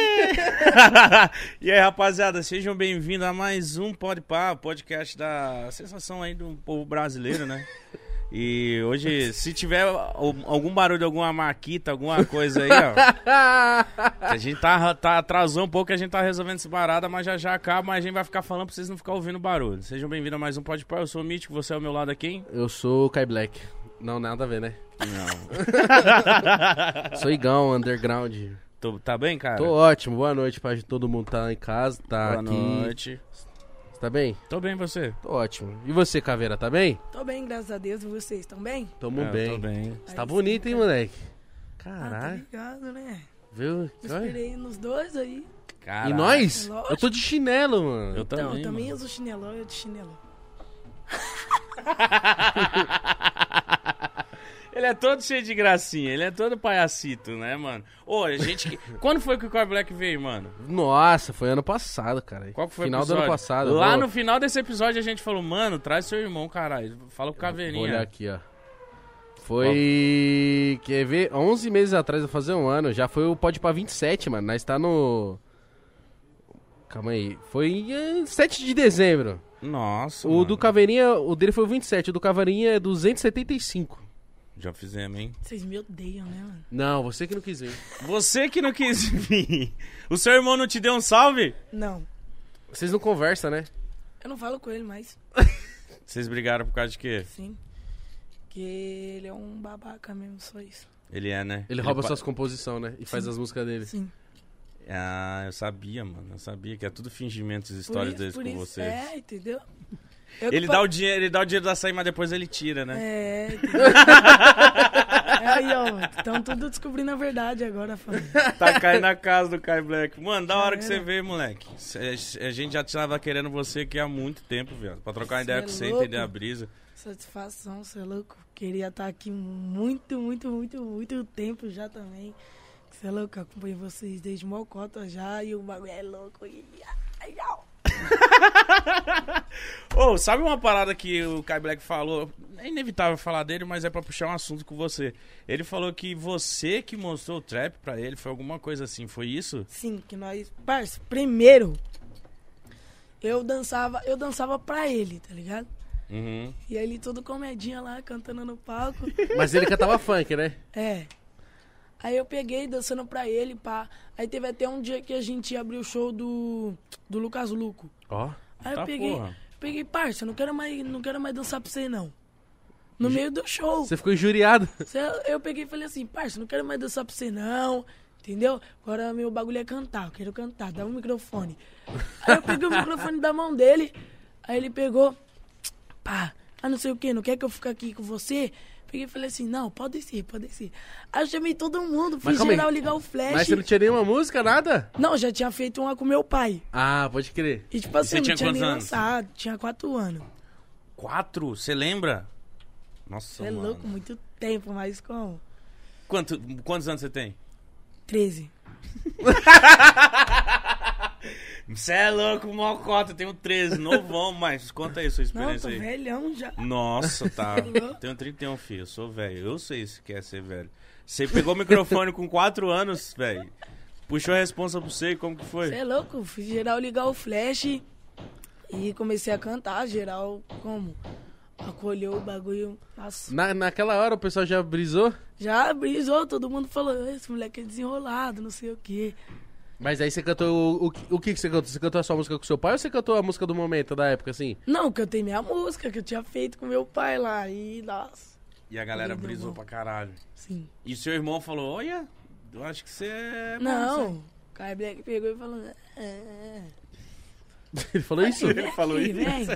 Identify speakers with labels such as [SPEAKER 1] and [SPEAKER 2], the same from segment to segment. [SPEAKER 1] Kiri! e aí, rapaziada, sejam bem-vindos a mais um Pode Pá, podcast da sensação aí do povo brasileiro, né? E hoje, se tiver al- algum barulho, alguma maquita, alguma coisa aí, ó. A gente tá, tá atrasou um pouco, a gente tá resolvendo essa parada, mas já já acaba, mas a gente vai ficar falando pra vocês não ficar ouvindo barulho. Sejam bem-vindos a mais um Pode Pá, eu sou o Mítico, você ao meu lado aqui.
[SPEAKER 2] Eu sou o Kai Black. Não, nada a ver, né?
[SPEAKER 1] Não.
[SPEAKER 2] Sou Igão, underground.
[SPEAKER 1] Tô- tá bem, cara?
[SPEAKER 2] Tô ótimo, boa noite pra todo mundo que tá em casa, tá
[SPEAKER 1] Boa
[SPEAKER 2] aqui.
[SPEAKER 1] noite.
[SPEAKER 2] Tá bem?
[SPEAKER 1] Tô bem, você?
[SPEAKER 2] Tô ótimo. E você, Caveira, tá bem?
[SPEAKER 3] Tô bem, graças a Deus. E vocês estão bem?
[SPEAKER 2] Tamo
[SPEAKER 1] É, eu
[SPEAKER 2] bem.
[SPEAKER 1] Tô bem.
[SPEAKER 2] Você tá
[SPEAKER 3] Aí sim,
[SPEAKER 2] bonito, hein, moleque?
[SPEAKER 3] Ah, tá
[SPEAKER 2] Caralho,
[SPEAKER 3] ligado, né?
[SPEAKER 2] viu?
[SPEAKER 3] Me
[SPEAKER 2] Olha.
[SPEAKER 3] inspirei nos dois aí.
[SPEAKER 2] E
[SPEAKER 1] Caralho.
[SPEAKER 2] nós?
[SPEAKER 3] É lógico.
[SPEAKER 2] Eu tô de chinelo, mano.
[SPEAKER 1] Eu
[SPEAKER 3] Então,
[SPEAKER 1] também.
[SPEAKER 3] eu também
[SPEAKER 1] mano.
[SPEAKER 3] uso chinelão, eu de chinelão.
[SPEAKER 1] Ele é todo cheio de gracinha, ele é todo palhacito, né, mano? Ô, a gente. que- Quando foi que o Core Black veio, mano?
[SPEAKER 2] Nossa, foi ano passado, cara.
[SPEAKER 1] Qual que foi o
[SPEAKER 2] Final do
[SPEAKER 1] episódio?
[SPEAKER 2] ano passado.
[SPEAKER 1] Lá
[SPEAKER 2] vou,
[SPEAKER 1] no final desse episódio a gente falou, mano, traz seu irmão, caralho. Fala com o
[SPEAKER 2] Vou olhar
[SPEAKER 1] Caveirinha.
[SPEAKER 2] aqui, ó. Foi. Quer ver? 11 meses atrás, vai fazer um ano. Já foi o Pode Pra 27, mano. Nós tá no. Calma aí. Foi em eh, 7 de dezembro.
[SPEAKER 1] Nossa.
[SPEAKER 2] O
[SPEAKER 1] mano.
[SPEAKER 2] do Caveirinha, o dele foi o 27. O do Caveirinha é 275.
[SPEAKER 1] Já fizemos, hein?
[SPEAKER 3] Vocês me odeiam, né, mano?
[SPEAKER 2] Não, você que não quis ver.
[SPEAKER 1] Você que não quis vir. O seu irmão não te deu um salve?
[SPEAKER 3] Não,
[SPEAKER 2] Vocês não conversam, né?
[SPEAKER 3] eu não falo com ele mais,
[SPEAKER 1] Vocês brigaram por causa de quê?
[SPEAKER 3] sim. Porque ele é um babaca mesmo, só isso.
[SPEAKER 1] Ele é, né?
[SPEAKER 2] Ele rouba
[SPEAKER 1] pa-
[SPEAKER 2] suas composições, né? E faz as músicas dele.
[SPEAKER 3] Sim.
[SPEAKER 1] Ah, eu sabia, mano. Eu sabia que é tudo fingimento as
[SPEAKER 3] Por
[SPEAKER 1] histórias
[SPEAKER 3] isso-
[SPEAKER 1] deles
[SPEAKER 3] por
[SPEAKER 1] com
[SPEAKER 3] isso-
[SPEAKER 1] vocês.
[SPEAKER 3] É, entendeu? Eu que
[SPEAKER 1] Ele
[SPEAKER 3] fa-
[SPEAKER 1] dá o dinheiro, ele dá o dinheiro da saída, mas depois ele tira, né?
[SPEAKER 3] É, entendeu? é aí, ó. Estão tudo descobrindo a verdade agora, família.
[SPEAKER 1] Tá caindo na casa do Kai Black. Mano, da hora que
[SPEAKER 3] Cara.
[SPEAKER 1] você veio, moleque. Cê- A gente já tava querendo você aqui há muito tempo, viado. Pra trocar uma
[SPEAKER 3] Cê
[SPEAKER 1] ideia
[SPEAKER 3] é
[SPEAKER 1] com você,
[SPEAKER 3] louco.
[SPEAKER 1] entender a brisa.
[SPEAKER 3] Satisfação, você é louco. Queria estar aqui muito, muito, muito, muito tempo já também. Você é louco, eu acompanho vocês desde Mocota já e o bagulho é louco. E... ai, au.
[SPEAKER 1] Ô, sabe uma parada que o Kai Black falou? É inevitável falar dele, mas é pra puxar um assunto com você. Ele falou que você que mostrou o trap pra ele, foi alguma coisa assim, foi isso?
[SPEAKER 3] Sim, que nós. Parça, primeiro, eu dançava, eu dançava pra ele, tá ligado?
[SPEAKER 1] Uhum.
[SPEAKER 3] E aí ele todo comedinha lá, cantando no palco.
[SPEAKER 2] Mas ele cantava funk, né?
[SPEAKER 3] É. Aí eu peguei dançando pra ele, pá. Aí teve até um dia que a gente abriu o show do, do Lucas Luco.
[SPEAKER 2] Ó.
[SPEAKER 3] Aí
[SPEAKER 1] Tá
[SPEAKER 3] eu peguei,
[SPEAKER 1] porra.
[SPEAKER 3] peguei, parça, não quero mais, não quero mais dançar pra você não. No meio do show.
[SPEAKER 2] Você ficou injuriado.
[SPEAKER 3] Cê- Eu peguei e falei assim, parça, não quero mais dançar pra você não. Entendeu? Agora meu bagulho é cantar, eu quero cantar, dá um microfone. Aí eu peguei o microfone da mão dele, aí ele pegou, pá, ah não sei o que, não quer que eu fique aqui com você? Peguei e falei assim, não, pode descer, pode descer. Aí eu chamei todo mundo,
[SPEAKER 2] Mas
[SPEAKER 3] fiz
[SPEAKER 2] calma aí.
[SPEAKER 3] geral ligar o flash.
[SPEAKER 2] Mas você não tinha nenhuma música, nada?
[SPEAKER 3] Não, já tinha feito uma com meu pai.
[SPEAKER 2] Ah, pode crer.
[SPEAKER 3] E tipo assim,
[SPEAKER 1] você
[SPEAKER 3] eu
[SPEAKER 1] tinha
[SPEAKER 3] não tinha nem
[SPEAKER 1] quantos anos?
[SPEAKER 3] lançado, tinha quatro anos.
[SPEAKER 1] Quatro? Você lembra? Nossa,
[SPEAKER 3] Você é
[SPEAKER 1] mano.
[SPEAKER 3] louco, muito tempo, mas como?
[SPEAKER 1] Quanto, quantos anos você tem?
[SPEAKER 3] 13.
[SPEAKER 1] Você é louco, mocota, eu tenho 13, novão, mas conta aí sua
[SPEAKER 3] Não, tô
[SPEAKER 1] experiência aí.
[SPEAKER 3] velhão já.
[SPEAKER 1] Nossa, tá. Tenho 31, filho. Eu sou velho. Eu sei se quer ser velho. Você pegou o microfone com 4 anos, velho. Puxou a responsa pra você. Como que
[SPEAKER 3] Você
[SPEAKER 1] foi?
[SPEAKER 3] é louco, fiz geral ligar o flash e comecei a cantar, geral como? Acolheu o bagulho. Nossa,
[SPEAKER 2] Na, naquela hora o pessoal já brisou,
[SPEAKER 3] já brisou, todo mundo falou, esse moleque é desenrolado, não sei o quê.
[SPEAKER 2] mas aí você cantou. O, o, que- o que que você cantou? Você cantou a sua música com seu pai ou você cantou a música do momento, da época, assim?
[SPEAKER 3] Não, que eu tenho minha música que eu tinha feito com meu pai lá. E nossa,
[SPEAKER 1] E a galera
[SPEAKER 3] Meu
[SPEAKER 1] brisou
[SPEAKER 3] irmão.
[SPEAKER 1] pra caralho.
[SPEAKER 3] sim.
[SPEAKER 1] E seu irmão falou: Olha, eu acho que você é. bom,
[SPEAKER 3] não, o Kai Black pegou e falou. "É, É,
[SPEAKER 2] Ele falou isso?
[SPEAKER 3] é.
[SPEAKER 1] Ele falou
[SPEAKER 3] Aqui,
[SPEAKER 1] isso?
[SPEAKER 3] vem.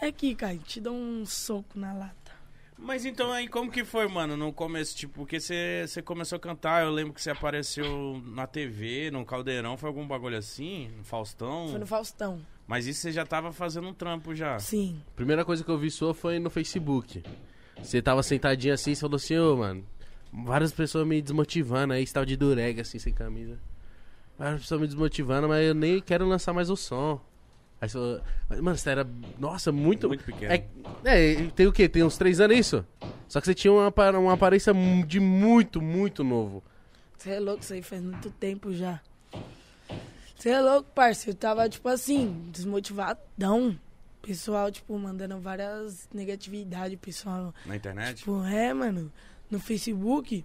[SPEAKER 3] É aqui, Kai, te dou um soco na lata.
[SPEAKER 1] Mas então aí, como que foi, mano, no começo? Tipo, porque você, você começou a cantar, eu lembro que você apareceu na TV, num caldeirão, foi algum bagulho assim? No Faustão?
[SPEAKER 3] Foi no Faustão.
[SPEAKER 1] Mas isso você já tava fazendo um trampo já.
[SPEAKER 3] Sim.
[SPEAKER 2] Primeira coisa que eu vi sua foi no Facebook. Você tava sentadinho assim, você falou assim, ô, mano, várias pessoas me desmotivando aí, você tava de durega assim, sem camisa. Várias pessoas me desmotivando, mas eu nem quero lançar mais o som. Aí você falou, mano, você era, nossa, muito...
[SPEAKER 1] Muito pequeno.
[SPEAKER 2] É, é, tem o quê? Tem uns três anos isso? Só que você tinha uma, apa- uma aparência mu- de muito, muito novo.
[SPEAKER 3] Você é louco, isso aí faz muito tempo já. Você é louco, parceiro. Eu tava, tipo assim, desmotivadão. Pessoal, tipo, mandando várias negatividades, pessoal.
[SPEAKER 1] Na internet?
[SPEAKER 3] Tipo, é, mano, no Facebook,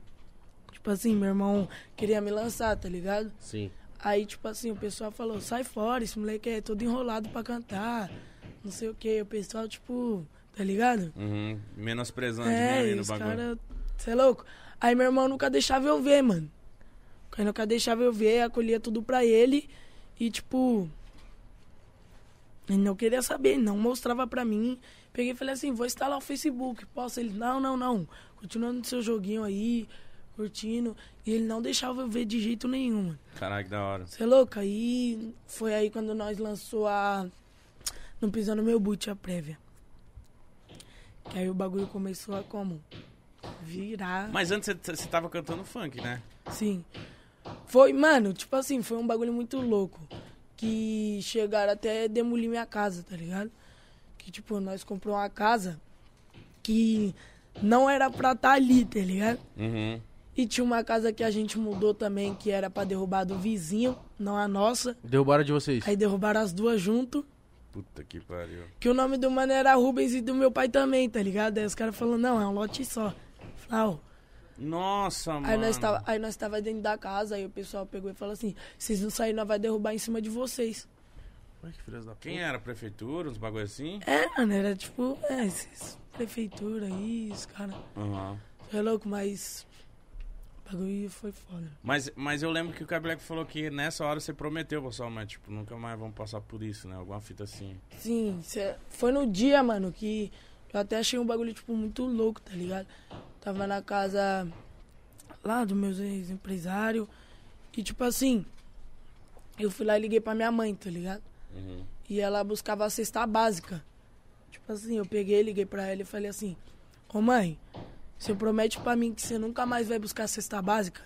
[SPEAKER 3] tipo assim, meu irmão queria me lançar, tá ligado?
[SPEAKER 2] Sim.
[SPEAKER 3] Aí, tipo assim, o pessoal falou, sai fora, esse moleque é todo enrolado pra cantar, não sei o quê. O pessoal, tipo, tá ligado?
[SPEAKER 1] Uhum. Menosprezando, né?
[SPEAKER 3] É,
[SPEAKER 1] ali
[SPEAKER 3] e
[SPEAKER 1] no
[SPEAKER 3] os
[SPEAKER 1] bagulho.
[SPEAKER 3] caras, cê é louco? Aí meu irmão nunca deixava eu ver, mano. Aí nunca deixava eu ver, acolhia tudo pra ele. E, tipo, ele não queria saber, ele não mostrava pra mim. Peguei e falei assim, vou instalar o Facebook, posso? Ele, não, não, não. Continuando seu joguinho aí, curtindo. E ele não deixava eu ver de jeito nenhum, mano.
[SPEAKER 1] Caraca, que da hora.
[SPEAKER 3] Você é louco? Aí foi aí quando nós lançou a. Não pisou no meu boot a prévia. Que aí o bagulho começou a como? Virar.
[SPEAKER 1] Mas antes você- você tava cantando funk, né?
[SPEAKER 3] Sim. Foi, mano, tipo assim, foi um bagulho muito louco. Que chegaram até demolir minha casa, tá ligado? Que tipo, nós compramos uma casa que não era pra estar ali, tá ligado?
[SPEAKER 1] Uhum.
[SPEAKER 3] E tinha uma casa que a gente mudou também, que era pra derrubar do vizinho, não a nossa.
[SPEAKER 2] Derrubaram de vocês.
[SPEAKER 3] Aí derrubaram as duas junto.
[SPEAKER 1] Puta que pariu.
[SPEAKER 3] Que o nome do mano era Rubens e do meu pai também, tá ligado? Aí os caras falaram, não, é um lote só. Falei, ah, ó.
[SPEAKER 1] Nossa, mano.
[SPEAKER 3] Aí nós, tava, aí nós tava dentro da casa, aí o pessoal pegou e falou assim, vocês não saírem, nós vai derrubar em cima de vocês.
[SPEAKER 2] Ai, que filhas da puta.
[SPEAKER 1] Quem era? Prefeitura, uns bagulho assim?
[SPEAKER 3] É, mano, era tipo, é, esses prefeitura aí, os caras.
[SPEAKER 1] Uhum.
[SPEAKER 3] É louco, mas. O bagulho foi foda.
[SPEAKER 1] Mas, mas eu lembro que o Cabeleco falou que nessa hora você prometeu pra sua mãe, tipo, nunca mais vamos passar por isso, né? Alguma fita assim.
[SPEAKER 3] Sim, cê- foi no dia, mano, que eu até achei um bagulho, tipo, muito louco, tá ligado? Tava na casa lá dos meus ex-empresários. E, tipo assim, eu fui lá e liguei pra minha mãe, tá ligado?
[SPEAKER 1] Uhum.
[SPEAKER 3] E ela buscava a cesta básica. Tipo assim, eu peguei, liguei pra ela e falei assim: Ô mãe, você promete pra mim que você nunca mais vai buscar a cesta básica?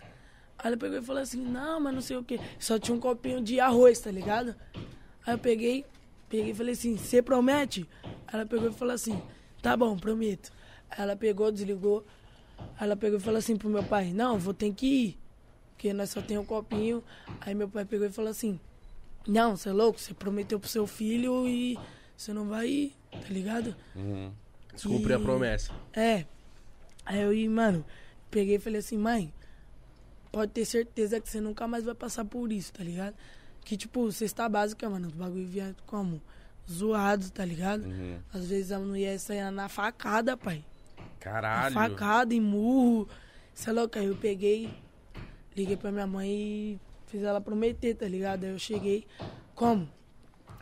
[SPEAKER 3] Aí ela pegou e falou assim: Não, mas não sei o quê. Só tinha um copinho de arroz, tá ligado? Aí eu peguei, peguei e falei assim: Você promete? Aí ela pegou e falou assim: Tá bom, prometo. Aí ela pegou, desligou. Aí ela pegou e falou assim pro meu pai: Não, vou ter que ir, porque nós só tem um copinho. Aí meu pai pegou e falou assim: não, você é louco, você prometeu pro seu filho e você não vai ir, tá ligado?
[SPEAKER 1] Uhum.
[SPEAKER 2] Descumpriu
[SPEAKER 3] E-
[SPEAKER 2] a promessa.
[SPEAKER 3] É. Aí eu, e, mano, peguei e falei assim, mãe, pode ter certeza que você nunca mais vai passar por isso, tá ligado? Que, tipo, cesta básica, mano, o bagulho vinha como? Zoado, tá ligado?
[SPEAKER 1] Uhum.
[SPEAKER 3] Às vezes a mulher saia na facada, pai.
[SPEAKER 1] Caralho.
[SPEAKER 3] Facada e murro. Você é louco? Aí eu peguei, liguei pra minha mãe e fiz ela prometer, tá ligado? Aí eu cheguei. Como?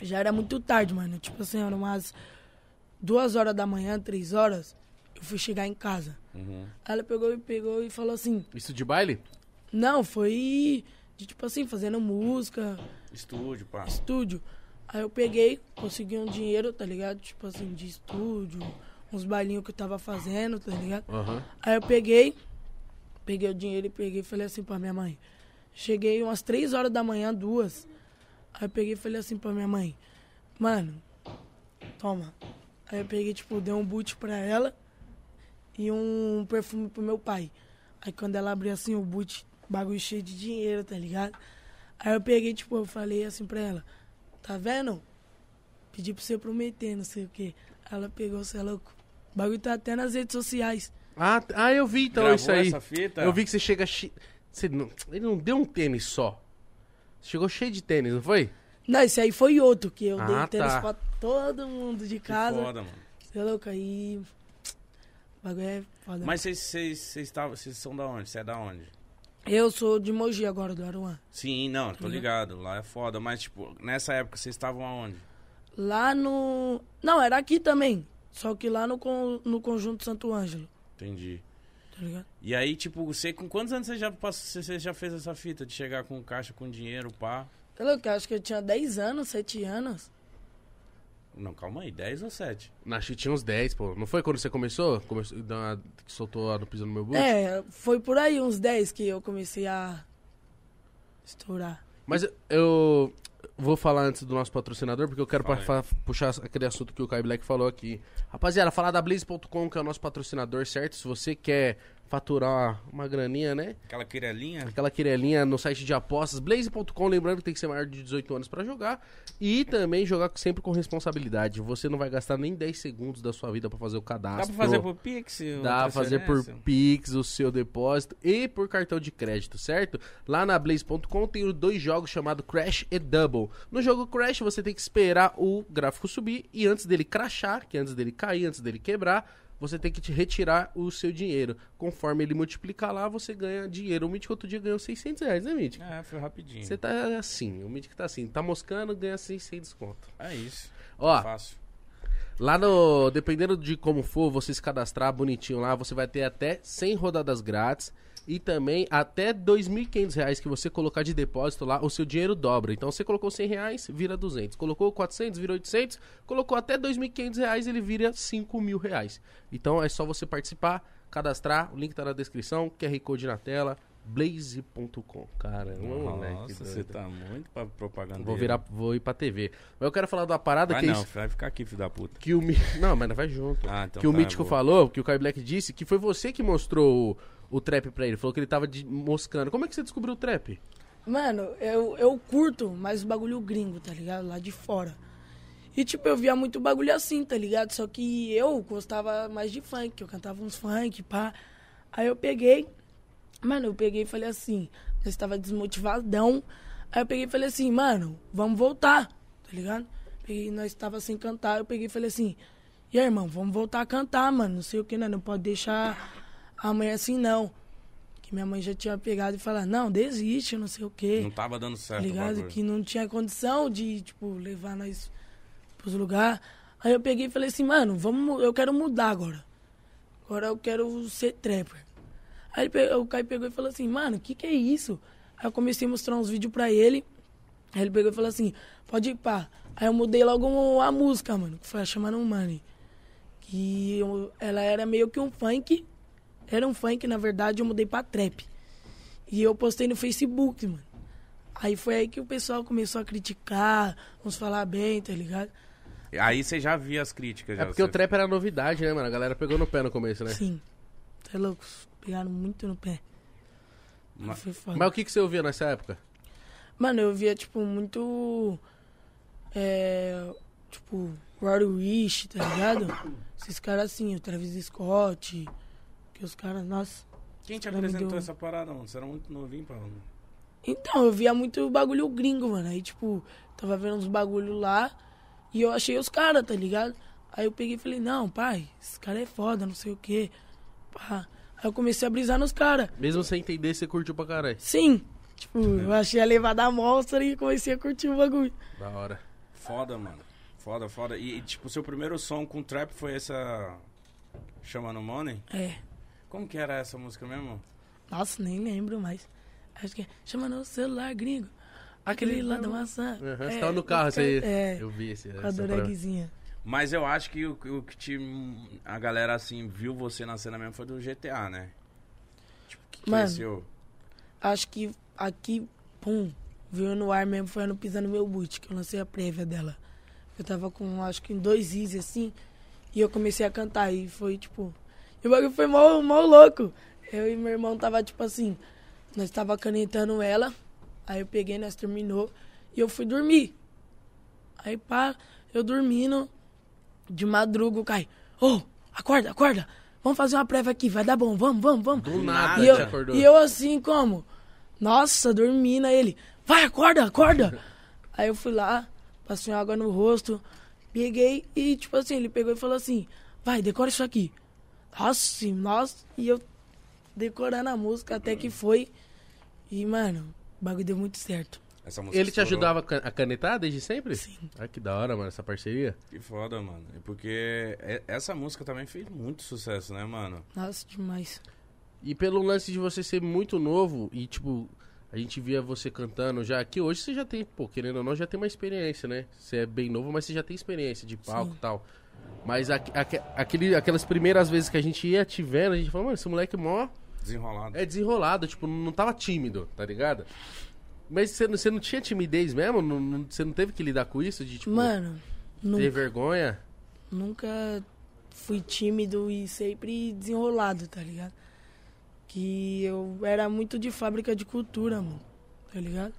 [SPEAKER 3] Já era muito tarde, mano. Tipo assim, eram umas duas horas da manhã, três horas. Eu fui chegar em casa.
[SPEAKER 1] Uhum.
[SPEAKER 3] Aí ela pegou e pegou e falou assim:
[SPEAKER 2] Isso de baile?
[SPEAKER 3] Não, foi de tipo assim, fazendo música,
[SPEAKER 1] Estúdio, pá.
[SPEAKER 3] estúdio. Aí eu peguei, consegui um dinheiro, tá ligado? Tipo assim, de estúdio, uns bailinhos que eu tava fazendo, tá ligado?
[SPEAKER 2] Aham.
[SPEAKER 3] Aí eu peguei, peguei o dinheiro e peguei e falei assim pra minha mãe. Cheguei umas três horas da manhã, duas. Aí eu peguei e falei assim pra minha mãe, mano, toma. Aí eu peguei, tipo, dei um boot pra ela e um perfume pro meu pai. Aí quando ela abriu assim o boot, bagulho cheio de dinheiro, tá ligado? Aí eu peguei, tipo, eu falei assim pra ela, tá vendo? Pedi pra você prometer, não sei o quê. Ela pegou, você é louco. O bagulho tá até nas redes sociais.
[SPEAKER 2] Ah, t- ah, eu vi então
[SPEAKER 1] Gravou
[SPEAKER 2] isso aí.
[SPEAKER 1] essa fita?
[SPEAKER 2] Eu vi que você chega. che- Você não... Ele não deu um tênis só. Chegou cheio de tênis, não foi?
[SPEAKER 3] Não, esse aí foi outro, que eu
[SPEAKER 2] Ah,
[SPEAKER 3] dei tênis
[SPEAKER 2] tá.
[SPEAKER 3] pra todo mundo de
[SPEAKER 1] Que
[SPEAKER 3] casa.
[SPEAKER 1] foda, mano.
[SPEAKER 3] Você é louco? Aí. O bagulho é foda.
[SPEAKER 1] Mas vocês- vocês vocês tavam- vocês são da onde? Você é da onde?
[SPEAKER 3] Eu sou de Mogi agora, do Aruan.
[SPEAKER 1] Sim, não,
[SPEAKER 3] Uhum.
[SPEAKER 1] tô ligado. Lá é foda. Mas, tipo, nessa época vocês estavam aonde?
[SPEAKER 3] Lá no. Não, era aqui também. Só que lá no, con... no Conjunto Santo Ângelo.
[SPEAKER 1] Entendi.
[SPEAKER 3] Tá ligado?
[SPEAKER 1] E aí, tipo, você com quantos anos você já passou, você já fez essa fita de chegar com caixa com dinheiro, pá?
[SPEAKER 3] Você é louco? Eu acho que eu tinha 10 anos, 7 anos.
[SPEAKER 1] Não, calma aí, 10 ou 7?
[SPEAKER 2] Acho que tinha uns 10, pô. Não foi quando você começou? Começou deu uma- que soltou a no piso no meu boot?
[SPEAKER 3] É, foi por aí uns 10 que eu comecei a. estourar.
[SPEAKER 2] Mas eu- eu vou falar antes do nosso patrocinador, porque eu quero
[SPEAKER 1] Fala
[SPEAKER 2] pa- fa- puxar aquele assunto que o Kai Black falou aqui. Rapaziada, falar da Blaze.com, que é o nosso patrocinador, certo? Se você quer faturar uma graninha, né?
[SPEAKER 1] Aquela querelinha.
[SPEAKER 2] Aquela querelinha no site de apostas, blaze.com, lembrando que tem que ser maior de 18 anos pra jogar. E também jogar sempre com responsabilidade. Você não vai gastar nem 10 segundos da sua vida pra fazer o
[SPEAKER 1] Dá
[SPEAKER 2] cadastro.
[SPEAKER 1] pra fazer por Pix? ou
[SPEAKER 2] Dá pra fazer por
[SPEAKER 1] transferência?
[SPEAKER 2] Pix o seu depósito e por cartão de crédito, certo? Lá na Blaze.com tem os dois jogos chamados Crash e Double. No jogo Crash você tem que esperar o gráfico subir e antes dele crashar, que é antes dele cair, antes dele quebrar, você tem que te retirar o seu dinheiro. Conforme ele multiplicar lá, você ganha dinheiro. O Mítico outro dia ganhou 600 reais, né, Mítico?
[SPEAKER 1] É, foi rapidinho.
[SPEAKER 2] Você tá assim, o Mítico tá assim, tá moscando, ganha 600 conto.
[SPEAKER 1] É isso.
[SPEAKER 2] Ó,
[SPEAKER 1] Fácil.
[SPEAKER 2] Lá no. Dependendo de como for, você se cadastrar bonitinho lá, você vai ter até 100 rodadas grátis. E também até R$ 2.500 reais que você colocar de depósito lá, o seu dinheiro dobra. Então você colocou 100 reais, vira 200. Colocou 400, vira 800. Colocou até R$ 2.500 reais, ele vira 5 mil reais. Então é só você participar, cadastrar. O link tá na descrição, QR Code na tela, blaze.com. Caramba, moleque.
[SPEAKER 1] Nossa, você
[SPEAKER 2] doido.
[SPEAKER 1] tá muito pra propaganda.
[SPEAKER 2] Vou, virar, vou ir pra TV. Mas eu quero falar de uma parada
[SPEAKER 1] Vai
[SPEAKER 2] que é
[SPEAKER 1] não,
[SPEAKER 2] isso-
[SPEAKER 1] vai ficar aqui, filho da puta.
[SPEAKER 2] que o Mi- Não, mas não vai junto
[SPEAKER 1] Ah, então
[SPEAKER 2] que o
[SPEAKER 1] tá,
[SPEAKER 2] Mítico
[SPEAKER 1] boa.
[SPEAKER 2] falou, que o Kai Black disse, que foi você que mostrou o, o trap pra ele. Falou que ele tava de- moscando. Como é que você descobriu o trap?
[SPEAKER 3] Mano, eu, eu curto mais o bagulho gringo, tá ligado? Lá de fora. E, tipo, eu via muito bagulho assim, tá ligado? Só que eu gostava mais de funk, eu cantava uns funk, pá. Aí eu peguei, mano, eu peguei e falei assim, eu estava desmotivadão. Aí eu peguei e falei assim, mano, vamos voltar, tá ligado? Peguei, nós estava sem cantar, eu peguei e falei assim, e aí, irmão, vamos voltar a cantar, mano, não sei o que, né? Não pode deixar amanhã assim, não. Que minha mãe já tinha pegado e falado, não, desiste, não sei o quê
[SPEAKER 1] Não tava dando certo. o
[SPEAKER 3] ligado?
[SPEAKER 1] bagulho.
[SPEAKER 3] Que não tinha condição de, tipo, levar nós pros lugares. Aí eu peguei e falei assim, mano, vamos, mu- eu quero mudar agora. Agora eu quero ser trapper. Aí ele pe- o Caio pegou e falou assim, mano, o que que é isso? Aí eu comecei a mostrar uns vídeos pra ele. Aí ele pegou e falou assim, pode ir pá. Aí eu mudei logo um- a música, mano, que foi a chamada Money. Que eu- ela era meio que um funk. Era um funk, na verdade, eu mudei pra trap. E eu postei no Facebook, mano. Aí foi aí que o pessoal começou a criticar, uns falar bem, tá ligado?
[SPEAKER 1] Aí você já via as críticas.
[SPEAKER 2] É
[SPEAKER 1] já,
[SPEAKER 2] porque
[SPEAKER 1] você-
[SPEAKER 2] o trap era novidade, né, mano? A galera pegou no pé no começo, né?
[SPEAKER 3] Sim. Tá louco? Pegaram muito no pé.
[SPEAKER 1] Ma-
[SPEAKER 3] Foi foda.
[SPEAKER 2] Mas o que, que você ouvia nessa época?
[SPEAKER 3] Mano, eu via, tipo, muito. É. Tipo, Rory Wish, tá ligado? Esses caras assim, o Travis Scott. Que os caras, nossa.
[SPEAKER 1] Quem te
[SPEAKER 3] Ela me
[SPEAKER 1] apresentou
[SPEAKER 3] deu-
[SPEAKER 1] essa parada, mano? Você era muito novinho, Paulo.
[SPEAKER 3] Então, eu via muito bagulho gringo, mano. Aí, tipo, tava vendo uns bagulho lá e eu achei os caras, tá ligado? Aí eu peguei e falei, não, pai, esse cara é foda, não sei o quê. Pá. Aí eu comecei a brisar nos caras.
[SPEAKER 2] Mesmo sem entender, você curtiu pra caralho.
[SPEAKER 3] Sim. Tipo, eu achei a levada amostra e comecei a curtir o bagulho.
[SPEAKER 2] Da hora.
[SPEAKER 1] Foda, mano. Foda, foda. E, e, tipo, seu primeiro som com trap foi essa. Chama no Money?
[SPEAKER 3] É.
[SPEAKER 1] Como que era essa música mesmo?
[SPEAKER 3] Nossa, nem lembro mais. Acho que é. Chama no celular, gringo. Aquele lá da maçã.
[SPEAKER 2] Uhum,
[SPEAKER 3] É,
[SPEAKER 2] você tava no carro, você.
[SPEAKER 3] É.
[SPEAKER 2] Eu vi esse.
[SPEAKER 3] Com a
[SPEAKER 2] essa parada.
[SPEAKER 3] doreguizinha.
[SPEAKER 1] Mas eu acho que o, o que te, a galera, assim, viu você na cena mesmo foi do GTA, né? Tipo, que
[SPEAKER 3] Mano.
[SPEAKER 1] conheceu.
[SPEAKER 3] acho que aqui, pum, veio no ar mesmo, foi no Pisando Meu Boot, que eu lancei a prévia dela. Eu tava com, acho que em dois is assim, e eu comecei a cantar, e foi tipo. E o bagulho foi mó, mó louco. Eu e meu irmão tava tipo assim, nós tava canetando ela, aí eu peguei, nós terminou, e eu fui dormir. Aí pá, eu dormindo, de madruga, o Caio, ô, acorda, acorda, vamos fazer uma prévia aqui, vai dar bom, vamos, vamos, vamos.
[SPEAKER 2] Do nada,
[SPEAKER 3] E
[SPEAKER 2] te
[SPEAKER 3] eu,
[SPEAKER 2] acordou.
[SPEAKER 3] e eu assim, como? Nossa, dormindo. Aí ele, vai, acorda, acorda. aí eu fui lá, passei água no rosto, peguei e, tipo assim, ele pegou e falou assim, vai, decora isso aqui. Nossa, e- nossa. E eu decorando a música até que foi. E, mano, o bagulho deu muito certo.
[SPEAKER 1] Essa música
[SPEAKER 2] Ele te
[SPEAKER 1] estourou.
[SPEAKER 2] ajudava a can- a canetar desde sempre? Sim. Ai, que da hora, mano, essa parceria.
[SPEAKER 1] Que foda, mano. É Porque é- essa música também fez muito sucesso, né, mano?
[SPEAKER 3] Nossa, demais.
[SPEAKER 2] E pelo lance de você ser muito novo e, tipo, a gente via você cantando já aqui, hoje você já tem, pô, querendo ou não, já tem uma experiência, né? Você é bem novo, mas você já tem experiência de palco e tal. Mas aque- aque- aquele, aquelas primeiras vezes que a gente ia te vendo, a gente falou, mano, esse moleque é mó
[SPEAKER 1] Desenrolado.
[SPEAKER 2] é desenrolado, tipo, não tava tímido, tá ligado? Mas você, não- você não tinha timidez mesmo? Não- não- você não teve que lidar com isso? De, tipo,
[SPEAKER 3] Mano,
[SPEAKER 2] ter
[SPEAKER 3] nunca,
[SPEAKER 2] vergonha?
[SPEAKER 3] nunca fui tímido e sempre desenrolado, tá ligado? que eu era muito de fábrica de cultura, mano. Tá ligado?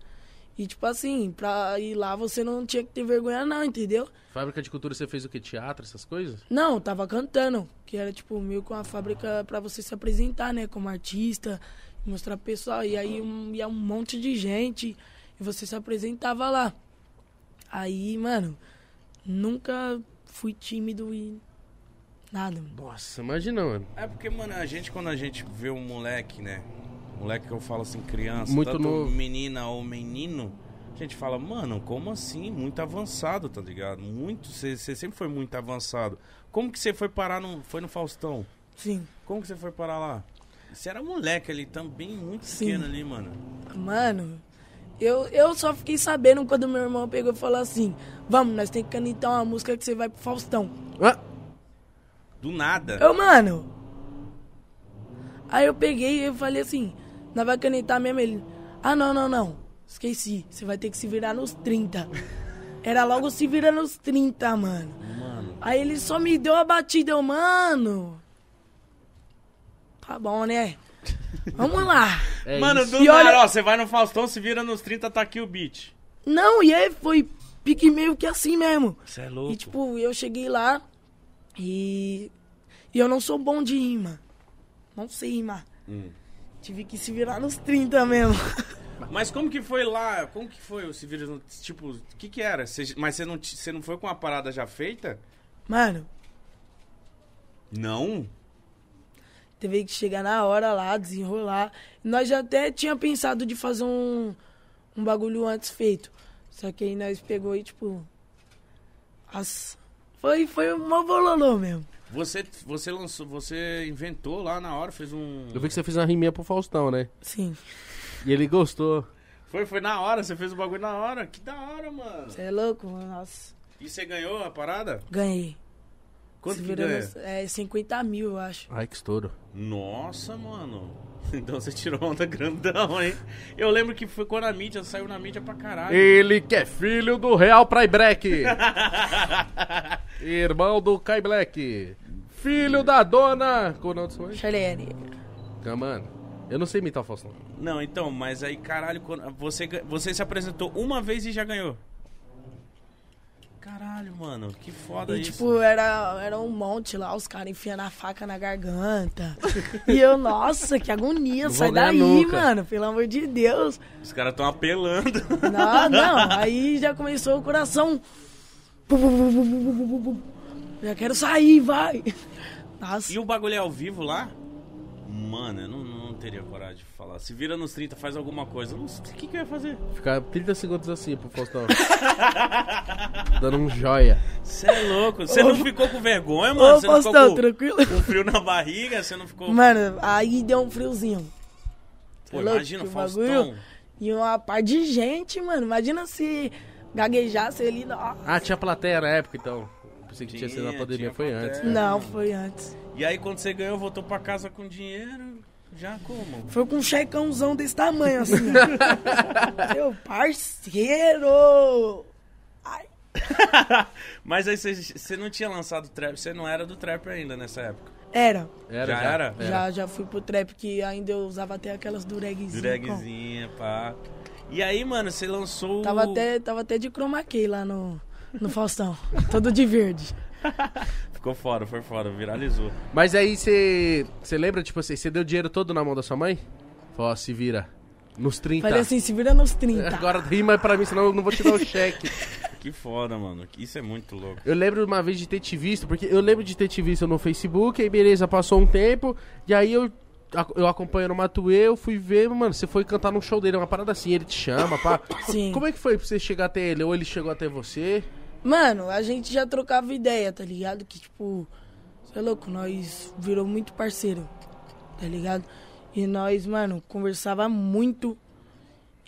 [SPEAKER 3] E tipo assim, pra ir lá você não tinha que ter vergonha, não, entendeu?
[SPEAKER 2] Fábrica de cultura, você fez o quê? Teatro, essas coisas?
[SPEAKER 3] Não, eu tava cantando, que era tipo meio com a fábrica pra você se apresentar, né, como artista, mostrar pro pessoal. E aí um, ia um monte de gente e você se apresentava lá. Aí, mano, nunca fui tímido e nada, mano.
[SPEAKER 2] Nossa, imagina, mano.
[SPEAKER 1] É porque, mano, a gente, quando a gente vê um moleque, né? Moleque que eu falo assim, criança,
[SPEAKER 2] Muito
[SPEAKER 1] tanto
[SPEAKER 2] novo.
[SPEAKER 1] menina ou menino, a gente fala, mano, como assim? Muito avançado, tá ligado? Muito, você sempre foi muito avançado. Como que você foi parar no. Foi no Faustão?
[SPEAKER 3] Sim.
[SPEAKER 1] Como que você foi parar lá? Você era moleque ali também, muito
[SPEAKER 3] Sim.
[SPEAKER 1] pequeno ali, mano.
[SPEAKER 3] Mano, eu, eu só fiquei sabendo quando meu irmão pegou e falou assim: Vamos, nós tem que cantar uma música que você vai pro Faustão.
[SPEAKER 2] Ah,
[SPEAKER 1] Do nada.
[SPEAKER 3] Eu, mano. Aí eu peguei e falei assim, nós vai canetar mesmo ele. Ah, não, não, não. Esqueci. Você vai ter que se virar nos 30. Era logo se vira nos 30, mano.
[SPEAKER 1] Mano.
[SPEAKER 3] Aí ele só me deu a batida, eu, mano. Tá bom, né? Vamos lá.
[SPEAKER 2] é
[SPEAKER 1] mano,
[SPEAKER 2] isso.
[SPEAKER 1] do
[SPEAKER 3] E
[SPEAKER 1] nada,
[SPEAKER 3] olha-
[SPEAKER 1] ó, você vai no Faustão, se vira nos 30, tá aqui o beat.
[SPEAKER 3] Não, e aí foi pique meio que assim mesmo.
[SPEAKER 1] Você é louco.
[SPEAKER 3] E tipo, eu cheguei lá e. E eu não sou bom de rima. Não sei rimar.
[SPEAKER 1] Hum.
[SPEAKER 3] Tive que se virar nos 30 mesmo.
[SPEAKER 1] Mas como que foi lá? Como que foi o Civil? no- Tipo, o que que era? Cê- mas você não, ti- você não foi com a parada já feita?
[SPEAKER 3] Mano,
[SPEAKER 1] Não.
[SPEAKER 3] teve que chegar na hora lá, desenrolar. Nós já até tinha pensado de fazer um, um bagulho antes feito. Só que aí nós pegou e tipo. as- Foi, foi um mó bololô mesmo.
[SPEAKER 1] Você, você lançou, você inventou lá na hora, fez um.
[SPEAKER 2] Eu vi que você fez uma riminha pro Faustão, né?
[SPEAKER 3] Sim.
[SPEAKER 2] E ele gostou.
[SPEAKER 1] Foi, foi na hora, você fez o bagulho na hora. Que da hora, mano.
[SPEAKER 3] Você é louco, mano? Nossa.
[SPEAKER 1] E você ganhou a parada?
[SPEAKER 3] Ganhei.
[SPEAKER 1] Quanto
[SPEAKER 3] Se
[SPEAKER 1] que
[SPEAKER 3] virou
[SPEAKER 1] ganha?
[SPEAKER 3] nos- É, 50 mil, eu acho.
[SPEAKER 2] Ai, que estouro.
[SPEAKER 1] Nossa, mano. Então você tirou onda grandão, hein? Eu lembro que foi quando a mídia saiu na mídia pra caralho.
[SPEAKER 2] Ele que é filho do Real Pry Black. Irmão do Kai Black. Filho da dona. Qual o nome disso aí?
[SPEAKER 3] Charlie.
[SPEAKER 2] Ah, Mano, eu não sei imitar o Faustão.
[SPEAKER 1] Não, então, mas aí, caralho, quando- você, ga- você se apresentou uma vez e já ganhou. Caralho, mano, que foda
[SPEAKER 3] E,
[SPEAKER 1] isso.
[SPEAKER 3] tipo, era, era um monte lá, os caras enfiando a faca na garganta. e eu, nossa, que agonia,
[SPEAKER 2] vou
[SPEAKER 3] sai
[SPEAKER 2] ganhar
[SPEAKER 3] daí,
[SPEAKER 2] nunca.
[SPEAKER 3] mano, pelo amor de Deus.
[SPEAKER 1] Os caras tão apelando.
[SPEAKER 3] Não, não, aí já começou o coração. Pum, pum, pum, pum, pum, pum, pum, pum. Já quero sair, vai. Nossa,
[SPEAKER 1] E o bagulho é ao vivo lá? Mano, eu não, não teria coragem de falar. Se vira nos 30, faz alguma coisa. Eu Não sei o que, que eu ia fazer.
[SPEAKER 2] Ficar 30 segundos assim pro Faustão. Dando um joia.
[SPEAKER 1] Você é louco. Você não ficou com vergonha, mano?
[SPEAKER 3] ô,
[SPEAKER 1] Você não
[SPEAKER 3] Faustão,
[SPEAKER 1] ficou com,
[SPEAKER 3] tranquilo?
[SPEAKER 1] com frio na barriga? Você não ficou.
[SPEAKER 3] Mano, aí deu um friozinho.
[SPEAKER 1] Pô,
[SPEAKER 3] é louco,
[SPEAKER 1] imagina,
[SPEAKER 3] que
[SPEAKER 1] o Faustão.
[SPEAKER 3] bagulho. E uma par de gente, mano. Imagina se gaguejasse ali. Nossa.
[SPEAKER 2] Ah, tinha plateia na época, então. Eu Pensei que tinha, sido na
[SPEAKER 1] Tinha,
[SPEAKER 2] pandemia,
[SPEAKER 1] tinha
[SPEAKER 2] foi
[SPEAKER 1] plateia.
[SPEAKER 2] antes.
[SPEAKER 3] Não, foi antes.
[SPEAKER 1] E aí, quando você ganhou, voltou pra casa com dinheiro. Já como?
[SPEAKER 3] Foi com um checãozão desse tamanho, assim. Meu parceiro! Ai,
[SPEAKER 1] Mas aí você- você não tinha lançado trap, você não era do trap ainda nessa época.
[SPEAKER 3] Era.
[SPEAKER 2] Era,
[SPEAKER 1] Já era?
[SPEAKER 3] Já, já fui pro trap que ainda eu usava até aquelas duregzinhas.
[SPEAKER 1] Dragzinha, pá. E aí, mano, você lançou. o-
[SPEAKER 3] Tava até, tava até de chroma key lá no, no Faustão. Todo de verde.
[SPEAKER 1] Ficou fora, foi fora, viralizou.
[SPEAKER 2] Mas aí você. Você lembra, tipo assim, você deu o dinheiro todo na mão da sua mãe? Falou, ó, se vira. Nos 30.
[SPEAKER 3] Falei assim, se vira nos 30.
[SPEAKER 2] Agora rima pra mim, senão eu não vou te dar o cheque.
[SPEAKER 1] Que foda, mano. Isso é muito louco.
[SPEAKER 2] Eu lembro uma vez de ter te visto, porque eu lembro de ter te visto no Facebook, aí beleza, passou um tempo, e aí eu, ac- eu acompanhando o Matuê, eu fui ver, mano, você foi cantar num show dele, uma parada assim, ele te chama, pá.
[SPEAKER 3] Sim.
[SPEAKER 2] Como é que foi pra você chegar até ele? Ou ele chegou até você?
[SPEAKER 3] Mano, a gente já trocava ideia, tá ligado? Que tipo, você é louco, nós virou muito parceiro, tá ligado? E nós, mano, conversava muito.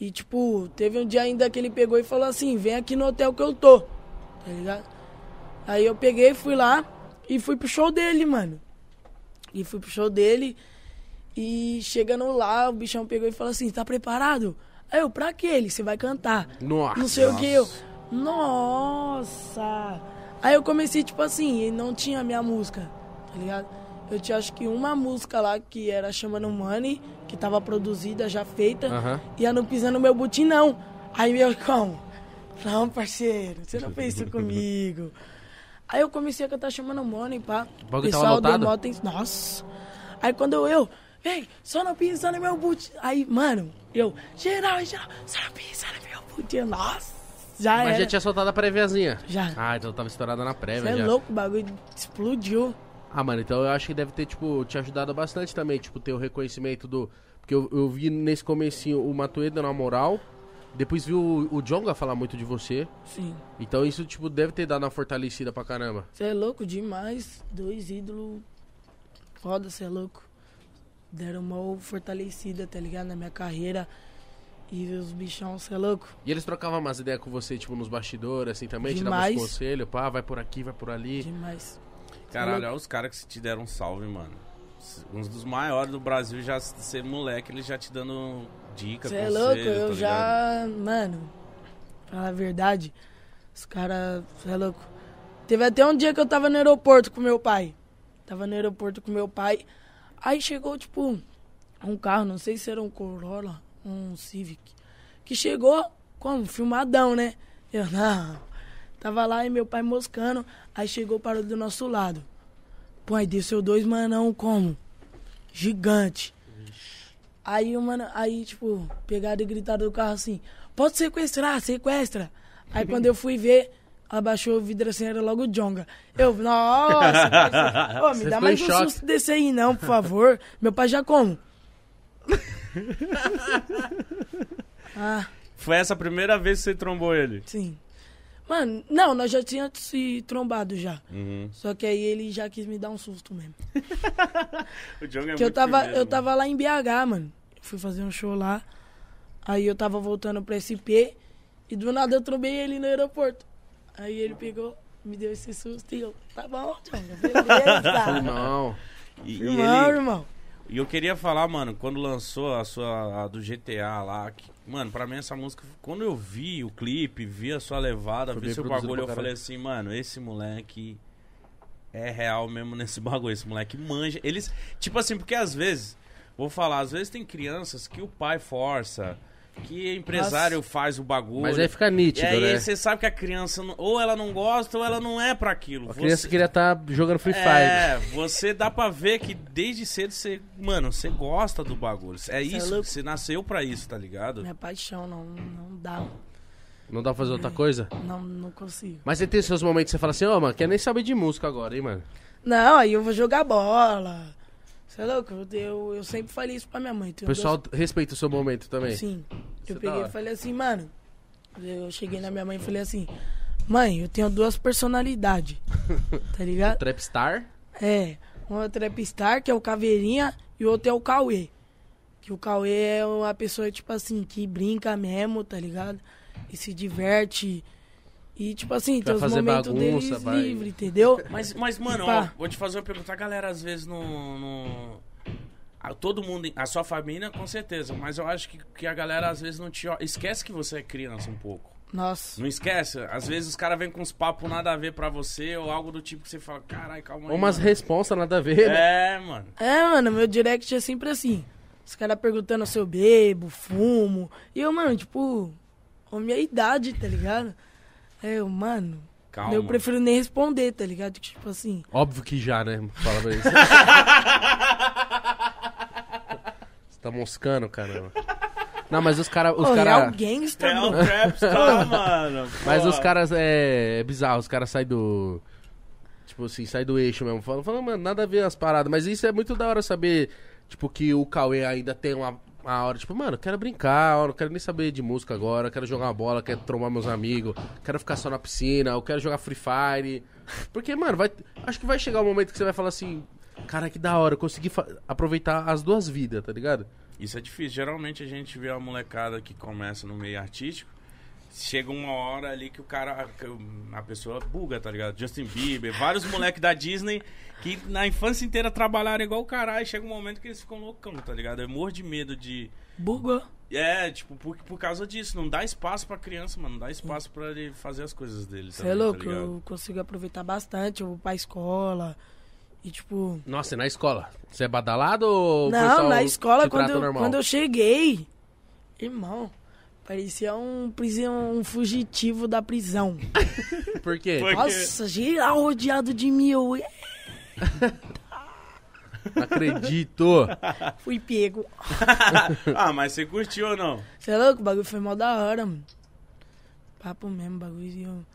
[SPEAKER 3] E tipo, teve um dia ainda que ele pegou e falou assim: vem aqui no hotel que eu tô, tá ligado? Aí eu peguei, fui lá e fui pro show dele, mano. E fui pro show dele. E chegando lá, o bichão pegou e falou assim: tá preparado? Aí eu, pra que ele? Você vai cantar
[SPEAKER 2] Nossa.
[SPEAKER 3] não sei o que eu. Nossa! Aí eu comecei, tipo assim, e não tinha a minha música, tá ligado? Eu tinha acho que uma música lá que era chamando Money, que tava produzida, já feita,
[SPEAKER 2] Aham.
[SPEAKER 3] e eu não pisando no meu butim, não. Aí meu irmão, não, parceiro, você não fez isso comigo. Aí eu comecei a cantar chamando Money, pá.
[SPEAKER 2] O bagulho
[SPEAKER 3] pessoal
[SPEAKER 2] tava
[SPEAKER 3] do
[SPEAKER 2] lotado?
[SPEAKER 3] Motem. Nossa! Aí quando eu, eu, vem, só não pisa no meu boot. Aí, mano, eu, geral, geral, só não pisa no meu boot. Nossa! Já
[SPEAKER 2] Mas
[SPEAKER 3] era.
[SPEAKER 2] já tinha soltado a préviazinha?
[SPEAKER 3] Ah, é. Já.
[SPEAKER 2] Ah, então tava estourada na
[SPEAKER 3] Você
[SPEAKER 2] prévia
[SPEAKER 3] é
[SPEAKER 2] já.
[SPEAKER 3] louco, o bagulho explodiu.
[SPEAKER 2] Ah, mano, então eu acho que deve ter, tipo, te ajudado bastante também, tipo, ter o reconhecimento do... Porque eu, eu vi nesse comecinho o Matueda na moral, depois vi o, o Jonga falar muito de você.
[SPEAKER 3] Sim.
[SPEAKER 2] Então isso, tipo, deve ter dado uma fortalecida pra caramba.
[SPEAKER 3] Você é louco demais. Dois ídolos foda, você é louco. Deram uma fortalecida, tá ligado? Na minha carreira. E os bichão, você é louco.
[SPEAKER 2] E eles trocavam umas ideias com você, tipo, nos bastidores, assim, também? Te
[SPEAKER 3] Demais.
[SPEAKER 2] davam uns conselhos, pá, vai por aqui, vai por ali.
[SPEAKER 3] Demais.
[SPEAKER 1] Caralho, olha os caras que te deram um salve, mano. Uns dos maiores do Brasil já ser moleque, ele já te dando dica,
[SPEAKER 3] Você é
[SPEAKER 1] conselho,
[SPEAKER 3] louco, eu
[SPEAKER 1] tá ligado?
[SPEAKER 3] já. Mano, falar a verdade, os caras. Você é louco. Teve até um dia que eu tava no aeroporto com meu pai. Tava no aeroporto com meu pai. Aí chegou, tipo, um carro, não sei se era um Corolla, um Civic. Que chegou, como? Filmadão, né? Eu, não. Tava lá e meu pai moscando. Aí chegou, parou do nosso lado. Pô, aí desceu dois manão como? Gigante. Aí, mano, aí, tipo, pegaram e gritaram do carro assim, pode sequestrar, sequestra. Aí quando eu fui ver, abaixou o vidro assim, era logo o Jonga. Eu, nossa, parceiro. Ô,
[SPEAKER 2] Você
[SPEAKER 3] me dá
[SPEAKER 2] ficou
[SPEAKER 3] mais
[SPEAKER 2] em
[SPEAKER 3] um
[SPEAKER 2] choque.
[SPEAKER 3] susto desse aí não, por favor. Meu pai já como? ah,
[SPEAKER 1] Foi essa a primeira vez que você trombou ele.
[SPEAKER 3] sim. Mano, não, nós já tínhamos se trombado já.
[SPEAKER 1] Uhum.
[SPEAKER 3] Só que aí ele já quis me dar um susto mesmo.
[SPEAKER 1] O John é
[SPEAKER 3] Porque eu
[SPEAKER 1] muito
[SPEAKER 3] tava,
[SPEAKER 1] firmeza,
[SPEAKER 3] eu
[SPEAKER 1] mano.
[SPEAKER 3] tava lá em BH, mano. Eu fui fazer um show lá. Aí eu tava voltando pra SP. E do nada eu trombei ele no aeroporto. Aí ele pegou, me deu esse susto e eu, tá bom, Djonga, beleza.
[SPEAKER 2] Não.
[SPEAKER 1] E, e
[SPEAKER 3] Irmão,
[SPEAKER 1] ele-
[SPEAKER 3] irmão.
[SPEAKER 1] e eu queria falar, mano, quando lançou a sua a do GTA lá, que- mano, pra mim essa música, quando eu vi o clipe, vi a sua levada,
[SPEAKER 2] Foi
[SPEAKER 1] vi
[SPEAKER 2] bem
[SPEAKER 1] seu
[SPEAKER 2] produzido
[SPEAKER 1] bagulho, eu
[SPEAKER 2] pra
[SPEAKER 1] falei
[SPEAKER 2] caralho.
[SPEAKER 1] assim, mano, esse moleque é real mesmo nesse bagulho, esse moleque manja. Eles, tipo assim, porque às vezes, vou falar, às vezes tem crianças que o pai força, que empresário faz o bagulho.
[SPEAKER 2] Mas aí fica
[SPEAKER 1] e
[SPEAKER 2] nítido,
[SPEAKER 1] aí
[SPEAKER 2] né?
[SPEAKER 1] você sabe que a criança, não- ou ela não gosta, ou ela não é pra aquilo.
[SPEAKER 2] A criança
[SPEAKER 1] Você-
[SPEAKER 2] queria estar jogando Free Fire.
[SPEAKER 1] é, você dá pra ver que desde cedo você. Mano, você gosta do bagulho. É
[SPEAKER 3] é
[SPEAKER 1] isso,
[SPEAKER 3] louco.
[SPEAKER 1] você nasceu pra isso, tá ligado?
[SPEAKER 3] Minha paixão, não, não dá.
[SPEAKER 2] Não dá pra fazer outra coisa?
[SPEAKER 3] Não, não consigo.
[SPEAKER 2] Mas você tem seus momentos que você fala assim, ô, mano, quer nem saber de música agora, hein, mano?
[SPEAKER 3] Não, aí eu vou jogar bola. Você é louco? Eu, eu, eu sempre falei isso pra minha mãe.
[SPEAKER 2] O
[SPEAKER 3] tenho
[SPEAKER 2] pessoal respeita o seu momento também.
[SPEAKER 3] Sim.
[SPEAKER 2] Isso é
[SPEAKER 3] Eu
[SPEAKER 2] da
[SPEAKER 3] peguei
[SPEAKER 2] hora.
[SPEAKER 3] e falei assim, mano. Eu cheguei na minha mãe e falei assim, mãe, eu tenho duas personalidades. tá ligado?
[SPEAKER 2] Trapstar?
[SPEAKER 3] É. Um é o Trapstar, que é o Caveirinha, e o outro é o Cauê. Que o Cauê é uma pessoa, tipo assim, que brinca mesmo, tá ligado? E se diverte. E, tipo assim,
[SPEAKER 2] Vai
[SPEAKER 3] tem os
[SPEAKER 2] fazer
[SPEAKER 3] momentos
[SPEAKER 2] bagunça,
[SPEAKER 3] deles
[SPEAKER 2] vai-
[SPEAKER 3] livre, entendeu?
[SPEAKER 1] Mas, mas mano,
[SPEAKER 3] Pá.
[SPEAKER 1] ó, vou te fazer uma pergunta. A galera, às vezes, não. não- Ah, Todo mundo, a sua família, com certeza, mas eu acho que, que a galera às vezes não te. ó- Esquece que você é criança um pouco.
[SPEAKER 3] Nossa.
[SPEAKER 1] Não esquece? Às vezes os caras vêm com uns papos nada a ver pra você ou algo do tipo que você fala, caralho, calma aí.
[SPEAKER 2] Ou umas
[SPEAKER 1] mano."
[SPEAKER 2] respostas nada a ver, né?
[SPEAKER 1] É, mano.
[SPEAKER 3] É, mano, meu direct é sempre assim. Os caras perguntando se eu bebo, fumo. E eu, mano, tipo, a minha idade, tá ligado? Aí Eu, mano,
[SPEAKER 1] Calma.
[SPEAKER 3] eu prefiro nem responder, tá ligado? Tipo assim,
[SPEAKER 2] Óbvio que já, né? Fala pra eles. você tá moscando, caramba. Não, mas os caras. Os
[SPEAKER 3] ô,
[SPEAKER 2] cara,
[SPEAKER 3] real gangster,
[SPEAKER 1] É o
[SPEAKER 3] mano.
[SPEAKER 1] Trapstar, tá, mano.
[SPEAKER 2] mas
[SPEAKER 1] Pô.
[SPEAKER 2] os caras. É, é bizarro, os caras saem do. Tipo assim, sai do eixo mesmo. Falam, falam, mano, nada a ver as paradas. Mas isso é muito da hora saber, tipo, que o Cauê ainda tem uma, uma hora, tipo, mano, eu quero brincar, eu não quero nem saber de música agora, eu quero jogar uma bola, quero trombar meus amigos, quero ficar só na piscina, eu quero jogar Free Fire. Porque, mano, vai, acho que vai chegar um momento que você vai falar assim, cara, que da hora, eu consegui fa- aproveitar as duas vidas, tá ligado?
[SPEAKER 1] Isso é difícil. Geralmente a gente vê a molecada que começa no meio artístico. Chega uma hora ali que o cara. que A pessoa buga, tá ligado? Justin Bieber, vários moleques da Disney que na infância inteira trabalharam igual o caralho. Chega um momento que eles ficam loucão, tá ligado? Eu morro de medo de.
[SPEAKER 2] Tá
[SPEAKER 3] Bugou.
[SPEAKER 1] É, tipo, por, por causa disso. Não dá espaço pra criança, mano. Não dá espaço pra ele fazer as coisas dele. tá
[SPEAKER 3] Você
[SPEAKER 1] também,
[SPEAKER 3] é louco,
[SPEAKER 1] Tá ligado?
[SPEAKER 3] eu consigo aproveitar bastante, eu vou pra escola. E tipo.
[SPEAKER 2] Nossa, e na escola? Você é badalado ou o
[SPEAKER 3] Não,
[SPEAKER 2] pessoal
[SPEAKER 3] na escola,
[SPEAKER 2] te
[SPEAKER 3] quando
[SPEAKER 2] trata
[SPEAKER 3] eu,
[SPEAKER 2] normal?
[SPEAKER 3] quando eu cheguei, irmão, parecia um, prisão, um fugitivo da prisão.
[SPEAKER 2] Por quê?
[SPEAKER 1] Foi-
[SPEAKER 3] Nossa, geral rodeado de mim. Eu
[SPEAKER 2] Não acredito.
[SPEAKER 3] fui pego.
[SPEAKER 1] ah, mas você curtiu ou não?
[SPEAKER 3] Você é louco? O bagulho foi mó da hora, mano. Papo mesmo, bagulho.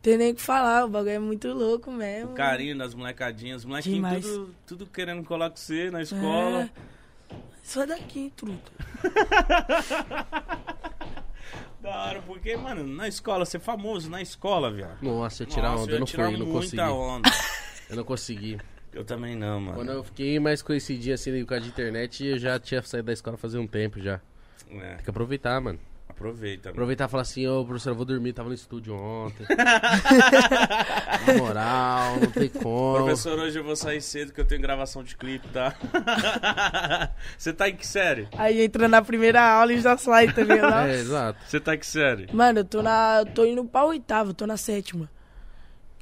[SPEAKER 3] Tem nem o que falar, o bagulho é muito louco mesmo.
[SPEAKER 1] O carinho das molecadinhas, os molequinhos
[SPEAKER 3] Demais. É.
[SPEAKER 1] tudo, tudo querendo colar com você na escola.
[SPEAKER 3] Sai daqui, truta.
[SPEAKER 1] Da hora, porque, mano, na escola, ser famoso na escola, viado.
[SPEAKER 2] Nossa, eu tirar
[SPEAKER 1] Nossa,
[SPEAKER 2] onda,
[SPEAKER 1] eu
[SPEAKER 2] eu não
[SPEAKER 1] ia tirar
[SPEAKER 2] fui, eu não
[SPEAKER 1] muita
[SPEAKER 2] consegui.
[SPEAKER 1] onda.
[SPEAKER 2] Eu não consegui.
[SPEAKER 1] Eu também não, mano.
[SPEAKER 2] Quando eu fiquei mais conhecidinho assim por causa de internet, eu já tinha saído da escola fazia um tempo já.
[SPEAKER 1] É,
[SPEAKER 2] Tem que aproveitar, mano.
[SPEAKER 1] aproveita. mano.
[SPEAKER 2] Aproveitar e falar assim, ô professor, eu vou dormir, tava no estúdio ontem. Na moral, não tem como.
[SPEAKER 1] Professor, hoje eu vou sair cedo que eu tenho gravação de clipe, tá? Você tá em que série?
[SPEAKER 3] Aí entra na primeira aula e já sai, tá ligado?
[SPEAKER 2] É, exato.
[SPEAKER 1] Você tá em que série?
[SPEAKER 3] Mano, eu tô na. Eu tô indo pra oitava, eu tô na sétima.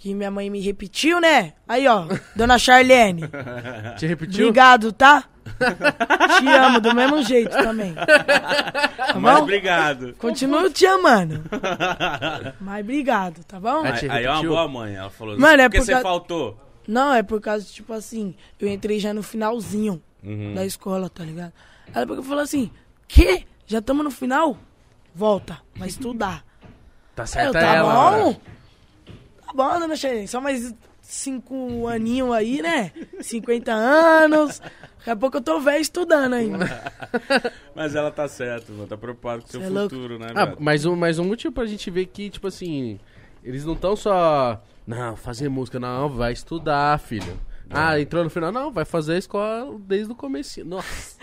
[SPEAKER 3] Que minha mãe me repetiu, né? Aí, ó, dona Charlene.
[SPEAKER 2] Te repetiu?
[SPEAKER 3] Obrigado, tá? Te amo, do mesmo jeito também. Tá
[SPEAKER 1] Mas
[SPEAKER 3] bom?
[SPEAKER 1] obrigado. Uhum.
[SPEAKER 3] Continuo te amando. Mas obrigado, tá bom?
[SPEAKER 2] Mas-
[SPEAKER 1] Aí,
[SPEAKER 2] te
[SPEAKER 1] aí é uma
[SPEAKER 2] repetiu?
[SPEAKER 1] boa mãe, ela falou.
[SPEAKER 3] Mano, é
[SPEAKER 1] porque
[SPEAKER 3] por
[SPEAKER 1] você
[SPEAKER 3] causa-
[SPEAKER 1] faltou.
[SPEAKER 3] Não, é por causa, tipo assim, eu entrei já no finalzinho
[SPEAKER 1] Uhum.
[SPEAKER 3] da escola, tá ligado? Ela pegou e falou assim: Quê? Já estamos no final? Volta, vai estudar.
[SPEAKER 2] Tá
[SPEAKER 3] Eu,
[SPEAKER 2] certa
[SPEAKER 3] tá
[SPEAKER 2] ela.
[SPEAKER 3] bom?
[SPEAKER 1] né?
[SPEAKER 2] cara.
[SPEAKER 3] Tá bom, dona Xelene. Só mais cinco aninhos aí, né? 50 anos. Daqui a pouco eu tô velho estudando ainda.
[SPEAKER 1] Mas ela tá certa, mano. Tá preocupado com o seu
[SPEAKER 3] Cê é louco.
[SPEAKER 1] futuro, né,
[SPEAKER 2] Ah,
[SPEAKER 1] velho?
[SPEAKER 2] mais um, mais um motivo pra gente ver que, tipo assim, eles não tão só. Não, fazer música, não, vai estudar, filho. Ah, entrou no final, não, vai fazer a escola desde o começo. Nossa.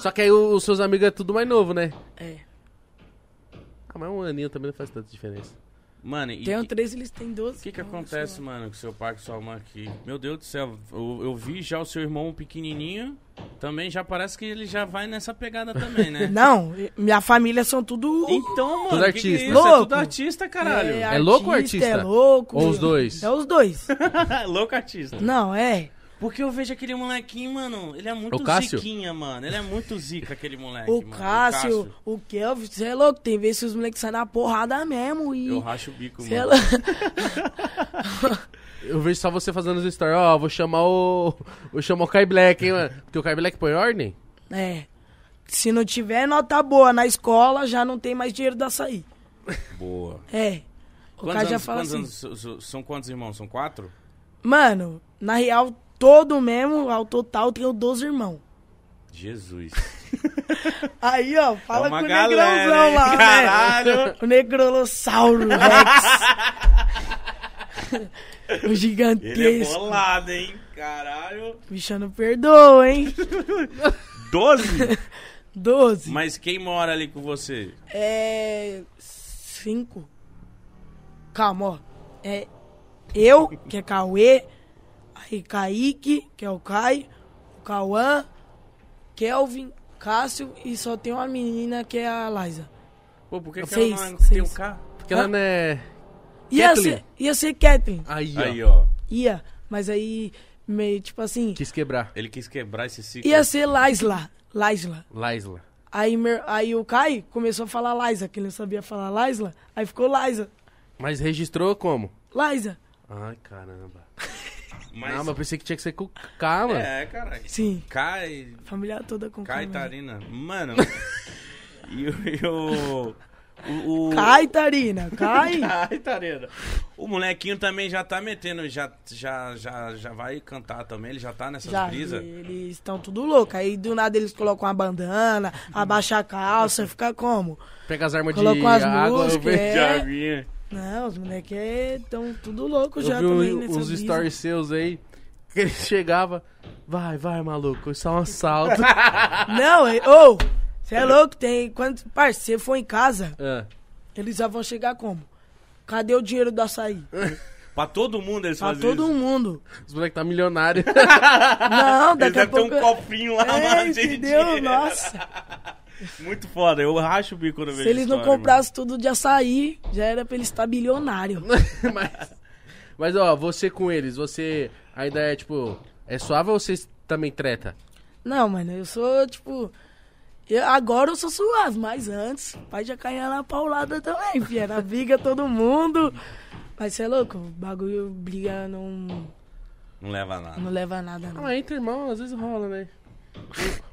[SPEAKER 2] Só que aí o- os seus amigos é tudo mais novo, né?
[SPEAKER 3] É.
[SPEAKER 2] Ah, mas um aninho também não faz tanta diferença.
[SPEAKER 1] Mano, e.
[SPEAKER 3] Tenho
[SPEAKER 1] O
[SPEAKER 3] 13, eles têm 12.
[SPEAKER 1] que, que acontece, mano, com seu pai e com sua mãe aqui? Meu Deus do céu, eu, eu vi já o seu irmão pequenininho. Também já parece que ele já vai nessa pegada também, né?
[SPEAKER 3] Não, minha família são tudo.
[SPEAKER 1] Então, mano, que que
[SPEAKER 2] Tudo
[SPEAKER 1] é
[SPEAKER 2] artista.
[SPEAKER 1] isso? É tudo
[SPEAKER 3] Louco.
[SPEAKER 1] artista, caralho.
[SPEAKER 2] É louco ou artista?
[SPEAKER 3] É louco.
[SPEAKER 2] Ou os dois?
[SPEAKER 3] É os dois.
[SPEAKER 1] Louco artista.
[SPEAKER 3] Não, é.
[SPEAKER 1] Porque eu vejo aquele molequinho, mano. Ele é muito
[SPEAKER 2] O Cássio?
[SPEAKER 1] ziquinha, mano. Ele é muito zica, aquele moleque.
[SPEAKER 3] O
[SPEAKER 1] mano.
[SPEAKER 3] Cássio, o Kelvin, você é louco. Tem vezes que os moleques saem na porrada mesmo e.
[SPEAKER 1] Eu racho o bico,
[SPEAKER 3] Cê é
[SPEAKER 1] mano.
[SPEAKER 3] louco.
[SPEAKER 2] Eu vejo só você fazendo os stories, ó, vou chamar o. Vou chamar o Kai Black, hein, mano. Porque o Kai Black põe ordem?
[SPEAKER 3] É. Se não tiver nota boa na escola, já não tem mais dinheiro da açaí.
[SPEAKER 1] Boa.
[SPEAKER 3] É. O
[SPEAKER 1] Quantos,
[SPEAKER 3] cara
[SPEAKER 1] anos,
[SPEAKER 3] já fala
[SPEAKER 1] quantos
[SPEAKER 3] assim.
[SPEAKER 1] anos so- so- são quantos irmãos? São quatro?
[SPEAKER 3] Mano, na real, todo mesmo, ao total, tenho 12 irmãos.
[SPEAKER 1] Jesus.
[SPEAKER 3] Aí, ó, fala
[SPEAKER 1] é uma
[SPEAKER 3] com o
[SPEAKER 1] galera,
[SPEAKER 3] negrãozão
[SPEAKER 1] hein?
[SPEAKER 3] lá, né?
[SPEAKER 1] Caralho.
[SPEAKER 3] O negrolossauro Rex. o
[SPEAKER 1] Ele é
[SPEAKER 3] gigantesco.
[SPEAKER 1] bolado, hein? Caralho.
[SPEAKER 3] O bicho não perdoa, hein?
[SPEAKER 1] Doze?
[SPEAKER 3] 12.
[SPEAKER 1] Mas quem mora ali com você?
[SPEAKER 3] É. 5. Calma, ó. É. Eu, que é Cauê. Aí Kaique, que é o Kai. O Cauã. Kelvin. Cássio. E só tem uma menina que é a Liza.
[SPEAKER 1] Pô, por que, que
[SPEAKER 3] Seis,
[SPEAKER 1] ela não tem um
[SPEAKER 3] seis.
[SPEAKER 1] carro?
[SPEAKER 2] Porque ela não é.
[SPEAKER 3] Ia
[SPEAKER 2] Kathleen.
[SPEAKER 3] ser, ia ser Kathleen.
[SPEAKER 2] Aí, ó.
[SPEAKER 1] Aí, ó.
[SPEAKER 3] Ia. Mas aí, meio tipo assim.
[SPEAKER 2] Quis quebrar.
[SPEAKER 1] Ele quis quebrar esse ciclo.
[SPEAKER 3] Ia ser Laisla. Laisla.
[SPEAKER 2] Laisla.
[SPEAKER 3] Aí, mer- aí o Kai começou a falar Liza, que ele não sabia falar Laisla. Aí ficou Liza.
[SPEAKER 2] Mas registrou como?
[SPEAKER 3] Liza.
[SPEAKER 2] Ai, caramba.
[SPEAKER 1] Mas...
[SPEAKER 2] Não, mas eu pensei que tinha que ser com K, mano.
[SPEAKER 1] É, caralho.
[SPEAKER 3] Sim.
[SPEAKER 1] Cai,
[SPEAKER 3] Família toda com K, mas-
[SPEAKER 1] Caitarina. Mano. e o. e o- o- o-
[SPEAKER 3] Cai, Tarina, cai.
[SPEAKER 1] Ai, Tarena. O molequinho também já tá metendo, já, já, já, já vai cantar também, ele já tá nessas
[SPEAKER 3] Já,
[SPEAKER 1] brisas.
[SPEAKER 3] e- eles estão tudo louco. Aí do nada eles colocam uma bandana, abaixa a calça, fica como?
[SPEAKER 2] Pega as armas de
[SPEAKER 3] Colocou as
[SPEAKER 2] água. Eu
[SPEAKER 3] músicas,
[SPEAKER 2] vi,
[SPEAKER 3] é.
[SPEAKER 1] Já vinha.
[SPEAKER 3] Não, os moleques estão tudo louco
[SPEAKER 2] eu
[SPEAKER 3] já
[SPEAKER 2] vi
[SPEAKER 3] também
[SPEAKER 2] um-
[SPEAKER 3] nessa
[SPEAKER 2] uns
[SPEAKER 3] brisa.
[SPEAKER 2] stories seus aí. Que ele chegava. Vai, vai, maluco. Isso é um assalto.
[SPEAKER 3] Não, é- ô, você é louco, tem. Quando, parceiro, você for em casa,
[SPEAKER 2] Ah,
[SPEAKER 3] eles já vão chegar como? Cadê o dinheiro do açaí?
[SPEAKER 1] Pra todo mundo eles
[SPEAKER 3] Pra
[SPEAKER 1] fazem
[SPEAKER 3] todo
[SPEAKER 1] isso.
[SPEAKER 3] mundo.
[SPEAKER 2] os moleques tá milionário.
[SPEAKER 3] Não,
[SPEAKER 1] Eles
[SPEAKER 3] daqui a
[SPEAKER 1] devem
[SPEAKER 3] pouco.
[SPEAKER 1] ter um copinho lá,
[SPEAKER 3] É,
[SPEAKER 1] mano, cheio de
[SPEAKER 3] entendeu?
[SPEAKER 1] dinheiro.
[SPEAKER 3] Nossa.
[SPEAKER 1] Muito foda, eu racho o bico quando eu vejo
[SPEAKER 3] Se eles não
[SPEAKER 1] história,
[SPEAKER 3] comprassem tudo de açaí, já era pra eles estar bilionário.
[SPEAKER 2] mas, mas, ó, você com eles, você ainda é, tipo, é suave ou vocês também treta?
[SPEAKER 3] Não, mano, eu sou, tipo. eu- agora eu sou suave, mas antes, o pai já caía na paulada também, filha. Na briga todo mundo. Mas você é louco, o bagulho briga não,
[SPEAKER 1] Não leva a nada.
[SPEAKER 3] não leva a nada,
[SPEAKER 2] Ah,
[SPEAKER 3] não.
[SPEAKER 2] mas entre irmão, às vezes rola, né?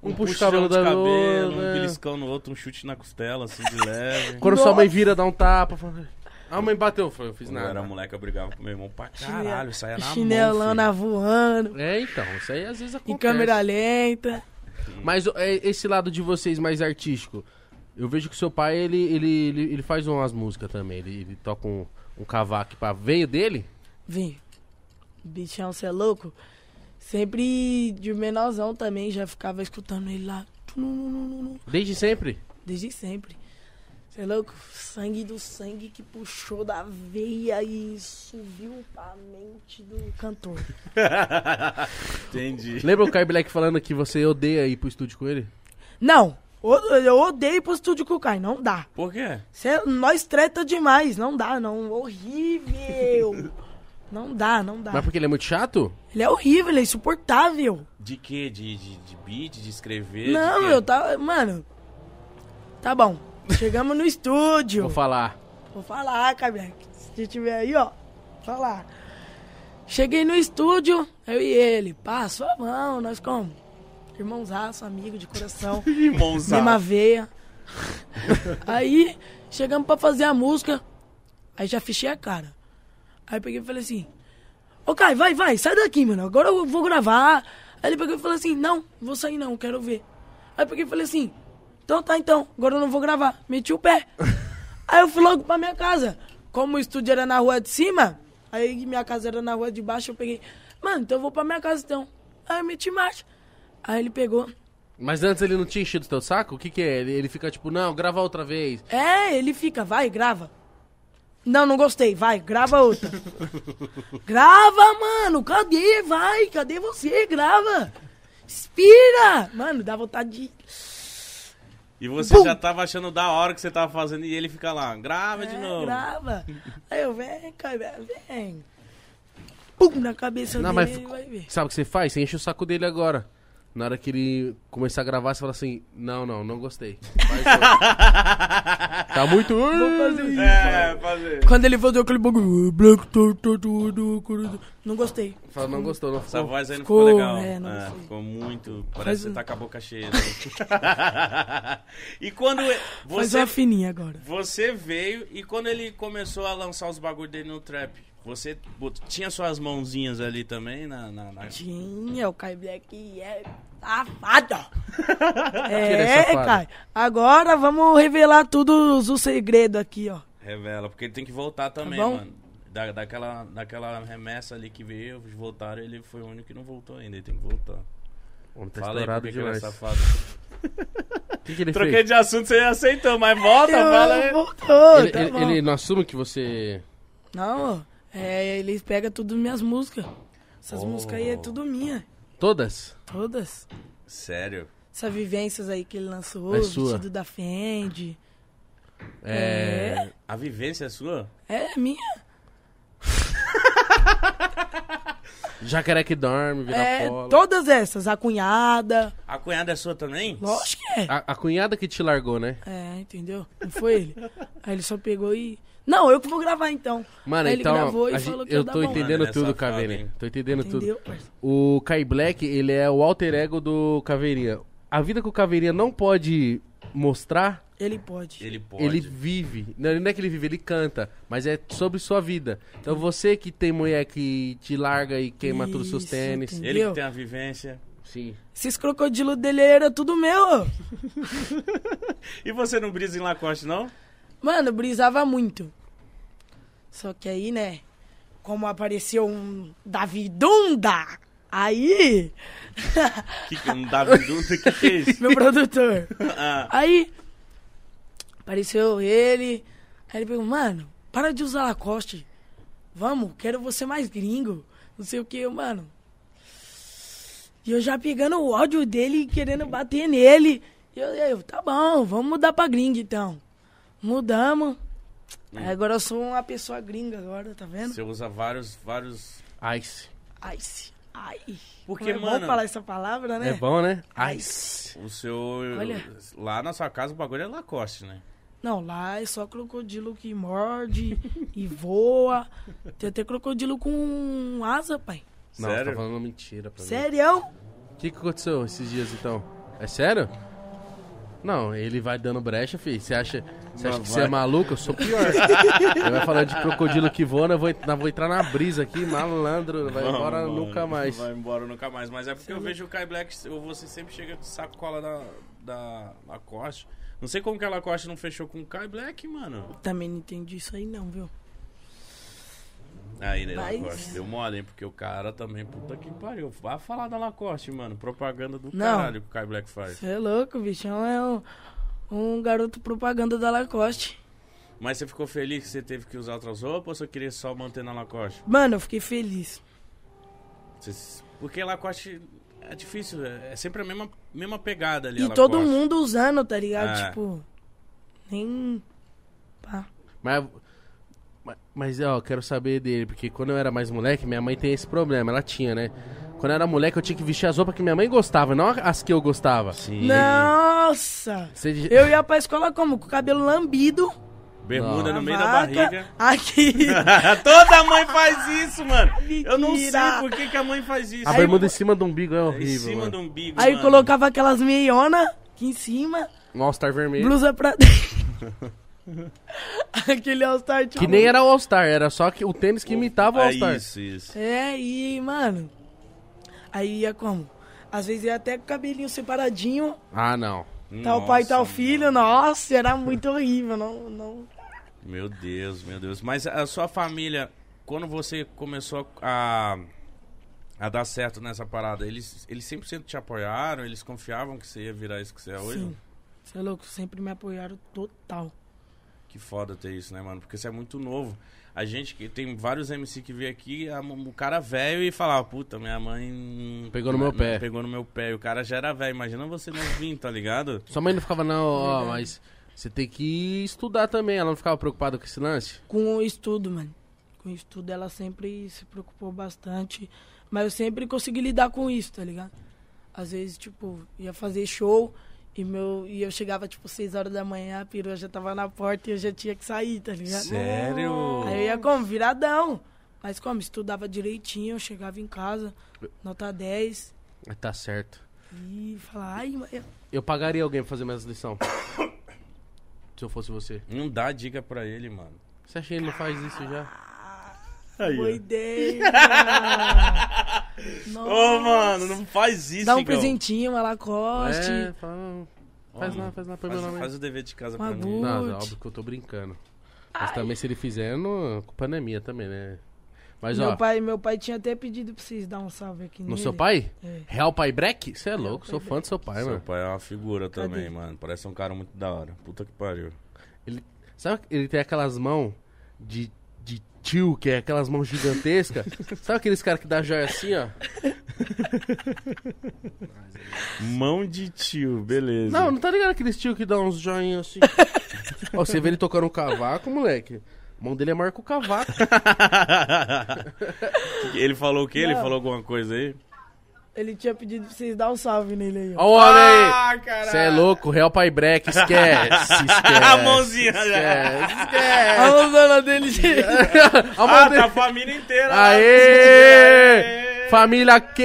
[SPEAKER 2] Um, um puxa o
[SPEAKER 1] puxão
[SPEAKER 2] cabelo
[SPEAKER 1] de
[SPEAKER 2] da
[SPEAKER 1] cabelo, um
[SPEAKER 2] outra.
[SPEAKER 1] beliscão no outro, um chute na costela, assim, de leve.
[SPEAKER 2] Quando sua
[SPEAKER 3] Nossa.
[SPEAKER 2] mãe vira, dá um tapa. Fala... Ah, a mãe bateu. Foi, eu fiz
[SPEAKER 1] Quando eu era um-
[SPEAKER 2] nada.
[SPEAKER 1] moleque, eu brigava com meu irmão pra
[SPEAKER 3] Chinelo-
[SPEAKER 1] caralho, saia na mão,
[SPEAKER 3] Chinelona
[SPEAKER 1] filho.
[SPEAKER 3] voando,
[SPEAKER 2] É, então, isso aí às vezes
[SPEAKER 3] em
[SPEAKER 2] acontece.
[SPEAKER 3] câmera lenta.
[SPEAKER 2] Mas ó, é, esse lado de vocês mais artístico, eu vejo que seu pai, ele, ele, ele, ele faz umas músicas também. Ele, ele toca um, um cavaco pra veio dele.
[SPEAKER 3] Vim. Bichão, você é louco? Sempre de menorzão também, já ficava escutando ele lá. Tunununununu,
[SPEAKER 2] Desde sempre.
[SPEAKER 3] Desde sempre. Você é louco? Sangue do sangue que puxou da veia e subiu pra mente do cantor.
[SPEAKER 1] Entendi.
[SPEAKER 2] Lembra o Kai Black falando que você odeia ir pro estúdio com ele?
[SPEAKER 3] Não! o- Eu odeio ir pro estúdio com o Kai, não dá.
[SPEAKER 1] Por quê?
[SPEAKER 3] Cê- nós treta demais, não dá, não. Horrível! Não dá, não dá.
[SPEAKER 2] Mas porque ele é muito chato?
[SPEAKER 3] Ele é horrível, ele é insuportável.
[SPEAKER 1] De quê? De, de, de beat, de
[SPEAKER 2] é
[SPEAKER 1] escrever?
[SPEAKER 3] Não,
[SPEAKER 1] de quê?
[SPEAKER 3] eu tava. Mano. Tá bom. Chegamos no estúdio.
[SPEAKER 2] Vou falar.
[SPEAKER 3] Vou falar, Cabreca. Se você tiver aí, ó. Falar. Cheguei no estúdio, eu e ele. Passou a mão, nós como? Irmãozaço, amigo de coração.
[SPEAKER 1] Irmãozada.
[SPEAKER 3] Mesma veia. aí, chegamos pra fazer a música. Aí já fechei a cara. Aí peguei e falei assim: Ô, Kai, vai, vai, sai daqui, mano. Agora eu vou gravar. Aí ele pegou e falou assim: Não, não vou sair não, quero ver. Aí peguei e falei assim: Então tá, então, agora eu não vou gravar. Meti o pé. aí eu fui logo pra minha casa. Como o estúdio era na rua de cima, aí minha casa era na rua de baixo, eu peguei: Mano, então eu vou pra minha casa então. Aí eu meti marcha. Aí ele pegou.
[SPEAKER 2] Mas antes ele não tinha enchido o teu saco? O que que é? Ele, ele fica tipo, não, grava outra vez.
[SPEAKER 3] É, ele fica, vai, grava. Não, não gostei, vai, grava outra. grava, mano, cadê? Vai, cadê você? Grava. Inspira! Mano, dá vontade de.
[SPEAKER 1] E você
[SPEAKER 3] Bum!
[SPEAKER 1] já tava achando da hora que você tava fazendo e ele fica lá, grava de
[SPEAKER 3] É,
[SPEAKER 1] novo.
[SPEAKER 3] Grava. Aí eu, vem, cara, vem. Pum, na cabeça
[SPEAKER 2] Não, mas
[SPEAKER 3] dele, ele vai ver.
[SPEAKER 2] sabe o que você faz? Você enche o saco dele agora. Na hora que ele começar a gravar, você fala assim, não, não, não gostei. Faz outra. tá muito...
[SPEAKER 1] É, fazer.
[SPEAKER 3] Quando ele fazer aquele bagulho. Black, tu, tu, tu, tu, tu, tu. Não gostei.
[SPEAKER 2] Fala, não gostou, não
[SPEAKER 1] Essa
[SPEAKER 2] ficou.
[SPEAKER 1] voz aí não ficou,
[SPEAKER 3] Ficou,
[SPEAKER 1] legal.
[SPEAKER 3] é, não
[SPEAKER 1] É,
[SPEAKER 3] sei.
[SPEAKER 1] ficou muito. Parece
[SPEAKER 3] Faz
[SPEAKER 1] que você
[SPEAKER 3] um-
[SPEAKER 1] tá com a boca cheia. né? e quando. e-
[SPEAKER 3] Faz
[SPEAKER 1] Você,
[SPEAKER 3] uma fininha agora.
[SPEAKER 1] você veio e quando ele começou a lançar os bagulhos dele no trap, você bot- tinha suas mãozinhas ali também na. na- na-
[SPEAKER 3] Tinha, o Kai Black é safado.
[SPEAKER 2] ele
[SPEAKER 3] é,
[SPEAKER 2] é safado?
[SPEAKER 3] Kai. Agora vamos revelar tudo os- o segredo aqui, ó.
[SPEAKER 1] Revela, porque ele tem que voltar também,
[SPEAKER 3] Tá bom?
[SPEAKER 1] mano. Da, daquela, daquela remessa ali que veio, voltaram, ele foi o único que não voltou ainda, ele tem que voltar.
[SPEAKER 2] O homem tá
[SPEAKER 1] Fala aí por
[SPEAKER 2] estourado
[SPEAKER 1] que que ele é
[SPEAKER 2] demais.
[SPEAKER 1] safado.
[SPEAKER 2] O que, que ele
[SPEAKER 1] Troquei
[SPEAKER 2] fez?
[SPEAKER 1] de assunto, você aceitou, mas volta,
[SPEAKER 3] Eu-
[SPEAKER 1] fala aí.
[SPEAKER 3] Voltou,
[SPEAKER 2] Ele,
[SPEAKER 3] tá
[SPEAKER 2] ele-
[SPEAKER 3] bom.
[SPEAKER 2] ele não assume que você...
[SPEAKER 3] Não, é, ele pega tudo minhas músicas. Essas
[SPEAKER 1] Oh.
[SPEAKER 3] músicas aí é tudo minha,
[SPEAKER 2] Todas?
[SPEAKER 3] todas.
[SPEAKER 1] Sério?
[SPEAKER 3] Essas vivências aí que ele lançou,
[SPEAKER 2] É sua.
[SPEAKER 3] vestido da Fendi.
[SPEAKER 2] É...
[SPEAKER 1] A vivência é sua?
[SPEAKER 3] É minha.
[SPEAKER 2] Jacaré que dorme, vira
[SPEAKER 3] É,
[SPEAKER 2] polo.
[SPEAKER 3] todas essas. A cunhada.
[SPEAKER 1] A cunhada é sua também?
[SPEAKER 3] Lógico que é.
[SPEAKER 2] A, a cunhada que te largou, né?
[SPEAKER 3] É, entendeu? Não foi ele. Aí ele só pegou e. Não, eu que vou gravar então.
[SPEAKER 2] Mano,
[SPEAKER 3] Aí ele
[SPEAKER 2] então,
[SPEAKER 3] gravou
[SPEAKER 2] a
[SPEAKER 3] e
[SPEAKER 2] gente-
[SPEAKER 3] falou que
[SPEAKER 2] eu
[SPEAKER 3] ia dar
[SPEAKER 2] tô
[SPEAKER 3] bom.
[SPEAKER 2] entendendo
[SPEAKER 1] Mano, é
[SPEAKER 2] tudo,
[SPEAKER 1] safado,
[SPEAKER 2] Caveirinha.
[SPEAKER 1] hein?
[SPEAKER 2] Tô entendendo tudo.
[SPEAKER 3] Entendeu, parceiro?
[SPEAKER 2] O Kai Black, ele é o alter ego do Caveirinha. A vida que o Caveirinha não pode mostrar,
[SPEAKER 3] Ele pode.
[SPEAKER 1] Ele pode.
[SPEAKER 2] ele vive. Não, ele não é que ele vive, ele canta. Mas é sobre sua vida. Então você que tem mulher que te larga e queima todos os seus
[SPEAKER 3] Isso,
[SPEAKER 2] tênis.
[SPEAKER 3] entendi.
[SPEAKER 1] Ele que
[SPEAKER 3] Entendeu?
[SPEAKER 1] tem a vivência.
[SPEAKER 2] Sim.
[SPEAKER 3] Esses crocodilos dele era tudo meu.
[SPEAKER 1] E você não brisa em Lacoste, não?
[SPEAKER 3] Mano, brisava muito. Só que aí, né? Como apareceu um Davidunda, aí.
[SPEAKER 1] Que que um Davi Dutra, que que é isso?
[SPEAKER 3] meu produtor.
[SPEAKER 1] Ah,
[SPEAKER 3] Aí apareceu ele. Aí ele pegou, mano, para de usar Lacoste. Vamos, quero você mais gringo. Não sei o que, mano. E eu já pegando o ódio dele e querendo bater nele. E eu, eu, tá bom, vamos mudar pra gringa então. Mudamos. Aí agora eu sou uma pessoa gringa agora, tá vendo?
[SPEAKER 1] você usa vários, vários...
[SPEAKER 2] Ice.
[SPEAKER 3] Ice. Ai.
[SPEAKER 1] Porque,
[SPEAKER 3] não é
[SPEAKER 1] mano-
[SPEAKER 3] bom falar essa palavra, né?
[SPEAKER 2] É bom, né?
[SPEAKER 3] Ice.
[SPEAKER 1] O seu.
[SPEAKER 3] Olha.
[SPEAKER 1] Lá na sua casa o bagulho é Lacoste, né?
[SPEAKER 3] Não, lá é só crocodilo que morde e voa. Tem até crocodilo com asa, pai.
[SPEAKER 2] Não, você
[SPEAKER 1] Sério?
[SPEAKER 2] tá falando uma mentira pra mim.
[SPEAKER 3] Sério?
[SPEAKER 2] O que, que aconteceu esses dias, então? É sério? Não, ele vai dando brecha, filho. Você acha, você acha
[SPEAKER 1] Não,
[SPEAKER 2] que você é
[SPEAKER 1] vai.
[SPEAKER 2] maluco? Eu sou pior. ele vai falar de crocodilo que voa, eu vou, ent- eu vou entrar na brisa aqui, malandro. Não vai
[SPEAKER 1] Vamos,
[SPEAKER 2] embora
[SPEAKER 1] mano,
[SPEAKER 2] nunca mais.
[SPEAKER 1] Vai embora nunca mais. Mas é porque eu vejo o Kai Black, eu- você sempre chega de sacola da, da Lacoste. Não sei como que a Lacoste não fechou com o Kai Black, mano.
[SPEAKER 3] Também não entendi isso aí não, viu?
[SPEAKER 1] Aí, né,
[SPEAKER 3] Mas-
[SPEAKER 1] Lacoste? Deu mole, hein? Porque o cara também, puta que pariu. Vai falar da Lacoste, mano. Propaganda do
[SPEAKER 3] Não.
[SPEAKER 1] caralho que o Kai Black faz.
[SPEAKER 3] Você é louco, bichão é um, um garoto propaganda da Lacoste.
[SPEAKER 1] Mas você ficou feliz que você teve que usar outras roupas ou você queria só manter na Lacoste?
[SPEAKER 3] Mano, eu fiquei feliz.
[SPEAKER 1] Você- Porque Lacoste é difícil, é é sempre a mesma, mesma pegada ali.
[SPEAKER 3] E
[SPEAKER 1] a
[SPEAKER 3] todo
[SPEAKER 1] é Lacoste.
[SPEAKER 3] mundo usando, tá ligado?
[SPEAKER 1] É.
[SPEAKER 3] Tipo, nem... Pá.
[SPEAKER 2] Mas, mas- mas, ó, eu quero saber dele, porque quando eu era mais moleque, minha mãe tem esse problema, ela tinha, né? Quando eu era moleque, eu tinha que vestir as roupas que minha mãe gostava, não as que eu gostava.
[SPEAKER 1] Sim.
[SPEAKER 3] né? Nossa!
[SPEAKER 2] Você-
[SPEAKER 3] Eu ia pra escola como? Com o cabelo lambido.
[SPEAKER 1] Bermuda Tá
[SPEAKER 2] Não.
[SPEAKER 1] no meio
[SPEAKER 3] vaca,
[SPEAKER 1] da barriga.
[SPEAKER 3] Aqui.
[SPEAKER 1] Toda mãe faz isso, mano. Eu não sei
[SPEAKER 3] Mentira.
[SPEAKER 1] por que, que a mãe faz isso.
[SPEAKER 2] A bermuda em cima do umbigo é
[SPEAKER 1] em
[SPEAKER 2] horrível,
[SPEAKER 1] cima
[SPEAKER 2] mano.
[SPEAKER 1] do umbigo.
[SPEAKER 3] Aí
[SPEAKER 1] mano.
[SPEAKER 3] colocava aquelas meiona aqui em cima.
[SPEAKER 2] Um All-Star vermelho.
[SPEAKER 3] Blusa pra... Aquele all-star
[SPEAKER 2] Que nem era o All-Star, era só que o tênis que imitava o
[SPEAKER 1] É
[SPEAKER 2] All-Star.
[SPEAKER 1] Isso, isso.
[SPEAKER 3] É, e, mano... Aí ia como? Às vezes ia até com o cabelinho separadinho.
[SPEAKER 2] Ah, não.
[SPEAKER 3] Tal Tá pai,
[SPEAKER 1] Nossa,
[SPEAKER 3] tal filho. Nossa, era muito horrível. Não, não...
[SPEAKER 1] Meu Deus, meu Deus. Mas a sua família, quando você começou a, a dar certo nessa parada, eles, eles 100% te apoiaram? Eles confiavam que você ia virar isso que você é hoje?
[SPEAKER 3] Sim. Você é louco, sempre me apoiaram total.
[SPEAKER 1] Que foda ter isso, né, mano? Porque você é muito novo. A gente, que tem vários MC que vê aqui, a- o cara velho e falava, puta, minha mãe...
[SPEAKER 2] Pegou no meu pé."
[SPEAKER 1] Pegou no meu pé. E o cara já era velho. Imagina você novinho, tá ligado?
[SPEAKER 2] Sua mãe não ficava, não, ó, mas você tem que estudar também. Ela não ficava preocupada com esse lance?
[SPEAKER 3] Com o estudo, mano. Com o estudo ela sempre se preocupou bastante. Mas eu sempre consegui lidar com isso, tá ligado? Às vezes, tipo, ia fazer show e, meu, e eu chegava, tipo, 6 horas da manhã, a perua já tava na porta e eu já tinha que sair, tá ligado?
[SPEAKER 1] Sério?
[SPEAKER 3] Aí eu ia como? Viradão. Mas como? Estudava direitinho, eu chegava em casa, nota 10,
[SPEAKER 2] Ah, Tá certo.
[SPEAKER 3] e falava, ai, mãe, é
[SPEAKER 2] Eu pagaria alguém pra fazer minhas lição. Se eu fosse você.
[SPEAKER 1] Não dá dica pra ele, mano.
[SPEAKER 2] Você acha que ele não faz isso já?
[SPEAKER 3] boa ideia.
[SPEAKER 1] Ô,
[SPEAKER 3] Nossa.
[SPEAKER 1] mano, não faz isso, é
[SPEAKER 3] Dá um
[SPEAKER 1] Igão.
[SPEAKER 3] presentinho, uma Lacoste.
[SPEAKER 2] É, fala,
[SPEAKER 1] Ó,
[SPEAKER 2] faz lá,
[SPEAKER 1] mano,
[SPEAKER 2] faz lá, põe
[SPEAKER 1] Faz,
[SPEAKER 2] meu nome aí.
[SPEAKER 1] faz o dever de casa
[SPEAKER 3] Uma
[SPEAKER 1] pra mim.
[SPEAKER 3] bu-
[SPEAKER 2] Não,
[SPEAKER 3] Putz.
[SPEAKER 2] óbvio que eu tô brincando. Mas também se ele fizer, não, a culpa não é minha também, né? Mas
[SPEAKER 3] meu,
[SPEAKER 2] ó,
[SPEAKER 3] pai, meu pai tinha até pedido pra vocês dar um salve aqui
[SPEAKER 2] no
[SPEAKER 3] nele.
[SPEAKER 2] seu pai?
[SPEAKER 3] É.
[SPEAKER 2] Real Pai Breck? Você é louco, sou fã do seu pai,
[SPEAKER 1] Seu
[SPEAKER 2] mano.
[SPEAKER 1] pai é uma figura
[SPEAKER 3] Cadê?
[SPEAKER 1] também, mano. Parece um cara muito da hora. Puta que pariu.
[SPEAKER 2] Ele, sabe, que ele tem aquelas mãos de, de tio, que é aquelas mãos gigantescas. sabe aqueles caras que dá joia assim, ó?
[SPEAKER 1] Mão de tio, beleza.
[SPEAKER 2] Não, não tá ligado aqueles tio que dá uns joinhas assim. ó, você vê ele tocando um cavaco, moleque. A mão dele é maior que o cavaco.
[SPEAKER 1] Ele falou o quê? Ele
[SPEAKER 3] Não.
[SPEAKER 1] falou alguma coisa aí?
[SPEAKER 3] Ele tinha pedido pra vocês dar um salve nele aí. ó.
[SPEAKER 2] Ó o homem aí.
[SPEAKER 1] Ah, caralho.
[SPEAKER 2] Você é louco, Real Pai Breck, esquece, esquece.
[SPEAKER 1] A mãozinha, é
[SPEAKER 2] Esquece,
[SPEAKER 3] A
[SPEAKER 2] esquece.
[SPEAKER 3] mãozona dele. gente.
[SPEAKER 2] A mão
[SPEAKER 1] Ah,
[SPEAKER 2] dele-
[SPEAKER 1] tá a família inteira.
[SPEAKER 2] Aê! Família K!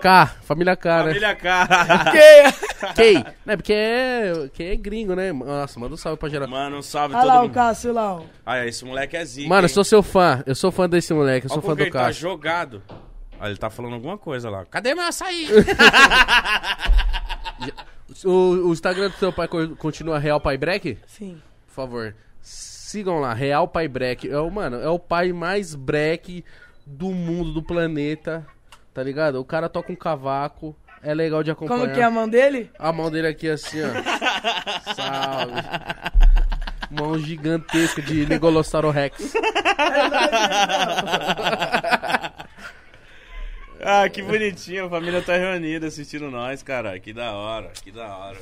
[SPEAKER 2] K, família K, né?
[SPEAKER 1] Família cara.
[SPEAKER 2] K! Não, é porque é, que é gringo, né? Nossa, manda um salve pra geral.
[SPEAKER 1] Mano, um salve
[SPEAKER 3] Olha
[SPEAKER 1] todo
[SPEAKER 3] lá o
[SPEAKER 1] mundo.
[SPEAKER 3] Cássio lá, ó.
[SPEAKER 1] Ah, esse moleque é zica.
[SPEAKER 2] Mano, eu
[SPEAKER 1] hein?
[SPEAKER 2] sou seu fã. Eu sou fã desse moleque, eu
[SPEAKER 1] Olha
[SPEAKER 2] sou
[SPEAKER 1] como
[SPEAKER 2] fã
[SPEAKER 1] que
[SPEAKER 2] do
[SPEAKER 1] ele tá
[SPEAKER 2] Cássio.
[SPEAKER 1] jogado. Ah, ele tá falando alguma coisa lá.
[SPEAKER 2] Cadê meu açaí? o, o Instagram do seu pai co- continua Real Pai Breck?
[SPEAKER 3] Sim.
[SPEAKER 2] Por favor, sigam lá, Real Pai Breck. É o, mano, é o pai mais breck do mundo, do planeta. Tá ligado? O cara toca um cavaco. É legal de acompanhar.
[SPEAKER 3] Como que é a mão dele?
[SPEAKER 2] A mão dele aqui assim, ó. Salve. Mão gigantesca de Negolossauro Rex.
[SPEAKER 1] Ah, que bonitinho. A família tá reunida assistindo nós, cara. Que da hora, que da hora.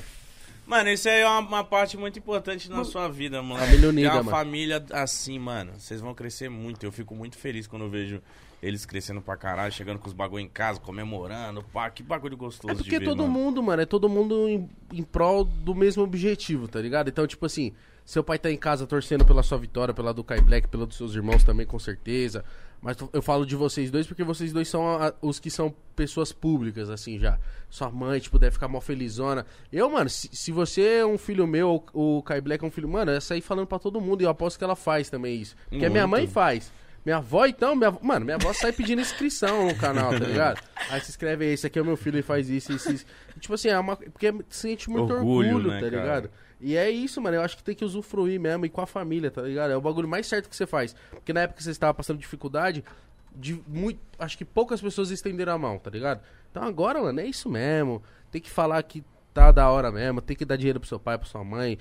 [SPEAKER 1] Mano, isso aí é uma, uma parte muito importante na sua vida, mano.
[SPEAKER 2] Família unida,
[SPEAKER 1] Ter uma
[SPEAKER 2] mano.
[SPEAKER 1] família assim, mano. Vocês vão crescer muito. Eu fico muito feliz quando eu vejo eles crescendo pra caralho, chegando com os bagulho em casa, comemorando. Pá, que bagulho gostoso
[SPEAKER 2] É
[SPEAKER 1] de
[SPEAKER 2] porque
[SPEAKER 1] ver,
[SPEAKER 2] todo
[SPEAKER 1] mano.
[SPEAKER 2] mundo, mano, é todo mundo em, em prol do mesmo objetivo, tá ligado? Então, tipo assim, seu pai tá em casa torcendo pela sua vitória, pela do Kai Black, pela dos seus irmãos também, com certeza. Mas tu- eu falo de vocês dois porque vocês dois são a- os que são pessoas públicas, assim, já. Sua mãe, tipo, deve ficar mal felizona. Eu, mano, se, se você é um filho meu, ou o Kai Black é um filho... Mano, essa aí falando pra todo mundo e eu aposto que ela faz também isso. Porque a minha
[SPEAKER 1] Muito.
[SPEAKER 2] mãe faz. Minha avó, então, minha... avó- mano, minha avó sai pedindo inscrição no canal, tá ligado? Aí se inscreve aí, esse aqui é o meu filho e faz isso, isso, isso. Tipo assim, é uma... porque sente muito orgulho,
[SPEAKER 1] Orgulho, né,
[SPEAKER 2] tá
[SPEAKER 1] cara?
[SPEAKER 2] ligado? E é isso, mano, eu acho que tem que usufruir mesmo e com a família, tá ligado? É o bagulho mais certo que você faz. Porque na época que você estava passando dificuldade, de muito... acho que poucas pessoas estenderam a mão, tá ligado? Então agora, mano, é isso mesmo. Tem que falar que tá da hora mesmo, tem que dar dinheiro pro seu pai, pra sua mãe,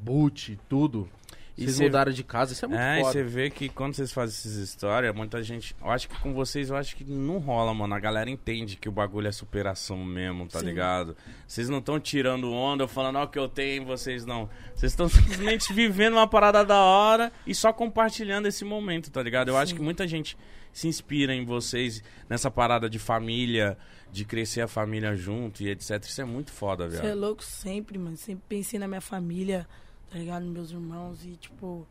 [SPEAKER 2] boot, tudo.
[SPEAKER 1] E
[SPEAKER 2] Vocês
[SPEAKER 1] cê-
[SPEAKER 2] mudaram de casa, isso é muito
[SPEAKER 1] É, e
[SPEAKER 2] foda.
[SPEAKER 1] você vê que quando vocês fazem essas histórias, muita gente. Eu acho que com vocês, eu acho que não rola, mano. A galera entende que o bagulho é superação mesmo, tá
[SPEAKER 3] Sim.
[SPEAKER 1] ligado? Vocês não estão tirando onda ou falando, ó, o que eu tenho, vocês não. Vocês estão simplesmente vivendo uma parada da hora e só compartilhando esse momento, tá ligado? Eu acho que muita gente se inspira em vocês nessa parada de família, de crescer a família junto e etc. Isso é muito foda,
[SPEAKER 3] Você é
[SPEAKER 1] velho.
[SPEAKER 3] louco sempre, mano. Sempre pensei na minha família, tá ligado? Nos meus irmãos e, tipo, o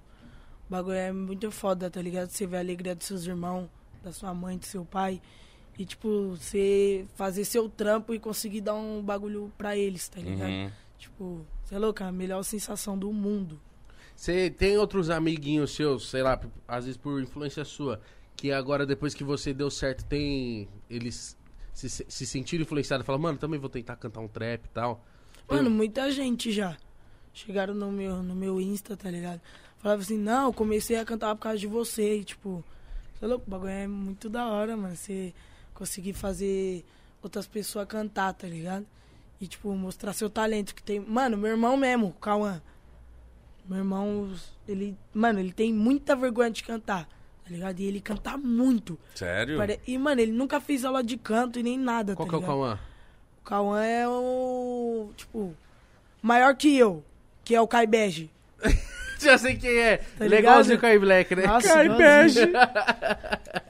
[SPEAKER 3] bagulho é muito foda, tá ligado? Você vê a alegria dos seus irmãos, da sua mãe, do seu pai. E, tipo, você fazer seu trampo e conseguir dar um bagulho pra eles, tá ligado?
[SPEAKER 1] Uhum.
[SPEAKER 3] Tipo, você é louco, é a melhor sensação do mundo.
[SPEAKER 2] Você tem outros amiguinhos seus, sei lá, às vezes por influência sua, que agora depois que você deu certo, tem. Eles se, se sentiram influenciados e falam, mano, também vou tentar cantar um trap e tal.
[SPEAKER 3] Mano, muita gente já. Chegaram no meu, no meu Insta, tá ligado? Falava assim, não, eu comecei a cantar por causa de você. E, tipo, você é louco, o bagulho é muito da hora, mano. Você conseguir fazer outras pessoas cantar, tá ligado? E, tipo, mostrar seu talento que tem. Mano, meu irmão mesmo, o Cauã. Meu irmão, ele. Mano, ele tem muita vergonha de cantar, tá ligado? E ele canta muito.
[SPEAKER 1] Sério?
[SPEAKER 3] Pare- E, mano, ele nunca fez aula de canto e nem nada,
[SPEAKER 2] Qual
[SPEAKER 3] tá
[SPEAKER 2] que é o
[SPEAKER 3] ligado?
[SPEAKER 2] Cauã?
[SPEAKER 3] O Cauã é o. Tipo. Maior que eu, que é o Kai Bege.
[SPEAKER 2] Já sei quem é.
[SPEAKER 3] Tá
[SPEAKER 2] Legalzinho
[SPEAKER 3] ligado?
[SPEAKER 2] com a Black, né?
[SPEAKER 3] Nossa,
[SPEAKER 2] Kai
[SPEAKER 3] igualzinho.
[SPEAKER 2] Bege.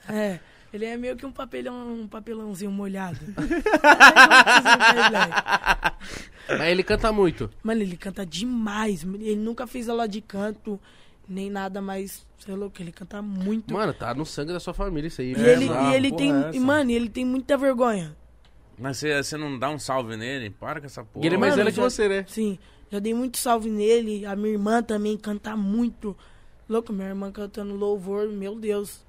[SPEAKER 3] É. Ele é meio que um papelão, um papelãozinho molhado. É igualzinho o Kai Bege.
[SPEAKER 2] Aí ele canta muito.
[SPEAKER 3] Mano, ele canta demais. Ele nunca fez aula de canto, nem nada, mas, sei lá, o que ele canta muito.
[SPEAKER 2] Mano, tá no sangue da sua família isso aí.
[SPEAKER 3] e
[SPEAKER 2] velho.
[SPEAKER 3] ele,
[SPEAKER 2] Exato.
[SPEAKER 3] e ele
[SPEAKER 1] porra
[SPEAKER 3] tem.
[SPEAKER 1] é essa?
[SPEAKER 3] e, mano, ele tem muita vergonha.
[SPEAKER 1] Mas você você não dá um salve nele? Para com essa porra.
[SPEAKER 2] E ele é mais
[SPEAKER 3] Mano,
[SPEAKER 2] velho que
[SPEAKER 3] já-
[SPEAKER 2] você, né?
[SPEAKER 3] Sim, já dei muito salve nele. A minha irmã também canta muito. Louco, minha irmã cantando louvor, meu Deus.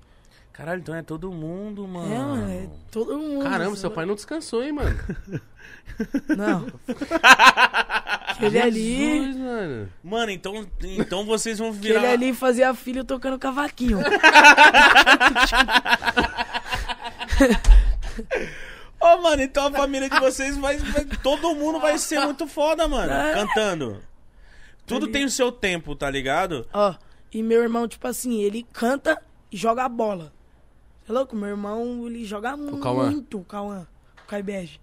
[SPEAKER 1] Caralho, então é todo mundo, mano.
[SPEAKER 3] É, mano, é todo mundo.
[SPEAKER 2] Caramba,
[SPEAKER 3] cê
[SPEAKER 2] seu
[SPEAKER 3] é
[SPEAKER 2] pai não descansou, hein, mano?
[SPEAKER 3] Não. Que ele é ali.
[SPEAKER 2] Jesus, mano.
[SPEAKER 1] Mano, então, então vocês vão
[SPEAKER 3] Que ele
[SPEAKER 1] virar.
[SPEAKER 3] ali fazia filho tocando cavaquinho.
[SPEAKER 1] Ô, mano, então a família de vocês vai, vai- Todo mundo vai ser muito foda, mano.
[SPEAKER 3] É.
[SPEAKER 1] Cantando. Tudo tem o seu tempo, tá ligado?
[SPEAKER 3] Ó, e meu irmão, tipo assim, ele canta e joga a bola. Você é louco? Meu irmão, ele joga
[SPEAKER 2] Cauã.
[SPEAKER 3] muito o Cauã. O Caibege.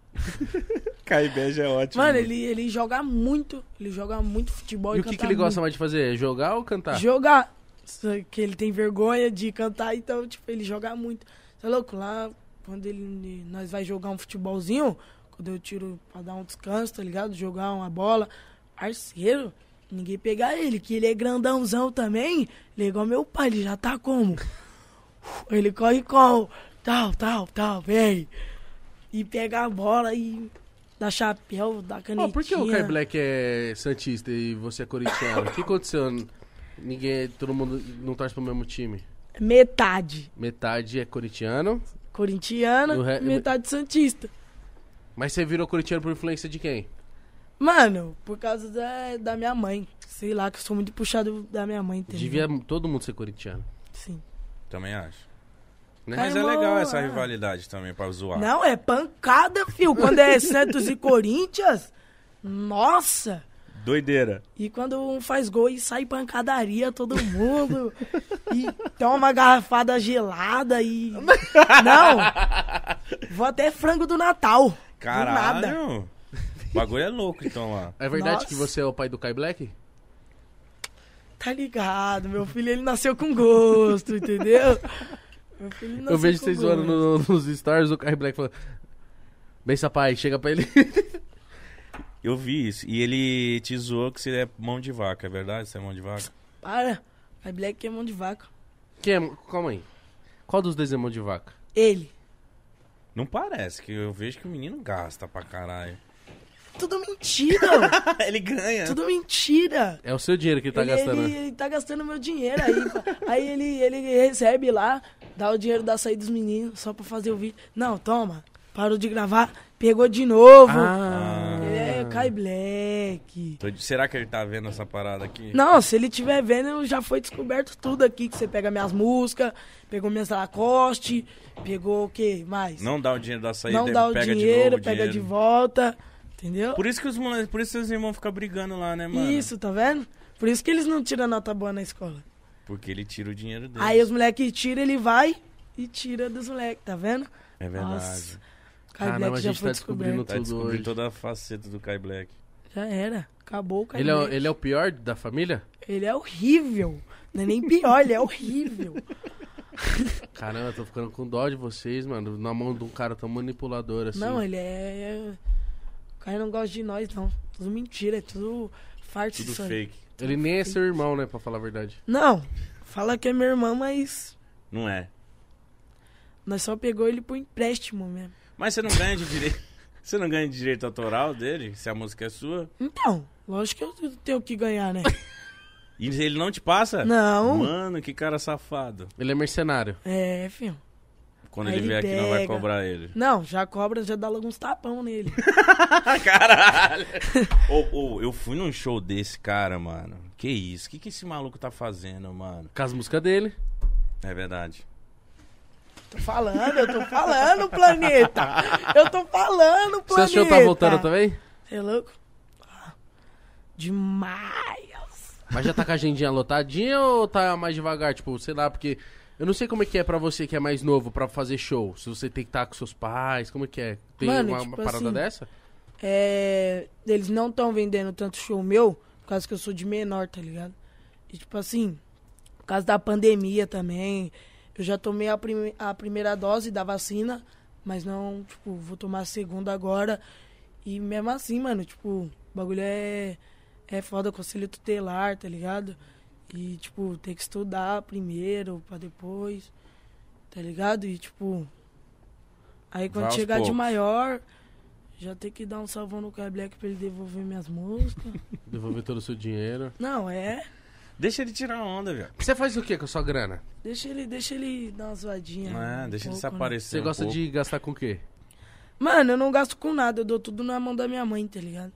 [SPEAKER 1] Caibeja é ótimo.
[SPEAKER 3] Mano, ele, ele joga muito. Ele joga muito futebol
[SPEAKER 2] E
[SPEAKER 3] e
[SPEAKER 2] o que,
[SPEAKER 3] canta
[SPEAKER 2] que ele gosta
[SPEAKER 3] muito.
[SPEAKER 2] mais de fazer? É Jogar ou cantar?
[SPEAKER 3] Jogar. Só Que ele tem vergonha de cantar, então, tipo, ele joga muito. Você é louco? Lá, quando ele, nós vai jogar um futebolzinho, quando eu tiro pra dar um descanso, tá ligado? Jogar uma bola, parceiro, ninguém pegar ele, que ele é grandãozão também. Ele é igual meu pai, ele já tá como? Ele corre com tal, tal, tal, vem. E pega a bola e dá chapéu, dá canetinha.
[SPEAKER 2] Ó, por que o Kai Black é Santista e você é corintiano? O que aconteceu? Ninguém, todo mundo não torce pro mesmo time.
[SPEAKER 3] Metade.
[SPEAKER 2] Metade é corintiano,
[SPEAKER 3] corintiana,
[SPEAKER 2] O re-
[SPEAKER 3] metade santista.
[SPEAKER 2] mas você virou corintiano por influência de quem?
[SPEAKER 3] Mano, por causa da, da minha mãe. Sei lá, que eu sou muito puxado da minha mãe, entendeu?
[SPEAKER 2] Devia todo mundo ser corintiano.
[SPEAKER 3] Sim.
[SPEAKER 1] Também acho.
[SPEAKER 2] Né?
[SPEAKER 1] Mas é
[SPEAKER 3] Irmão,
[SPEAKER 1] legal essa
[SPEAKER 3] é.
[SPEAKER 1] rivalidade também pra zoar.
[SPEAKER 3] Não, é pancada, fio. Quando é Santos e Corinthians, nossa.
[SPEAKER 1] Doideira.
[SPEAKER 3] E quando um faz gol e sai pancadaria todo mundo. e toma uma garrafada gelada e... Não. Vou até frango do Natal. Do nada.
[SPEAKER 1] Caralho. O bagulho é louco, então, lá.
[SPEAKER 2] É verdade
[SPEAKER 3] Nossa.
[SPEAKER 2] que você é o pai do Kai Black?
[SPEAKER 3] Tá ligado, meu filho, ele nasceu com gosto, entendeu? Meu filho nasceu
[SPEAKER 2] eu vejo
[SPEAKER 3] com
[SPEAKER 2] vocês
[SPEAKER 3] gosto.
[SPEAKER 2] zoando no- nos stories, o Kai Black falando. Bença pai, chega pra ele.
[SPEAKER 1] Eu vi isso. E ele te zoou que você é mão de vaca, é verdade? Você é mão de vaca?
[SPEAKER 3] Para, a Black é mão de vaca.
[SPEAKER 2] Quem é. Calma aí. Qual dos dois é mão de vaca?
[SPEAKER 3] Ele.
[SPEAKER 1] Não parece, que eu vejo que o menino gasta pra caralho.
[SPEAKER 3] Tudo mentira,
[SPEAKER 1] ele ganha.
[SPEAKER 3] tudo mentira.
[SPEAKER 2] É o seu dinheiro que ele tá
[SPEAKER 3] ele,
[SPEAKER 2] gastando.
[SPEAKER 1] né?
[SPEAKER 3] Ele, ele tá gastando meu dinheiro aí. pá. aí ele, ele recebe lá, dá o dinheiro da saída dos meninos só pra fazer o vídeo. Não, toma. Parou de gravar, pegou de novo.
[SPEAKER 2] Ah.
[SPEAKER 3] É, Kai Black.
[SPEAKER 1] Tô de- Será que ele tá vendo essa parada aqui?
[SPEAKER 3] Não, se ele tiver vendo, já foi descoberto tudo aqui. Que você pega minhas músicas, pegou minhas Lacoste, pegou o que mais?
[SPEAKER 1] Não dá o dinheiro da saída,
[SPEAKER 3] Não
[SPEAKER 1] ele
[SPEAKER 3] dá o
[SPEAKER 1] pega
[SPEAKER 3] dinheiro,
[SPEAKER 1] de novo o
[SPEAKER 3] pega
[SPEAKER 1] dinheiro.
[SPEAKER 3] de volta. Entendeu?
[SPEAKER 1] Por isso que os moleques, por isso que os irmãos ficam brigando lá, né, mano?
[SPEAKER 3] Isso, tá vendo? Por isso que eles não tiram nota boa na escola.
[SPEAKER 1] Porque ele tira o dinheiro dele.
[SPEAKER 3] Aí os moleques tiram, ele vai e tira dos moleques, tá vendo?
[SPEAKER 1] É verdade.
[SPEAKER 3] Nossa. O Kai
[SPEAKER 2] Caramba,
[SPEAKER 3] Black
[SPEAKER 2] a
[SPEAKER 3] já
[SPEAKER 2] gente
[SPEAKER 3] foi
[SPEAKER 2] tá descobrindo
[SPEAKER 3] descoberto.
[SPEAKER 1] Tá
[SPEAKER 2] Tudo
[SPEAKER 1] descobrindo
[SPEAKER 2] hoje.
[SPEAKER 1] toda a faceta do Kai Black.
[SPEAKER 3] Já era. Acabou o Kai
[SPEAKER 2] Ele é, o-
[SPEAKER 3] Black.
[SPEAKER 2] ele é o pior da família?
[SPEAKER 3] Ele é horrível. Não é nem pior, ele é horrível.
[SPEAKER 2] Caramba, eu tô ficando com dó de vocês, mano. Na mão de um cara tão manipulador assim.
[SPEAKER 3] Não, ele é. O cara não gosta de nós, não. Tudo mentira, é tudo farsa.
[SPEAKER 1] Tudo
[SPEAKER 3] isso aí.
[SPEAKER 1] fake.
[SPEAKER 2] Ele nem é seu irmão, né, pra falar a verdade.
[SPEAKER 3] Não, fala que é minha irmã, mas
[SPEAKER 1] Não é.
[SPEAKER 3] nós só pegou ele por empréstimo mesmo.
[SPEAKER 1] Mas você não ganha de direito. Você não ganha de direito autoral dele, se a música é sua.
[SPEAKER 3] Então, lógico que eu tenho que ganhar, né?
[SPEAKER 1] E ele não te passa?
[SPEAKER 3] Não.
[SPEAKER 1] Mano, que cara safado.
[SPEAKER 2] Ele é mercenário.
[SPEAKER 3] É, filho.
[SPEAKER 1] Quando
[SPEAKER 3] Aí
[SPEAKER 1] ele
[SPEAKER 3] ele
[SPEAKER 1] vier aqui, não vai
[SPEAKER 3] pega.
[SPEAKER 1] cobrar ele.
[SPEAKER 3] Não, já cobra, já dá logo uns tapão nele.
[SPEAKER 1] Caralho! Ô, ô, eu fui num show desse cara, mano. Que isso? O que, que esse maluco tá fazendo, mano?
[SPEAKER 2] Com as músicas dele.
[SPEAKER 1] É verdade.
[SPEAKER 3] Tô falando, eu tô falando, planeta. Eu tô falando,
[SPEAKER 2] Seu
[SPEAKER 3] planeta.
[SPEAKER 2] show tá voltando também?
[SPEAKER 3] Você é louco? Ah, Demais.
[SPEAKER 2] Mas já tá com a agendinha lotadinha ou tá mais devagar? Tipo, sei lá, porque. Eu não sei como é que é pra você que é mais novo pra fazer show. Se você tem que estar com seus pais, como é que é? Tem
[SPEAKER 3] Mano,
[SPEAKER 2] uma,
[SPEAKER 3] tipo
[SPEAKER 2] uma parada
[SPEAKER 3] assim,
[SPEAKER 2] dessa?
[SPEAKER 3] É, eles não estão vendendo tanto show meu, por causa que eu sou de menor, tá ligado? E tipo assim, por causa da pandemia também, eu já tomei a, prime- a primeira dose da vacina, mas não, tipo, vou tomar a segunda agora. E mesmo assim, mano, tipo, o bagulho é, é foda, conselho tutelar, tá ligado? E, tipo, tem que estudar primeiro, pra depois, tá ligado? E, tipo, aí
[SPEAKER 1] Vai
[SPEAKER 3] quando
[SPEAKER 1] aos
[SPEAKER 3] chegar de
[SPEAKER 1] poucos.
[SPEAKER 3] maior, já tem que dar um salvão no Kai Black pra ele devolver minhas músicas.
[SPEAKER 2] Devolver todo o seu dinheiro.
[SPEAKER 3] Não, é.
[SPEAKER 1] Deixa ele tirar onda, velho.
[SPEAKER 2] Você faz o que com a sua grana?
[SPEAKER 3] Deixa ele, deixa ele dar uma zoadinha.
[SPEAKER 1] Ah,
[SPEAKER 2] É,
[SPEAKER 3] um
[SPEAKER 1] deixa ele se
[SPEAKER 3] pouco, né?
[SPEAKER 1] aparecer.
[SPEAKER 2] Você
[SPEAKER 1] um
[SPEAKER 2] gosta
[SPEAKER 1] pouco.
[SPEAKER 2] de gastar com o quê?
[SPEAKER 3] Mano, eu não gasto com nada, eu dou tudo na mão da minha mãe, tá ligado?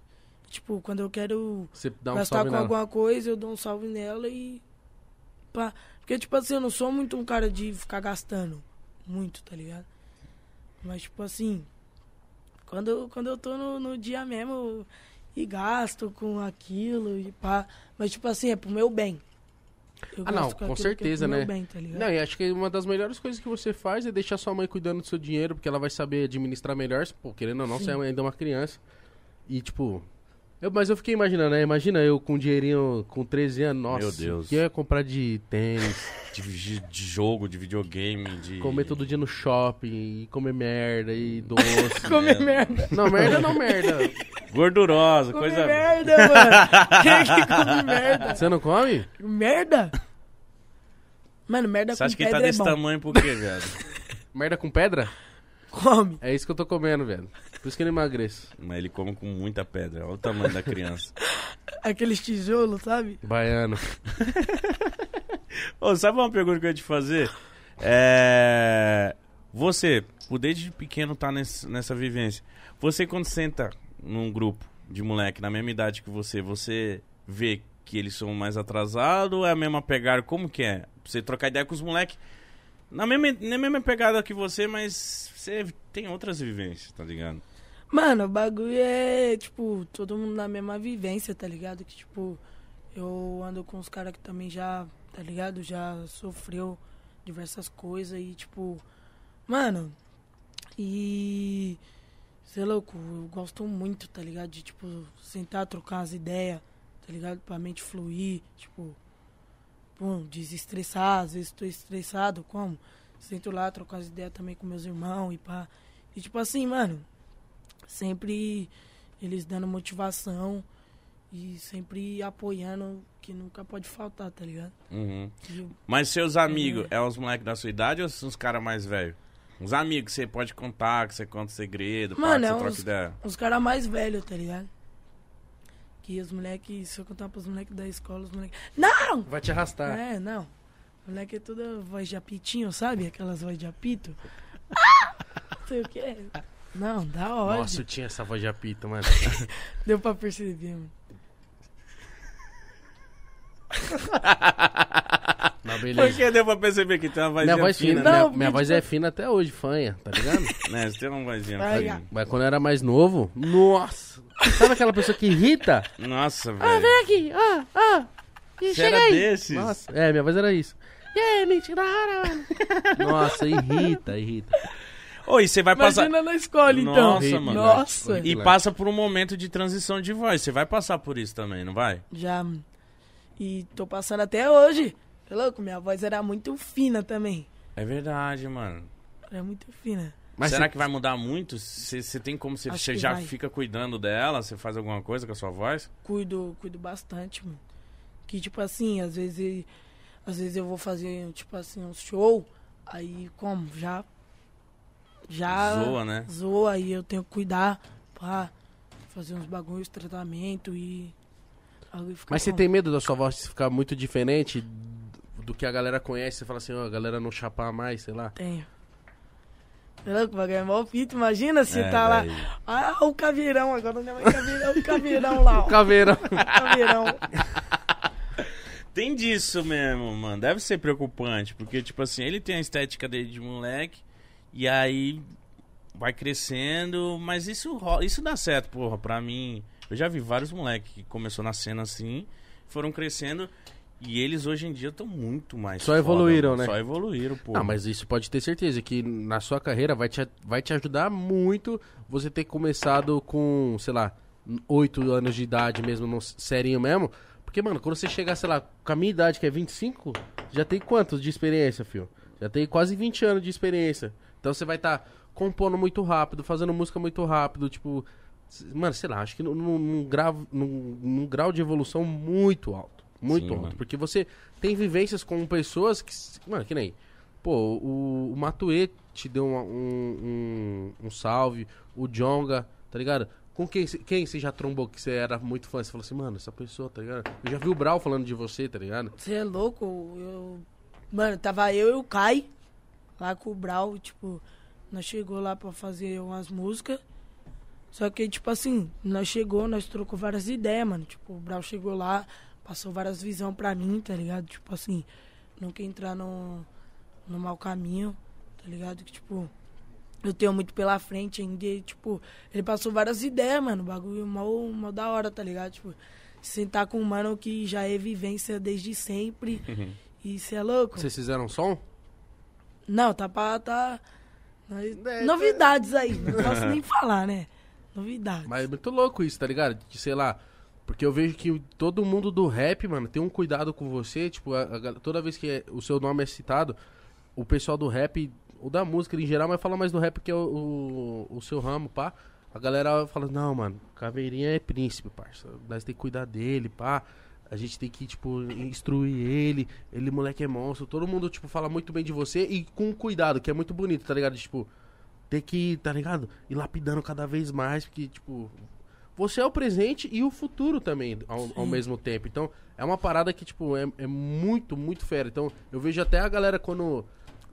[SPEAKER 3] Tipo, quando eu quero
[SPEAKER 2] Você dá um
[SPEAKER 3] gastar
[SPEAKER 2] salve
[SPEAKER 3] com
[SPEAKER 2] nela.
[SPEAKER 3] alguma coisa, eu dou um salve nela e. Pá. Porque, tipo assim, eu não sou muito um cara de ficar gastando muito, tá ligado? Mas, tipo assim, quando, eu- quando eu tô no, no dia mesmo eu- e gasto com aquilo e pá. Mas, tipo assim, é pro meu bem. Eu
[SPEAKER 2] Ah, não,
[SPEAKER 3] gasto
[SPEAKER 2] com
[SPEAKER 3] aquilo que
[SPEAKER 2] certeza,
[SPEAKER 3] é pro
[SPEAKER 2] né?
[SPEAKER 3] Meu bem, tá ligado?
[SPEAKER 2] Não, e acho que uma das melhores coisas que você faz é deixar sua mãe cuidando do seu dinheiro, porque ela vai saber administrar melhor, pô, querendo ou não, você é ainda uma criança. E, tipo. Eu, mas eu fiquei imaginando, né? Imagina eu com um dinheirinho com 13 anos, nossa.
[SPEAKER 1] Meu Deus.
[SPEAKER 2] O que eu ia comprar de tênis,
[SPEAKER 1] De, de jogo, de videogame, de.
[SPEAKER 2] comer todo dia no shopping, e comer merda e
[SPEAKER 1] Hum.
[SPEAKER 2] doce.
[SPEAKER 3] Comer merda.
[SPEAKER 2] não, merda não merda.
[SPEAKER 1] Gordurosa,
[SPEAKER 3] Come
[SPEAKER 1] coisa.
[SPEAKER 3] merda, mano. Quem que come merda?
[SPEAKER 2] Você não come?
[SPEAKER 3] Merda? Mano, merda
[SPEAKER 1] Você
[SPEAKER 3] com
[SPEAKER 1] acha que ele
[SPEAKER 3] pedra
[SPEAKER 1] tá
[SPEAKER 3] é
[SPEAKER 1] desse
[SPEAKER 3] bom.
[SPEAKER 1] tamanho por quê, velho?
[SPEAKER 2] Merda com pedra?
[SPEAKER 3] Come.
[SPEAKER 2] É isso que eu tô comendo, velho. Por isso que eu não emagreço.
[SPEAKER 1] Mas ele come com muita pedra. Olha o tamanho da criança.
[SPEAKER 3] Aqueles tijolos, sabe?
[SPEAKER 2] Baiano.
[SPEAKER 1] Ô, sabe uma pergunta que eu ia te fazer? É. Você, por desde pequeno tá nesse- nessa vivência. Você, quando senta num grupo de moleque na mesma idade que você, você vê que eles são mais atrasados ou é a mesma pegada? Como que é? Você trocar ideia com os moleques na mesma, na mesma pegada que você, mas você tem outras vivências, tá ligado?
[SPEAKER 3] Mano, o bagulho é, tipo, todo mundo na mesma vivência, tá ligado? Que, tipo, eu ando com os caras que também já, tá ligado? Já sofreu diversas coisas e, tipo, mano, e Você é louco, eu gosto muito, tá ligado? De, tipo, sentar, trocar umas ideias, tá ligado? Pra mente fluir, tipo, pum, desestressar. Às vezes tô estressado, como? Sento lá, trocar as ideias também com meus irmãos e pá. E, tipo assim, mano, sempre eles dando motivação e sempre apoiando, que nunca pode faltar, tá ligado?
[SPEAKER 1] Uhum.
[SPEAKER 3] E
[SPEAKER 1] Mas seus amigos, é os moleques da sua idade ou são os caras mais velhos? Uns amigos que você pode contar, que você conta segredo, pá,
[SPEAKER 3] Mano,
[SPEAKER 1] que
[SPEAKER 3] é
[SPEAKER 1] você troca
[SPEAKER 3] uns-
[SPEAKER 1] ideia.
[SPEAKER 3] Os caras mais velhos, tá ligado? Que os moleques, se eu contar pros moleques da escola, os moleques. Não!
[SPEAKER 2] Vai te arrastar.
[SPEAKER 3] É, não. O moleque é toda voz de apitinho, sabe? Aquelas voz de apito. Ah! Não sei o quê. Não, da hora.
[SPEAKER 2] Nossa, eu tinha essa voz de apito, mano.
[SPEAKER 3] Deu pra perceber, mano.
[SPEAKER 2] Mas
[SPEAKER 1] Por
[SPEAKER 2] beleza.
[SPEAKER 1] que deu pra perceber que tem uma vozinha
[SPEAKER 2] Minha voz fina,
[SPEAKER 1] fina,
[SPEAKER 3] Não,
[SPEAKER 2] minha,
[SPEAKER 3] porque,
[SPEAKER 2] minha voz
[SPEAKER 3] tipo-
[SPEAKER 2] é fina até hoje, fanha, tá ligado?
[SPEAKER 1] né? Você tem uma vozinha
[SPEAKER 3] Ai,
[SPEAKER 1] fina.
[SPEAKER 3] ai.
[SPEAKER 2] Mas quando eu era mais novo, nossa. Sabe aquela pessoa que irrita?
[SPEAKER 3] Ah,
[SPEAKER 1] Nossa, velho.
[SPEAKER 2] aqui, ó, ó.
[SPEAKER 1] Você era desses?
[SPEAKER 2] Nossa, é, minha voz era isso. E aí, mentira da hora, mano. Nossa, irrita, irrita.
[SPEAKER 1] Ô, e você vai passar...
[SPEAKER 3] Imagina na escola, então.
[SPEAKER 1] Nossa, mano.
[SPEAKER 3] Nossa.
[SPEAKER 1] E passa por um momento de transição de voz. Você vai passar por isso também, não vai?
[SPEAKER 3] Já. mano. E tô passando até hoje. Tá louco? Minha voz era muito fina também.
[SPEAKER 1] É verdade, mano.
[SPEAKER 3] Era muito fina.
[SPEAKER 2] Mas
[SPEAKER 1] Será
[SPEAKER 2] cê-
[SPEAKER 1] que vai mudar muito? Você tem como você
[SPEAKER 3] Acho
[SPEAKER 1] você
[SPEAKER 3] que
[SPEAKER 1] já
[SPEAKER 3] vai.
[SPEAKER 1] fica cuidando dela? Você faz alguma coisa com a sua voz?
[SPEAKER 3] cuido, cuido bastante, mano. Que tipo assim, às vezes, às vezes eu vou fazer tipo assim um show, aí como já já
[SPEAKER 1] Zoa, né?
[SPEAKER 3] Zoa aí eu tenho que cuidar pra fazer uns bagulhos, tratamento e aí fica
[SPEAKER 2] Mas você
[SPEAKER 3] bom.
[SPEAKER 2] tem medo da sua voz ficar muito diferente do que a galera conhece? Você fala assim, ó, a galera não chapar mais, sei lá.
[SPEAKER 3] tenho. Tá louco, vai ganhar mó fita, imagina se
[SPEAKER 1] É,
[SPEAKER 3] tá lá.
[SPEAKER 1] velho.
[SPEAKER 3] Ah, o caveirão, agora não é mais caveirão, o caveirão lá, ó.
[SPEAKER 2] Caveirão.
[SPEAKER 3] O caveirão.
[SPEAKER 1] Tem disso mesmo, mano. Deve ser preocupante, porque, tipo assim, ele tem a estética dele de moleque, e aí vai crescendo, mas isso, ro- isso dá certo, porra, pra mim. Eu já vi vários moleques que começou na cena assim, foram crescendo, e eles hoje em dia estão muito mais.
[SPEAKER 2] Só evoluíram,
[SPEAKER 1] mano.
[SPEAKER 2] né?
[SPEAKER 1] Só evoluíram, porra.
[SPEAKER 2] Não, mas isso pode ter certeza que na sua carreira vai te, vai te ajudar muito você ter começado com, sei lá, 8 anos de idade mesmo, no serinho mesmo. Porque, mano, quando você chegar, sei lá, com a minha idade, que é 25, já tem quantos de experiência, filho? Já tem quase 20 anos de experiência. Então você vai estar compondo muito rápido, fazendo música muito rápido, tipo. s- Mano, sei lá, acho que num, num- num grau, num- num grau de evolução muito alto. Muito
[SPEAKER 1] Sim,
[SPEAKER 2] alto.
[SPEAKER 1] mano.
[SPEAKER 2] Porque você tem vivências com pessoas que. s- Mano, que nem. Pô, o, o Matue te deu uma- um, um, um salve, o Jonga, tá ligado? Com quem você quem você já trombou que você era muito fã? Você falou assim, mano, essa pessoa, tá ligado? Eu já vi o Brau falando de você, tá ligado?
[SPEAKER 3] Você é louco? Eu. Mano, tava eu e o Kai lá com o Brau, tipo, nós chegou lá pra fazer umas músicas. Só que, tipo assim, nós chegou, nós trocou várias ideias, mano. Tipo, o Brau chegou lá, passou várias visão pra mim, tá ligado? Tipo assim, nunca entrar no, no mau caminho, tá ligado? Que, tipo, eu tenho muito pela frente ainda. E, tipo, ele passou várias ideias, mano. Bagulho mal, mal da hora, tá ligado? Tipo, sentar com um mano que já é vivência desde sempre. E cê é louco?
[SPEAKER 2] Vocês fizeram um som?
[SPEAKER 3] Não, tá pra. Tá... nós-
[SPEAKER 1] É, tá.
[SPEAKER 3] Novidades aí. Não posso nem falar, né? Novidades.
[SPEAKER 2] Mas é muito louco isso, tá ligado? De, sei lá. Porque eu vejo que todo mundo do rap, mano, tem um cuidado com você. Tipo, a- a gal- toda vez que é- o seu nome é citado, o pessoal do rap, ou da música em geral, mas fala mais do rap que é o, o, o seu ramo, pá. A galera fala, não, mano, Caveirinha é príncipe, parça. Nós tem que cuidar dele, pá. A gente tem que, tipo, instruir ele. Ele, moleque, é monstro. Todo mundo, tipo, fala muito bem de você e com cuidado, que é muito bonito, tá ligado? Tipo, ter que, tá ligado? Ir lapidando cada vez mais, porque, tipo, você é o presente e o futuro também ao, ao mesmo tempo. Então, é uma parada que, tipo, é, é muito, muito fera. Então, eu vejo até a galera quando.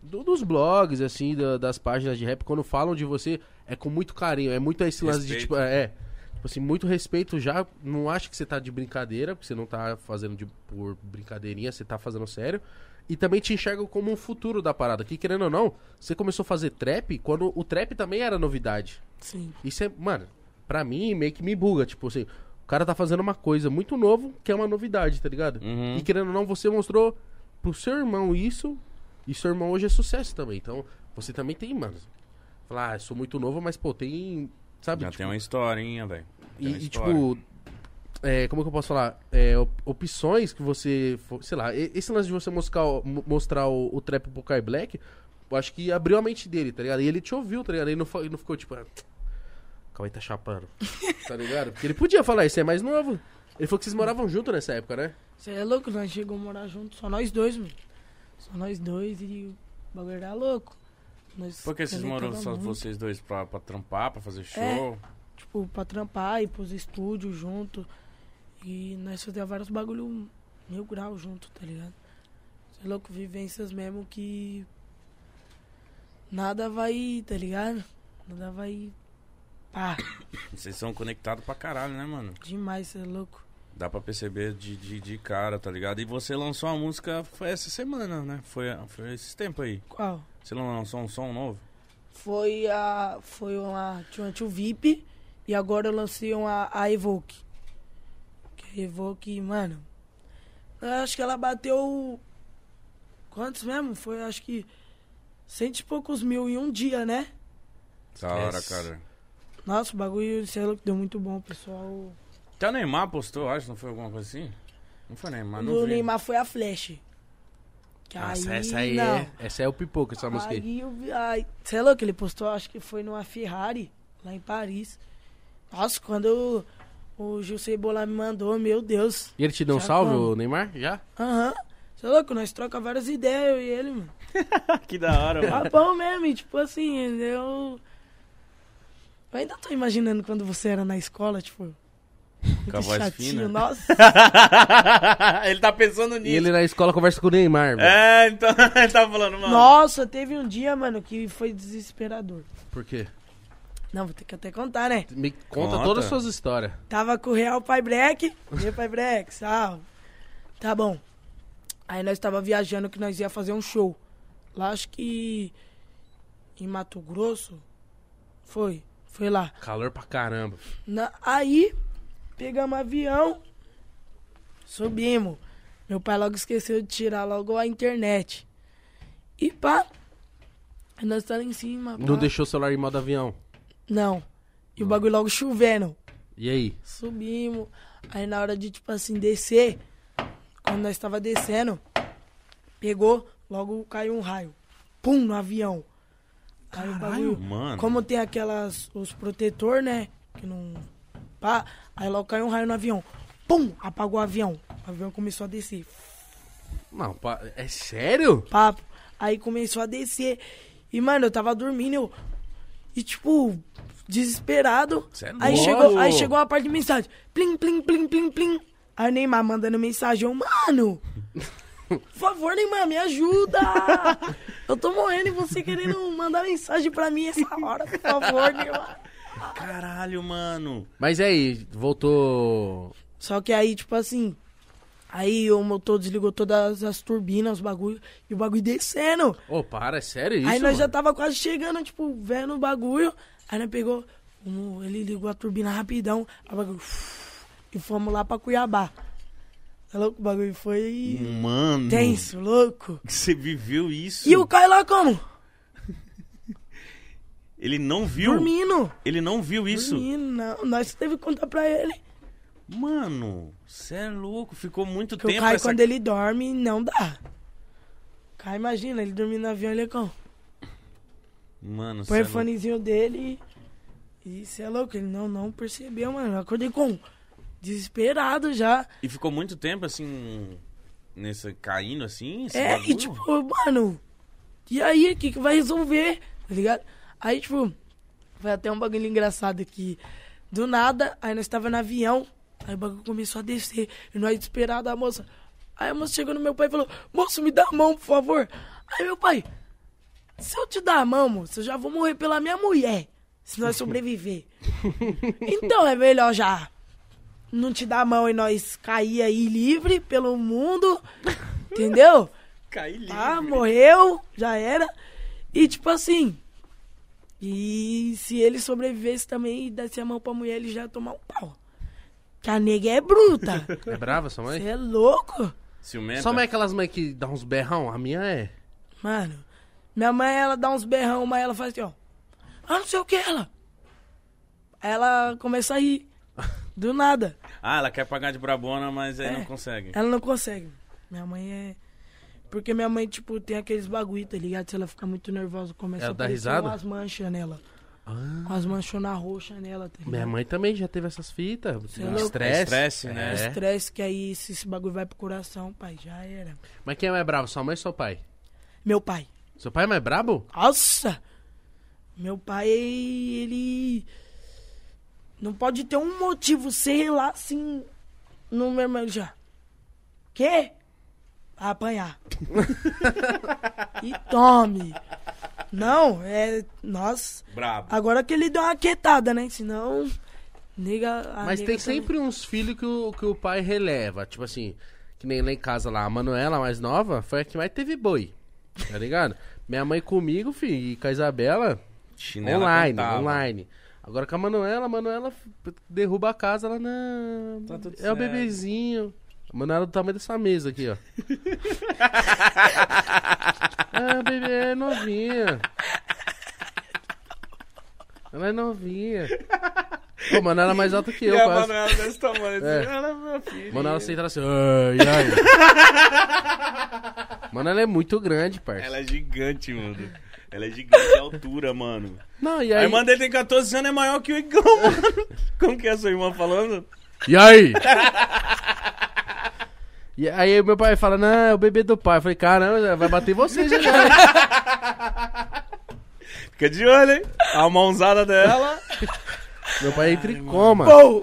[SPEAKER 2] do- dos blogs, assim, da- das páginas de rap, quando falam de você, é com muito carinho. É muito esse lance de,
[SPEAKER 1] Respeito.
[SPEAKER 2] tipo, é. Tipo assim, muito respeito já. Não acho que você tá de brincadeira, porque você não tá fazendo de, por brincadeirinha, você tá fazendo sério. E também te enxerga como um futuro da parada. Que querendo ou não, você começou a fazer trap quando o trap também era novidade.
[SPEAKER 3] Sim.
[SPEAKER 2] Isso é, mano, pra mim meio que me buga. Tipo assim, o cara tá fazendo uma coisa muito novo que é uma novidade, tá ligado?
[SPEAKER 1] Uhum.
[SPEAKER 2] E querendo ou não, você mostrou pro seu irmão isso. E seu irmão hoje é sucesso também. Então, você também tem, mano. Falar, ah, eu sou muito novo, mas pô, tem Sabe?
[SPEAKER 1] Já
[SPEAKER 2] Tipo,
[SPEAKER 1] tem uma historinha, velho. Tem
[SPEAKER 2] E,
[SPEAKER 1] uma
[SPEAKER 2] e,
[SPEAKER 1] história.
[SPEAKER 2] tipo, é, como é que eu posso falar? É, op- opções que você. fo- Sei lá, e- esse lance de você mostrar, o- mo- mostrar o, o trap pro Kai Black, eu acho que abriu a mente dele, tá ligado? E ele te ouviu, tá ligado? Ele não, fa- ele não ficou tipo. Ah, Calma aí, tá chapando. tá ligado? Porque ele podia falar isso, é mais novo. Ele falou que vocês moravam junto nessa época, né?
[SPEAKER 3] Você é louco, nós chegamos a morar junto, só nós dois, mano. Só nós dois e o bagulho era louco. Nós
[SPEAKER 1] Por que vocês
[SPEAKER 3] canetava
[SPEAKER 1] moram só
[SPEAKER 3] muito,
[SPEAKER 1] vocês dois pra, pra trampar, pra fazer show?
[SPEAKER 3] Tipo, pra trampar e pros estúdios junto. E nós fazia vários bagulho mil grau junto, tá ligado? Você é louco, vivências mesmo que. Nada vai, tá ligado? Nada vai. Pá,
[SPEAKER 1] Vocês são conectados pra caralho, né, mano?
[SPEAKER 3] demais, você é louco.
[SPEAKER 1] Dá pra perceber de, de, de cara, tá ligado? E você lançou a música foi essa semana, né? Foi, foi esse tempo aí.
[SPEAKER 3] Qual?
[SPEAKER 1] Você não lançou um som novo?
[SPEAKER 3] Foi a. Foi uma. Tinha uma Tio VIP e agora eu lancei uma a Evoque. Que a Evoque, mano. Eu acho que ela bateu. Quantos mesmo? Foi acho que. Cento e poucos mil em um dia, né?
[SPEAKER 1] Da hora,
[SPEAKER 2] Esquece.
[SPEAKER 1] cara.
[SPEAKER 3] Nossa, o bagulho sei lá, que deu muito bom, pessoal.
[SPEAKER 1] Até o Neymar postou, acho, não foi alguma coisa assim? Não foi Neymar, não
[SPEAKER 3] o
[SPEAKER 1] vi.
[SPEAKER 3] Neymar foi a Flash. Que
[SPEAKER 2] Ah, Nossa, essa aí
[SPEAKER 3] não.
[SPEAKER 2] é. Essa é o pipoca,
[SPEAKER 1] Tá,
[SPEAKER 2] essa música aí.
[SPEAKER 3] Aí eu vi. Aí, sei lá, que ele postou, acho que foi numa Ferrari, lá em Paris. Nossa, quando o, o Gil Cebola me mandou, meu Deus.
[SPEAKER 2] E ele te deu um
[SPEAKER 3] Já
[SPEAKER 2] salve,
[SPEAKER 3] como?
[SPEAKER 2] o Neymar? Já?
[SPEAKER 3] Aham. Você é louco, nós trocamos várias ideias, eu e ele, mano.
[SPEAKER 1] que da hora, mano.
[SPEAKER 3] Papão mesmo, e tipo assim, eu. Eu ainda tô imaginando quando você era na escola, tipo.
[SPEAKER 1] Com a
[SPEAKER 3] Muito
[SPEAKER 1] voz fina.
[SPEAKER 3] chatinho, nossa.
[SPEAKER 1] ele tá pensando
[SPEAKER 2] E
[SPEAKER 1] nisso.
[SPEAKER 2] ele na escola conversa com o Neymar, velho.
[SPEAKER 1] É, então ele tá falando, mano.
[SPEAKER 3] Nossa, teve um dia, mano, que foi desesperador.
[SPEAKER 2] Por quê?
[SPEAKER 3] Não, vou ter que até contar, né?
[SPEAKER 2] Me conta,
[SPEAKER 1] Conta.
[SPEAKER 2] todas as suas histórias.
[SPEAKER 3] Tava com o Real Pai Breck. Meu Pai Breck, salve. Tá bom. Aí nós tava viajando que nós ia fazer um show. Lá acho que em Mato Grosso. Foi, foi lá.
[SPEAKER 2] Calor pra caramba.
[SPEAKER 3] Na- aí pegamos avião, subimos. Meu pai logo esqueceu de tirar logo a internet. E pá, aí nós tá lá em cima.
[SPEAKER 2] Não
[SPEAKER 3] pá.
[SPEAKER 2] deixou o celular em modo avião.
[SPEAKER 3] Não. E o bagulho logo chovendo.
[SPEAKER 2] E aí?
[SPEAKER 3] Subimos. Aí na hora de, tipo assim, descer, quando nós estava descendo, pegou, logo caiu um raio. Pum, no avião. Aí o bagulho-
[SPEAKER 1] mano.
[SPEAKER 3] Como tem aquelas, os protetor, né? Que não... Pá, aí logo caiu um raio no avião. Pum, apagou o avião. O avião começou a descer.
[SPEAKER 2] Não, pa- é sério?
[SPEAKER 3] Papo. Aí começou a descer. E, mano, eu tava dormindo, eu... E, tipo, desesperado.
[SPEAKER 1] Cê é
[SPEAKER 3] aí,
[SPEAKER 1] louco.
[SPEAKER 3] chegou, aí chegou a parte de mensagem. Plim, plim, plim, plim, plim. Aí o Neymar mandando mensagem. Eu, mano, por favor, Neymar, me ajuda. Eu tô morrendo e você querendo mandar mensagem pra mim essa hora. Por favor, Neymar.
[SPEAKER 1] Caralho, mano.
[SPEAKER 2] Mas e aí, voltou.
[SPEAKER 3] Só que aí, tipo assim... Aí o motor desligou todas as turbinas, os bagulho. E o bagulho descendo.
[SPEAKER 2] Ô, para, é sério isso?
[SPEAKER 3] aí nós já
[SPEAKER 2] mano?
[SPEAKER 3] tava quase chegando, tipo, vendo o bagulho. Aí nós pegou, um- ele ligou a turbina rapidão, aí o bagulho, uf, e fomos lá pra Cuiabá. Tá louco? O bagulho
[SPEAKER 1] Hum.
[SPEAKER 3] foi
[SPEAKER 1] Mano.
[SPEAKER 3] tenso, louco.
[SPEAKER 1] Você viveu isso?
[SPEAKER 3] E o Caio lá como?
[SPEAKER 1] Ele não viu?
[SPEAKER 3] Dormindo.
[SPEAKER 1] Ele não viu isso?
[SPEAKER 3] Dormindo, não. Nós teve que contar pra ele.
[SPEAKER 1] Mano, você é louco. Ficou muito
[SPEAKER 3] Porque o
[SPEAKER 1] tempo
[SPEAKER 3] Caio,
[SPEAKER 1] essa...
[SPEAKER 3] quando ele dorme, não dá. Caio, imagina, ele dormindo no avião, ele é como?
[SPEAKER 1] Mano, cê
[SPEAKER 3] Põe
[SPEAKER 1] é
[SPEAKER 3] o fonezinho dele e... Isso é louco, ele não, não percebeu, mano. Eu acordei com... Desesperado já.
[SPEAKER 1] louco. E ficou muito tempo assim... Nessa... Caindo assim? esse
[SPEAKER 3] É, e
[SPEAKER 1] bagulho?
[SPEAKER 3] tipo, mano, e aí, o que, que vai resolver? Tá ligado? Aí, tipo, foi até um bagulho engraçado que do nada, aí nós tava no avião, aí o bagulho começou a descer, e nós desesperado a moça. Aí a moça chegou no meu pai e falou: Moço, me dá a mão, por favor. Aí meu pai, se eu te dar a mão, moço, eu já vou morrer pela minha mulher, se nós sobreviver. então é melhor já não te dar a mão e nós cair aí livre pelo mundo, entendeu?
[SPEAKER 1] Caí livre.
[SPEAKER 3] Ah, morreu, já era. E tipo assim. E se ele sobrevivesse também e desse a mão pra mulher, ele já ia tomar um pau. Que a nega é bruta.
[SPEAKER 2] É brava sua
[SPEAKER 3] Você
[SPEAKER 2] mãe?
[SPEAKER 3] é louco?
[SPEAKER 1] Ciumenta?
[SPEAKER 2] Só mãe é aquelas mães que dá uns berrão? A minha é.
[SPEAKER 3] Mano, minha mãe, ela dá uns berrão, mas ela faz assim, ó. Ah, não sei o que ela. ela começa a rir. Do nada.
[SPEAKER 1] Ah, ela quer pagar de brabona, mas aí
[SPEAKER 3] É.
[SPEAKER 1] não consegue.
[SPEAKER 3] Ela não consegue. Minha mãe é. Porque minha mãe, tipo, tem aqueles bagulho, tá ligado? Se ela ficar muito nervosa, começa
[SPEAKER 2] Ela
[SPEAKER 3] a
[SPEAKER 2] dá
[SPEAKER 3] aparecer
[SPEAKER 2] risada? Ah.
[SPEAKER 3] umas manchas nela. Umas manchonas roxas nela, tá ligado?
[SPEAKER 2] Minha mãe também já teve essas fitas.
[SPEAKER 3] é
[SPEAKER 2] um
[SPEAKER 3] louco.
[SPEAKER 2] Estresse.
[SPEAKER 1] Estresse, né?
[SPEAKER 2] É.
[SPEAKER 3] Estresse, que aí se esse bagulho vai pro coração, pai, já era.
[SPEAKER 2] Mas quem é mais brabo, sua mãe ou seu pai?
[SPEAKER 3] Meu pai.
[SPEAKER 2] Seu pai é mais brabo?
[SPEAKER 3] Nossa! Meu pai, ele. Não pode ter um motivo, sei lá, assim. No meu irmão ele já. Quê? Vai apanhar. e tome! Não, é. Nossa.
[SPEAKER 1] Brabo.
[SPEAKER 3] Agora que ele deu uma quietada, né? Senão. Nega. a
[SPEAKER 2] Mas
[SPEAKER 3] nega
[SPEAKER 2] tem
[SPEAKER 3] Ah, também.
[SPEAKER 2] sempre uns filhos que o, que o pai releva. Tipo assim, que nem lá em casa lá, a Manuela, a mais nova, foi a que mais teve boi. Tá ligado? Minha mãe comigo, filho, e com a Isabela,
[SPEAKER 1] Chinela
[SPEAKER 2] online,
[SPEAKER 1] cantava.
[SPEAKER 2] online. Agora com a Manuela, a Manuela f- derruba a casa, ela não.
[SPEAKER 1] Tá tudo
[SPEAKER 2] é
[SPEAKER 1] certo."
[SPEAKER 2] o bebezinho. A Manuela do tamanho dessa mesa aqui, ó. ah, o bebê é novinha. Ela é novinha. Pô, a Manuela é mais alta que
[SPEAKER 1] E
[SPEAKER 2] eu,
[SPEAKER 1] a
[SPEAKER 2] quase.
[SPEAKER 1] Manuela desse tamanho.
[SPEAKER 2] É.
[SPEAKER 1] assim, Ela é minha filha.
[SPEAKER 2] Manuela senta assim. Ai, ai. Manuela é muito grande, parça.
[SPEAKER 1] Ela é gigante, mano. Ela é gigante de altura, mano.
[SPEAKER 2] Não, e
[SPEAKER 1] A
[SPEAKER 2] aí?
[SPEAKER 1] irmã dele tem 14 anos, é maior que o Igão, mano. Como que é a sua irmã falando?
[SPEAKER 2] E aí? E aí meu pai fala, não, é o bebê do pai. Eu falei, caramba, vai bater em você já. já."
[SPEAKER 1] Fica de olho, hein? A mãozada dela.
[SPEAKER 2] meu pai entra em coma.
[SPEAKER 3] Pou!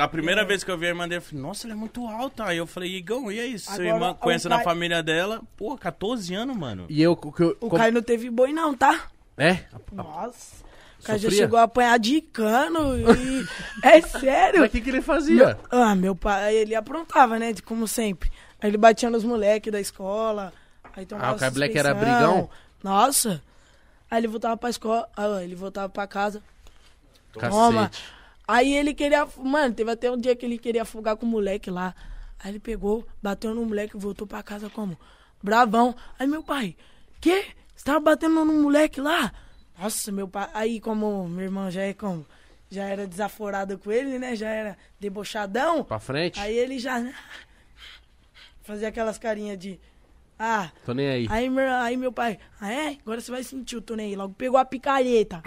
[SPEAKER 1] A primeira vez que eu vi a irmã dele, eu falei, nossa, ela é muito alta. Aí eu falei, Igão, e é isso? Sua
[SPEAKER 3] Agora,
[SPEAKER 1] irmã
[SPEAKER 3] o
[SPEAKER 1] conhece na
[SPEAKER 3] pai-
[SPEAKER 1] família dela? Pô, 14 anos, mano.
[SPEAKER 2] E eu... o que eu
[SPEAKER 3] O
[SPEAKER 2] com-
[SPEAKER 3] Caio não teve boi, não, tá?
[SPEAKER 2] É?
[SPEAKER 3] Nossa. O cara já
[SPEAKER 2] Sofria?
[SPEAKER 3] chegou a apanhar de cano e. é sério?
[SPEAKER 2] Mas o que, que ele fazia?
[SPEAKER 3] Ah, meu pai, ele aprontava, né? de- Como sempre. Aí ele batia nos moleques da escola. Aí tomava
[SPEAKER 2] Ah, o cara moleque
[SPEAKER 3] suspensão.
[SPEAKER 2] era brigão?
[SPEAKER 3] Nossa. Aí ele voltava pra escola. ah, ele voltava pra casa. Toma.
[SPEAKER 2] Cacete.
[SPEAKER 3] Aí ele queria. Mano, teve até um dia que ele queria afogar com o moleque lá. Aí ele pegou, bateu no moleque e voltou pra casa como? Bravão. Aí meu pai, que? Você tava batendo no moleque lá? Nossa, meu pai. Aí como meu irmão já é como? Já era desaforado com ele, né? Já era debochadão.
[SPEAKER 2] Pra frente?
[SPEAKER 3] Aí ele já. né, Fazia aquelas carinhas de. Ah,
[SPEAKER 2] Tô nem aí.
[SPEAKER 3] Aí meu, aí meu pai, ah é? Agora você vai sentir o Tonei. Logo pegou a picareta.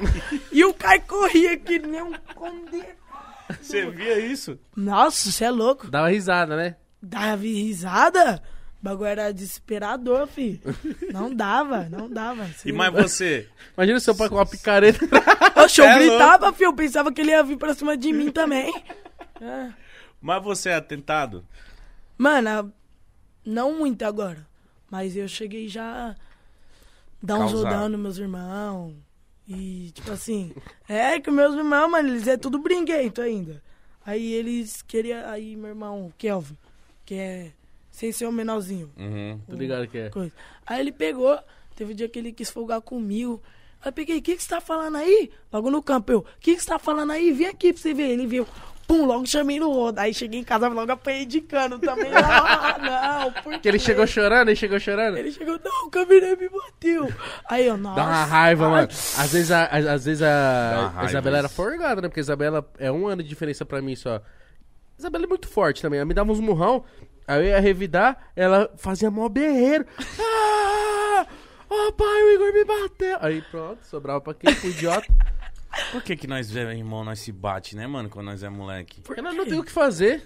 [SPEAKER 3] e o cara corria que nem um condenado.
[SPEAKER 1] Você via isso?
[SPEAKER 3] Nossa, você é louco.
[SPEAKER 2] Dava risada, né?
[SPEAKER 3] Dava risada. O bagulho era desesperador, fi. Não dava, não dava.
[SPEAKER 1] E mais você?
[SPEAKER 2] Imagina seu pai com uma picareta.
[SPEAKER 3] Oxe, eu
[SPEAKER 1] É
[SPEAKER 3] gritava, fi. Eu pensava que ele ia vir pra cima de mim também. É.
[SPEAKER 1] Mas você é atentado?
[SPEAKER 3] Mano, a- não muito agora. Mas eu cheguei já a dar uns
[SPEAKER 1] Causar.
[SPEAKER 3] rodão nos meus irmãos. E, tipo assim, é que meus irmãos, mano, eles é tudo brinquedo ainda. Aí eles queriam. Aí meu irmão, o Kelvin, que é. Sem ser o menorzinho.
[SPEAKER 1] Uhum.
[SPEAKER 2] Tô ligado que é.
[SPEAKER 3] Coisa. Aí ele pegou, teve um dia que ele quis folgar comigo. Aí eu peguei, o que, que você tá falando aí? Logo no campo, eu, o que, que você tá falando aí? Vem aqui pra você ver. Ele viu, pum, logo chamei no rodo. Aí cheguei em casa, logo apanhei de cano também. Ah, não, por
[SPEAKER 2] Que ele
[SPEAKER 3] quê?
[SPEAKER 2] chegou chorando, ele chegou chorando.
[SPEAKER 3] Ele chegou, não, o caminhão me bateu. Aí eu, nossa.
[SPEAKER 2] Dá uma raiva,
[SPEAKER 3] ai,
[SPEAKER 2] mano. Às vezes a, às- às vezes
[SPEAKER 1] Dá uma
[SPEAKER 2] a, a
[SPEAKER 1] raiva
[SPEAKER 2] Isabela era
[SPEAKER 1] isso.
[SPEAKER 2] forgada, né? Porque a Isabela é um ano de diferença pra mim só. Isabela é muito forte também. Ela me dava uns murrão, aí eu ia revidar, ela fazia mó berreiro. Ah! Ó, pai, o Igor me bateu. Aí pronto, sobrava pra quem? Pro idiota.
[SPEAKER 1] Por que que nós, é irmão, nós se bate, né, mano, quando nós é moleque?
[SPEAKER 2] Porque ela não tem o que fazer.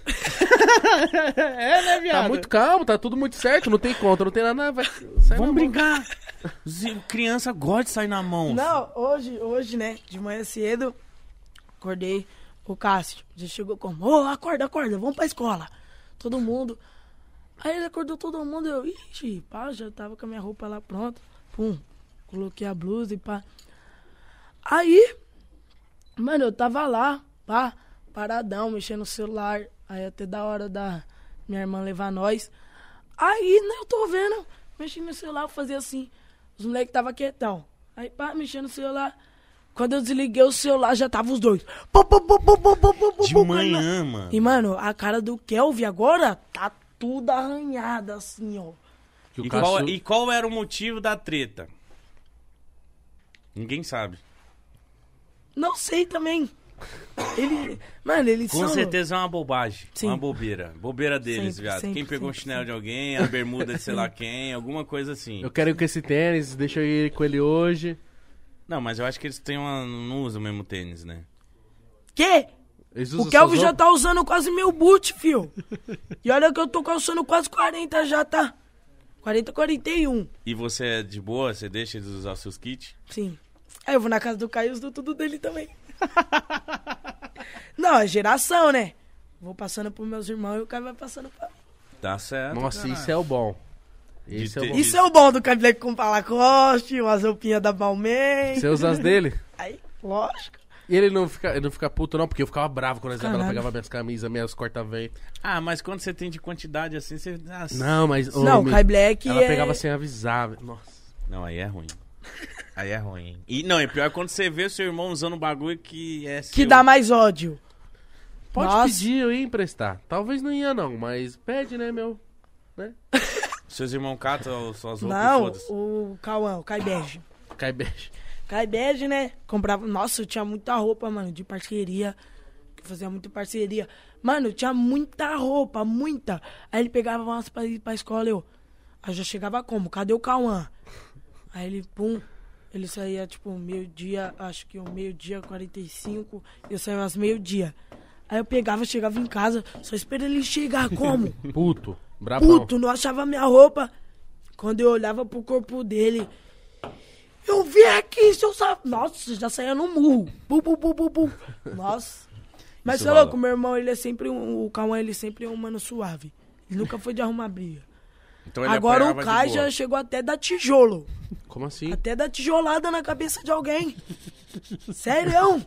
[SPEAKER 1] É, né, viado?
[SPEAKER 2] Tá muito calmo, tá tudo muito certo, não tem conta, não tem nada. Vai, sai na mão.
[SPEAKER 1] Vamos brincar. Zi- Criança gosta de sair na mão.
[SPEAKER 3] Não, hoje, hoje, né? De manhã cedo, acordei. O Cássio já chegou como, ô, acorda, acorda, vamos pra escola. Todo mundo. Aí ele acordou todo mundo, eu, ixi, pá, já tava com a minha roupa lá pronta. Pum, coloquei a blusa e pá. Aí, mano, eu tava lá, pá, paradão, mexendo no celular. Aí até da hora da minha irmã levar nós. Aí, né, eu tô vendo, mexendo no celular, eu fazia assim. Os moleques tava quietão. Aí, pá, mexendo no celular. Quando eu desliguei o celular, já tava os dois. Pô, pô, pô, pô, pô, pô, pô, pô,
[SPEAKER 1] De
[SPEAKER 3] pô,
[SPEAKER 1] manhã, mano.
[SPEAKER 3] E, mano, a cara do Kelvin agora tá tudo arranhada, assim, ó.
[SPEAKER 2] Que o
[SPEAKER 1] E
[SPEAKER 2] Cássio-
[SPEAKER 1] qual, é- e qual era o motivo da treta? Ninguém sabe.
[SPEAKER 3] Não sei também. Ele. Mano, eles
[SPEAKER 1] Com
[SPEAKER 3] são.
[SPEAKER 1] certeza é uma bobagem.
[SPEAKER 3] Sim.
[SPEAKER 1] Uma bobeira. Bobeira deles,
[SPEAKER 3] Sempre,
[SPEAKER 1] viado.
[SPEAKER 3] sempre,
[SPEAKER 1] quem pegou o
[SPEAKER 3] sempre,
[SPEAKER 1] chinelo de alguém, a bermuda de sei lá quem, alguma coisa assim.
[SPEAKER 2] Eu quero ir com esse tênis, deixa eu ir com ele hoje.
[SPEAKER 1] Não, mas eu acho que eles têm uma. não usam o mesmo tênis, né?
[SPEAKER 3] Quê?
[SPEAKER 2] Eles usam
[SPEAKER 3] O Kelvin
[SPEAKER 2] suas
[SPEAKER 3] já
[SPEAKER 2] roupas?
[SPEAKER 3] tá usando quase meu boot, fio. E olha que eu tô calçando quase 40 já, tá? 40, 41.
[SPEAKER 1] E você é de boa, você deixa eles usar seus kits?
[SPEAKER 3] Sim. Aí eu vou na casa do Caio e uso tudo dele também. Não, é geração, né? Vou passando pros meus irmãos e o Caio vai passando pra mim.
[SPEAKER 1] Tá certo.
[SPEAKER 2] Nossa,
[SPEAKER 1] caralho.
[SPEAKER 2] isso é o bom. Isso é o
[SPEAKER 1] ter-
[SPEAKER 2] bom.
[SPEAKER 3] Isso é o bom do Caio Black com Palacoste, umas roupinhas da Balmain.
[SPEAKER 2] Você usa as dele?
[SPEAKER 3] Aí, lógico.
[SPEAKER 2] E ele não fica, ele não fica puto, não, porque eu ficava bravo quando a Isabela
[SPEAKER 3] Caralho.
[SPEAKER 2] pegava minhas camisas, minhas corta-vento.
[SPEAKER 1] Ah, mas quando você tem de quantidade assim, você. Ah,
[SPEAKER 2] Não, mas. ô,
[SPEAKER 3] Não, o
[SPEAKER 2] me-
[SPEAKER 3] Caio Black
[SPEAKER 2] Ela
[SPEAKER 3] é...
[SPEAKER 2] pegava assim, sem avisar. velho. Nossa.
[SPEAKER 1] Não, aí é ruim. Aí é ruim. hein? E não, e pior é quando você vê seu irmão usando um bagulho que é
[SPEAKER 3] Que
[SPEAKER 1] seu.
[SPEAKER 3] dá mais ódio.
[SPEAKER 2] Pode
[SPEAKER 3] Nossa.
[SPEAKER 2] pedir, eu ia emprestar. Talvez não ia, não, mas pede, né, meu?
[SPEAKER 1] Seus irmãos catam suas roupas
[SPEAKER 3] Não,
[SPEAKER 1] todas.
[SPEAKER 3] o Cauã, o Caio Bege.
[SPEAKER 2] Cai beijo.
[SPEAKER 3] Cai bege, né? Comprava. Nossa, eu tinha muita roupa, mano, de parceria. Que eu fazia muita parceria. Mano, eu tinha muita roupa, muita. Aí ele pegava umas pra ir pra escola, eu. Aí eu já chegava como? Cadê o Cauã? Aí ele, pum. Ele saía, tipo, meio-dia, acho que o meio-dia, 45. Eu saía às meio-dia. Aí eu pegava, chegava em casa, só esperando ele chegar como?
[SPEAKER 2] Puto.
[SPEAKER 1] Tá
[SPEAKER 2] Brabão.
[SPEAKER 3] puto, não achava minha roupa. Quando eu olhava pro corpo dele, eu vi aqui, seu safado. Nossa, já saía no murro. Pum, pum, pum, pum, pum. Nossa. Mas
[SPEAKER 1] Isso
[SPEAKER 3] você é
[SPEAKER 1] rola.
[SPEAKER 3] louco, meu irmão, ele é sempre um. O Cauã, ele sempre é um mano suave. Ele nunca foi de arrumar briga.
[SPEAKER 1] Então ele
[SPEAKER 3] Agora o
[SPEAKER 1] apanhava de
[SPEAKER 3] Kai
[SPEAKER 1] boa.
[SPEAKER 3] já chegou até dar tijolo.
[SPEAKER 2] Como assim?
[SPEAKER 3] Até dar tijolada na cabeça de alguém. Sério?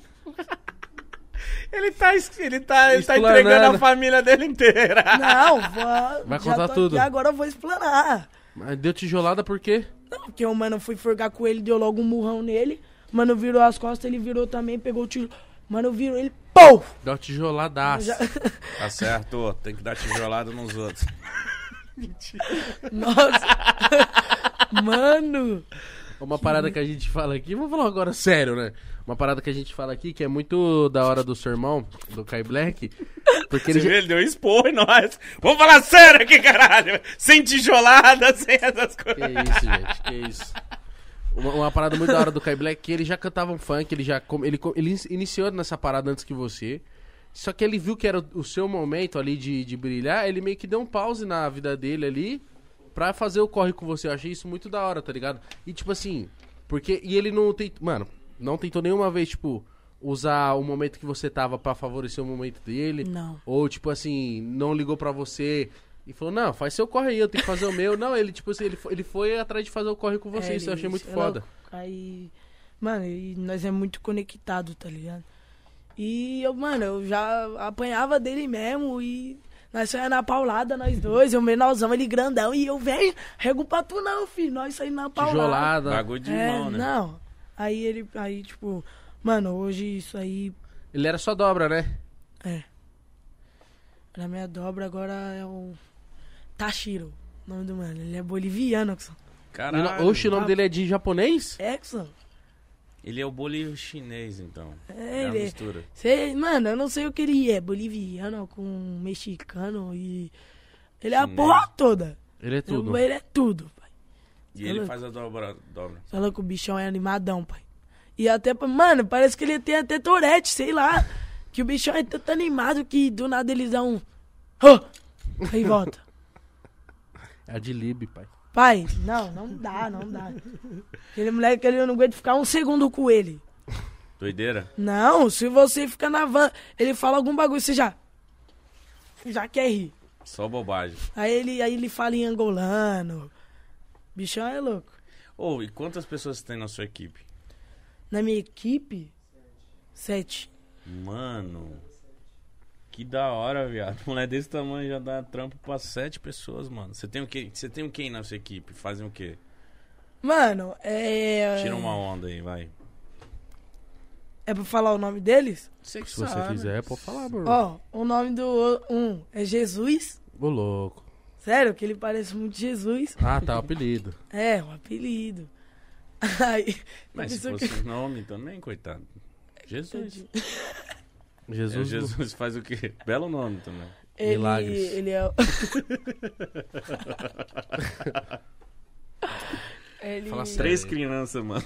[SPEAKER 1] Ele tá, es- ele tá, ele tá
[SPEAKER 2] Explanando.
[SPEAKER 1] entregando a família dele inteira.
[SPEAKER 3] Não, vou. já
[SPEAKER 2] Vai contar
[SPEAKER 3] tô aqui,
[SPEAKER 2] tudo.
[SPEAKER 3] agora eu vou explanar.
[SPEAKER 2] Mas deu tijolada por quê?
[SPEAKER 3] Não, porque o mano foi forgar com ele, deu logo um murrão nele. O Mano virou as costas, ele virou também, pegou o tiro. Mano virou ele, POU!
[SPEAKER 2] Deu uma tijoladaça.
[SPEAKER 3] Já-
[SPEAKER 1] Tá certo, tem que dar tijolada nos outros.
[SPEAKER 3] Nossa! mano!
[SPEAKER 2] Uma parada que a gente fala aqui, vamos falar agora sério, né? Uma parada que a gente fala aqui que é muito da hora do sermão, do Kai Black, porque ele
[SPEAKER 1] Você
[SPEAKER 2] já,
[SPEAKER 1] viu? Ele deu expor em nós. Vamos falar sério aqui, caralho. Sem tijolada, sem essas
[SPEAKER 2] Que
[SPEAKER 1] coisas.
[SPEAKER 2] isso, gente, que isso. Uma, uma parada muito da hora do Kai Black, que ele já cantava um funk, ele já com- ele, com- ele in- iniciou nessa parada antes que você. Só que ele viu que era o- o seu momento ali de, de brilhar, ele meio que deu um pause na vida dele ali pra fazer o corre com você. Eu achei isso muito da hora, tá ligado? E tipo assim, porque. E ele não tentou. Mano, não tentou nenhuma vez, tipo, usar o momento que você tava pra favorecer o momento dele.
[SPEAKER 3] Não.
[SPEAKER 2] Ou, tipo assim, não ligou pra você e falou, não, faz seu corre aí, eu tenho que fazer o meu. Não, ele, tipo assim, ele foi, ele foi atrás de fazer o corre com você,
[SPEAKER 3] É,
[SPEAKER 2] isso eu
[SPEAKER 3] ele-
[SPEAKER 2] achei muito
[SPEAKER 3] é
[SPEAKER 2] foda.
[SPEAKER 3] louco. Aí. Mano, e nós é muito conectado, tá ligado? E eu, mano, eu já apanhava dele mesmo e. Nós saímos na paulada, nós dois, eu menorzão, ele grandão, e eu venho, rego pra tu não, filho, nós saímos na paulada.
[SPEAKER 2] Tijolada.
[SPEAKER 1] Bagulho de
[SPEAKER 3] é,
[SPEAKER 1] irmão, né?
[SPEAKER 3] Não. Aí ele, aí tipo, mano, hoje isso aí
[SPEAKER 2] Ele era só dobra, né?
[SPEAKER 3] é. Na minha dobra agora é o Tashiro, o nome do mano. Ele é boliviano, Exxon.
[SPEAKER 1] Caralho. tá
[SPEAKER 2] Oxe, o nome dele é de japonês?
[SPEAKER 3] É, Exxon.
[SPEAKER 1] Ele é o bolívio chinês, então.
[SPEAKER 3] É,
[SPEAKER 1] a
[SPEAKER 3] ele é.
[SPEAKER 1] mistura.
[SPEAKER 3] Cê- mano, eu não sei o que ele é, boliviano com mexicano e ele é a
[SPEAKER 1] Chinês.
[SPEAKER 3] porra toda.
[SPEAKER 2] Ele é tudo.
[SPEAKER 3] Ele é tudo, pai.
[SPEAKER 1] E ele
[SPEAKER 3] Olha.
[SPEAKER 1] faz a dobra. dobra.
[SPEAKER 3] Falando que o bichão é animadão, pai. E até, pa- mano, parece que ele tem até Tourette, sei lá. Que o bichão é tanto animado que do nada eles dão um. "Hã!" Aí volta.
[SPEAKER 2] É a de Lib, pai.
[SPEAKER 3] Pai, não, não dá, não dá. Aquele moleque ali, eu não aguento ficar um segundo com ele.
[SPEAKER 1] Doideira?
[SPEAKER 3] Não, se você fica na van, ele fala algum bagulho, você já. Já quer rir.
[SPEAKER 1] Só bobagem.
[SPEAKER 3] Aí ele, aí ele fala em angolano. Bichão é louco.
[SPEAKER 1] Ô, e quantas pessoas tem na sua equipe?
[SPEAKER 3] Na minha equipe, sete.
[SPEAKER 1] Mano. Que da hora, viado. Mulher desse tamanho já dá trampo pra sete pessoas, mano. Você tem o quê? Você tem o quê na sua equipe? Fazem o quê?
[SPEAKER 3] Mano, é.
[SPEAKER 1] Tira uma onda aí, vai.
[SPEAKER 3] É pra falar o nome deles?
[SPEAKER 1] Você que
[SPEAKER 2] Se você
[SPEAKER 1] sabe.
[SPEAKER 2] quiser, pode falar, bro. Ô,
[SPEAKER 3] Ó, o nome do o- um é Jesus.
[SPEAKER 2] louco.
[SPEAKER 3] Sério, que ele parece muito Jesus.
[SPEAKER 2] Ah, tá, o apelido.
[SPEAKER 3] É, um apelido. Aí,
[SPEAKER 1] Mas se
[SPEAKER 3] isso
[SPEAKER 1] fosse nome também, coitado.
[SPEAKER 3] que-
[SPEAKER 1] Jesus.
[SPEAKER 3] Tadinho.
[SPEAKER 1] É,
[SPEAKER 2] Jesus.
[SPEAKER 1] Jesus faz o quê? Belo nome também.
[SPEAKER 3] Ele,
[SPEAKER 2] Milagres.
[SPEAKER 3] ele é. o- ele,
[SPEAKER 2] Fala assim. sério.
[SPEAKER 1] Três crianças, mano.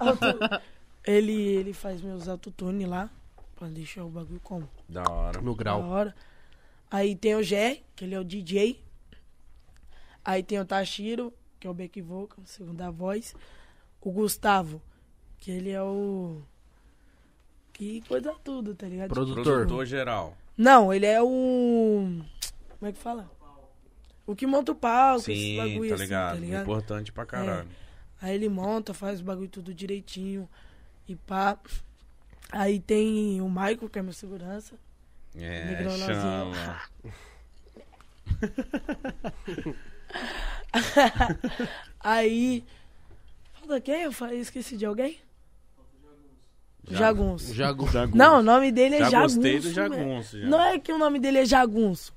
[SPEAKER 3] auto- ele, ele faz meus autotune lá, pra deixar o bagulho como?
[SPEAKER 1] Da hora.
[SPEAKER 2] No
[SPEAKER 3] Da
[SPEAKER 2] grau.
[SPEAKER 3] hora. Aí tem o Gé, que ele é o DJ. Aí tem o Tashiro, que é o back vocal, segunda voz. O Gustavo, que ele é o. Que coisa tudo, tá ligado?
[SPEAKER 2] Produtor.
[SPEAKER 1] Produtor geral.
[SPEAKER 3] Não, ele é o. Como é que fala? O que monta o palco, esses
[SPEAKER 1] Sim,
[SPEAKER 3] bagulho
[SPEAKER 1] tá
[SPEAKER 3] assim,
[SPEAKER 1] ligado?
[SPEAKER 3] tá ligado?
[SPEAKER 1] Importante pra caralho.
[SPEAKER 3] Aí ele monta, faz o bagulho tudo direitinho e pá. Aí tem o Maico, que é meu segurança.
[SPEAKER 1] É,
[SPEAKER 3] Negrão
[SPEAKER 1] chama.
[SPEAKER 3] Aí. Falta quem? Eu falei, esqueci de alguém?
[SPEAKER 1] Jagunço.
[SPEAKER 3] Jagunço.
[SPEAKER 2] Jagunço.
[SPEAKER 3] Não, o nome dele é
[SPEAKER 1] Já
[SPEAKER 3] Jagunço.
[SPEAKER 1] gostei do
[SPEAKER 3] mano.
[SPEAKER 1] Jagunço, já.
[SPEAKER 3] Não é que o nome dele é Jagunço.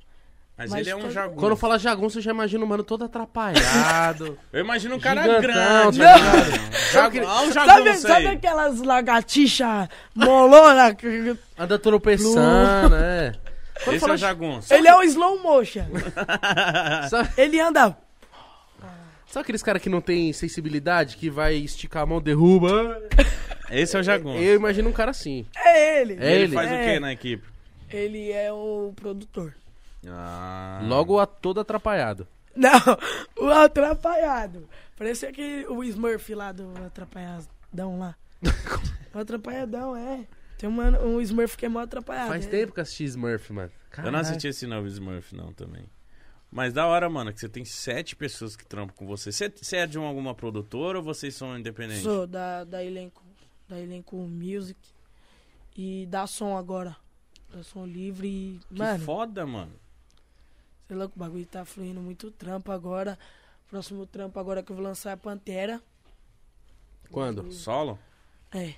[SPEAKER 1] Mas,
[SPEAKER 3] Mas
[SPEAKER 1] ele é um
[SPEAKER 3] tá-
[SPEAKER 1] jagunço.
[SPEAKER 2] Quando fala jagunço, eu já imagino o mano todo atrapalhado.
[SPEAKER 1] Eu imagino um cara
[SPEAKER 2] Gigantão,
[SPEAKER 1] grande.
[SPEAKER 2] tá
[SPEAKER 1] Jagu... Olha o
[SPEAKER 3] Sabe,
[SPEAKER 1] jagunço
[SPEAKER 3] sabe
[SPEAKER 1] aí.
[SPEAKER 3] aquelas lagartixas molonas?
[SPEAKER 2] Anda tropeçando, é.
[SPEAKER 1] Esse
[SPEAKER 2] Quando
[SPEAKER 1] é
[SPEAKER 2] fala
[SPEAKER 1] o jagunço.
[SPEAKER 3] Ele é um slow motion.
[SPEAKER 2] Sabe,
[SPEAKER 3] Ele anda.
[SPEAKER 2] sabe aqueles caras que não tem sensibilidade, que vai esticar a mão, derruba?
[SPEAKER 1] Esse é o jagunço.
[SPEAKER 2] Eu imagino um cara assim.
[SPEAKER 3] É ele.
[SPEAKER 1] E ele,
[SPEAKER 2] ele.
[SPEAKER 1] faz o
[SPEAKER 3] É.
[SPEAKER 1] quê na equipe?
[SPEAKER 3] Ele é o produtor.
[SPEAKER 1] Ah.
[SPEAKER 2] Logo a todo atrapalhado.
[SPEAKER 3] Não, o atrapalhado. Parece aquele o Smurf lá do atrapalhadão lá. o atrapalhadão, é. Tem uma, um Smurf que é mó atrapalhado.
[SPEAKER 2] Faz
[SPEAKER 3] é.
[SPEAKER 2] tempo que eu assisti Smurf, mano.
[SPEAKER 3] Tá,
[SPEAKER 1] Eu
[SPEAKER 3] né?
[SPEAKER 1] não assisti esse novo Smurf, não, também. Mas da hora, mano, que você tem sete pessoas que trampam com você. Você você é de uma- alguma produtora ou vocês são independentes?
[SPEAKER 3] Sou da, da elenco. Da elenco Music. E da som agora. Da som livre. e,
[SPEAKER 1] Que
[SPEAKER 3] Mano,
[SPEAKER 1] foda, mano.
[SPEAKER 3] sei lá, que o bagulho tá fluindo muito trampo agora. Próximo trampo agora que eu vou lançar é Pantera.
[SPEAKER 2] Quando?
[SPEAKER 1] Solo?
[SPEAKER 3] É.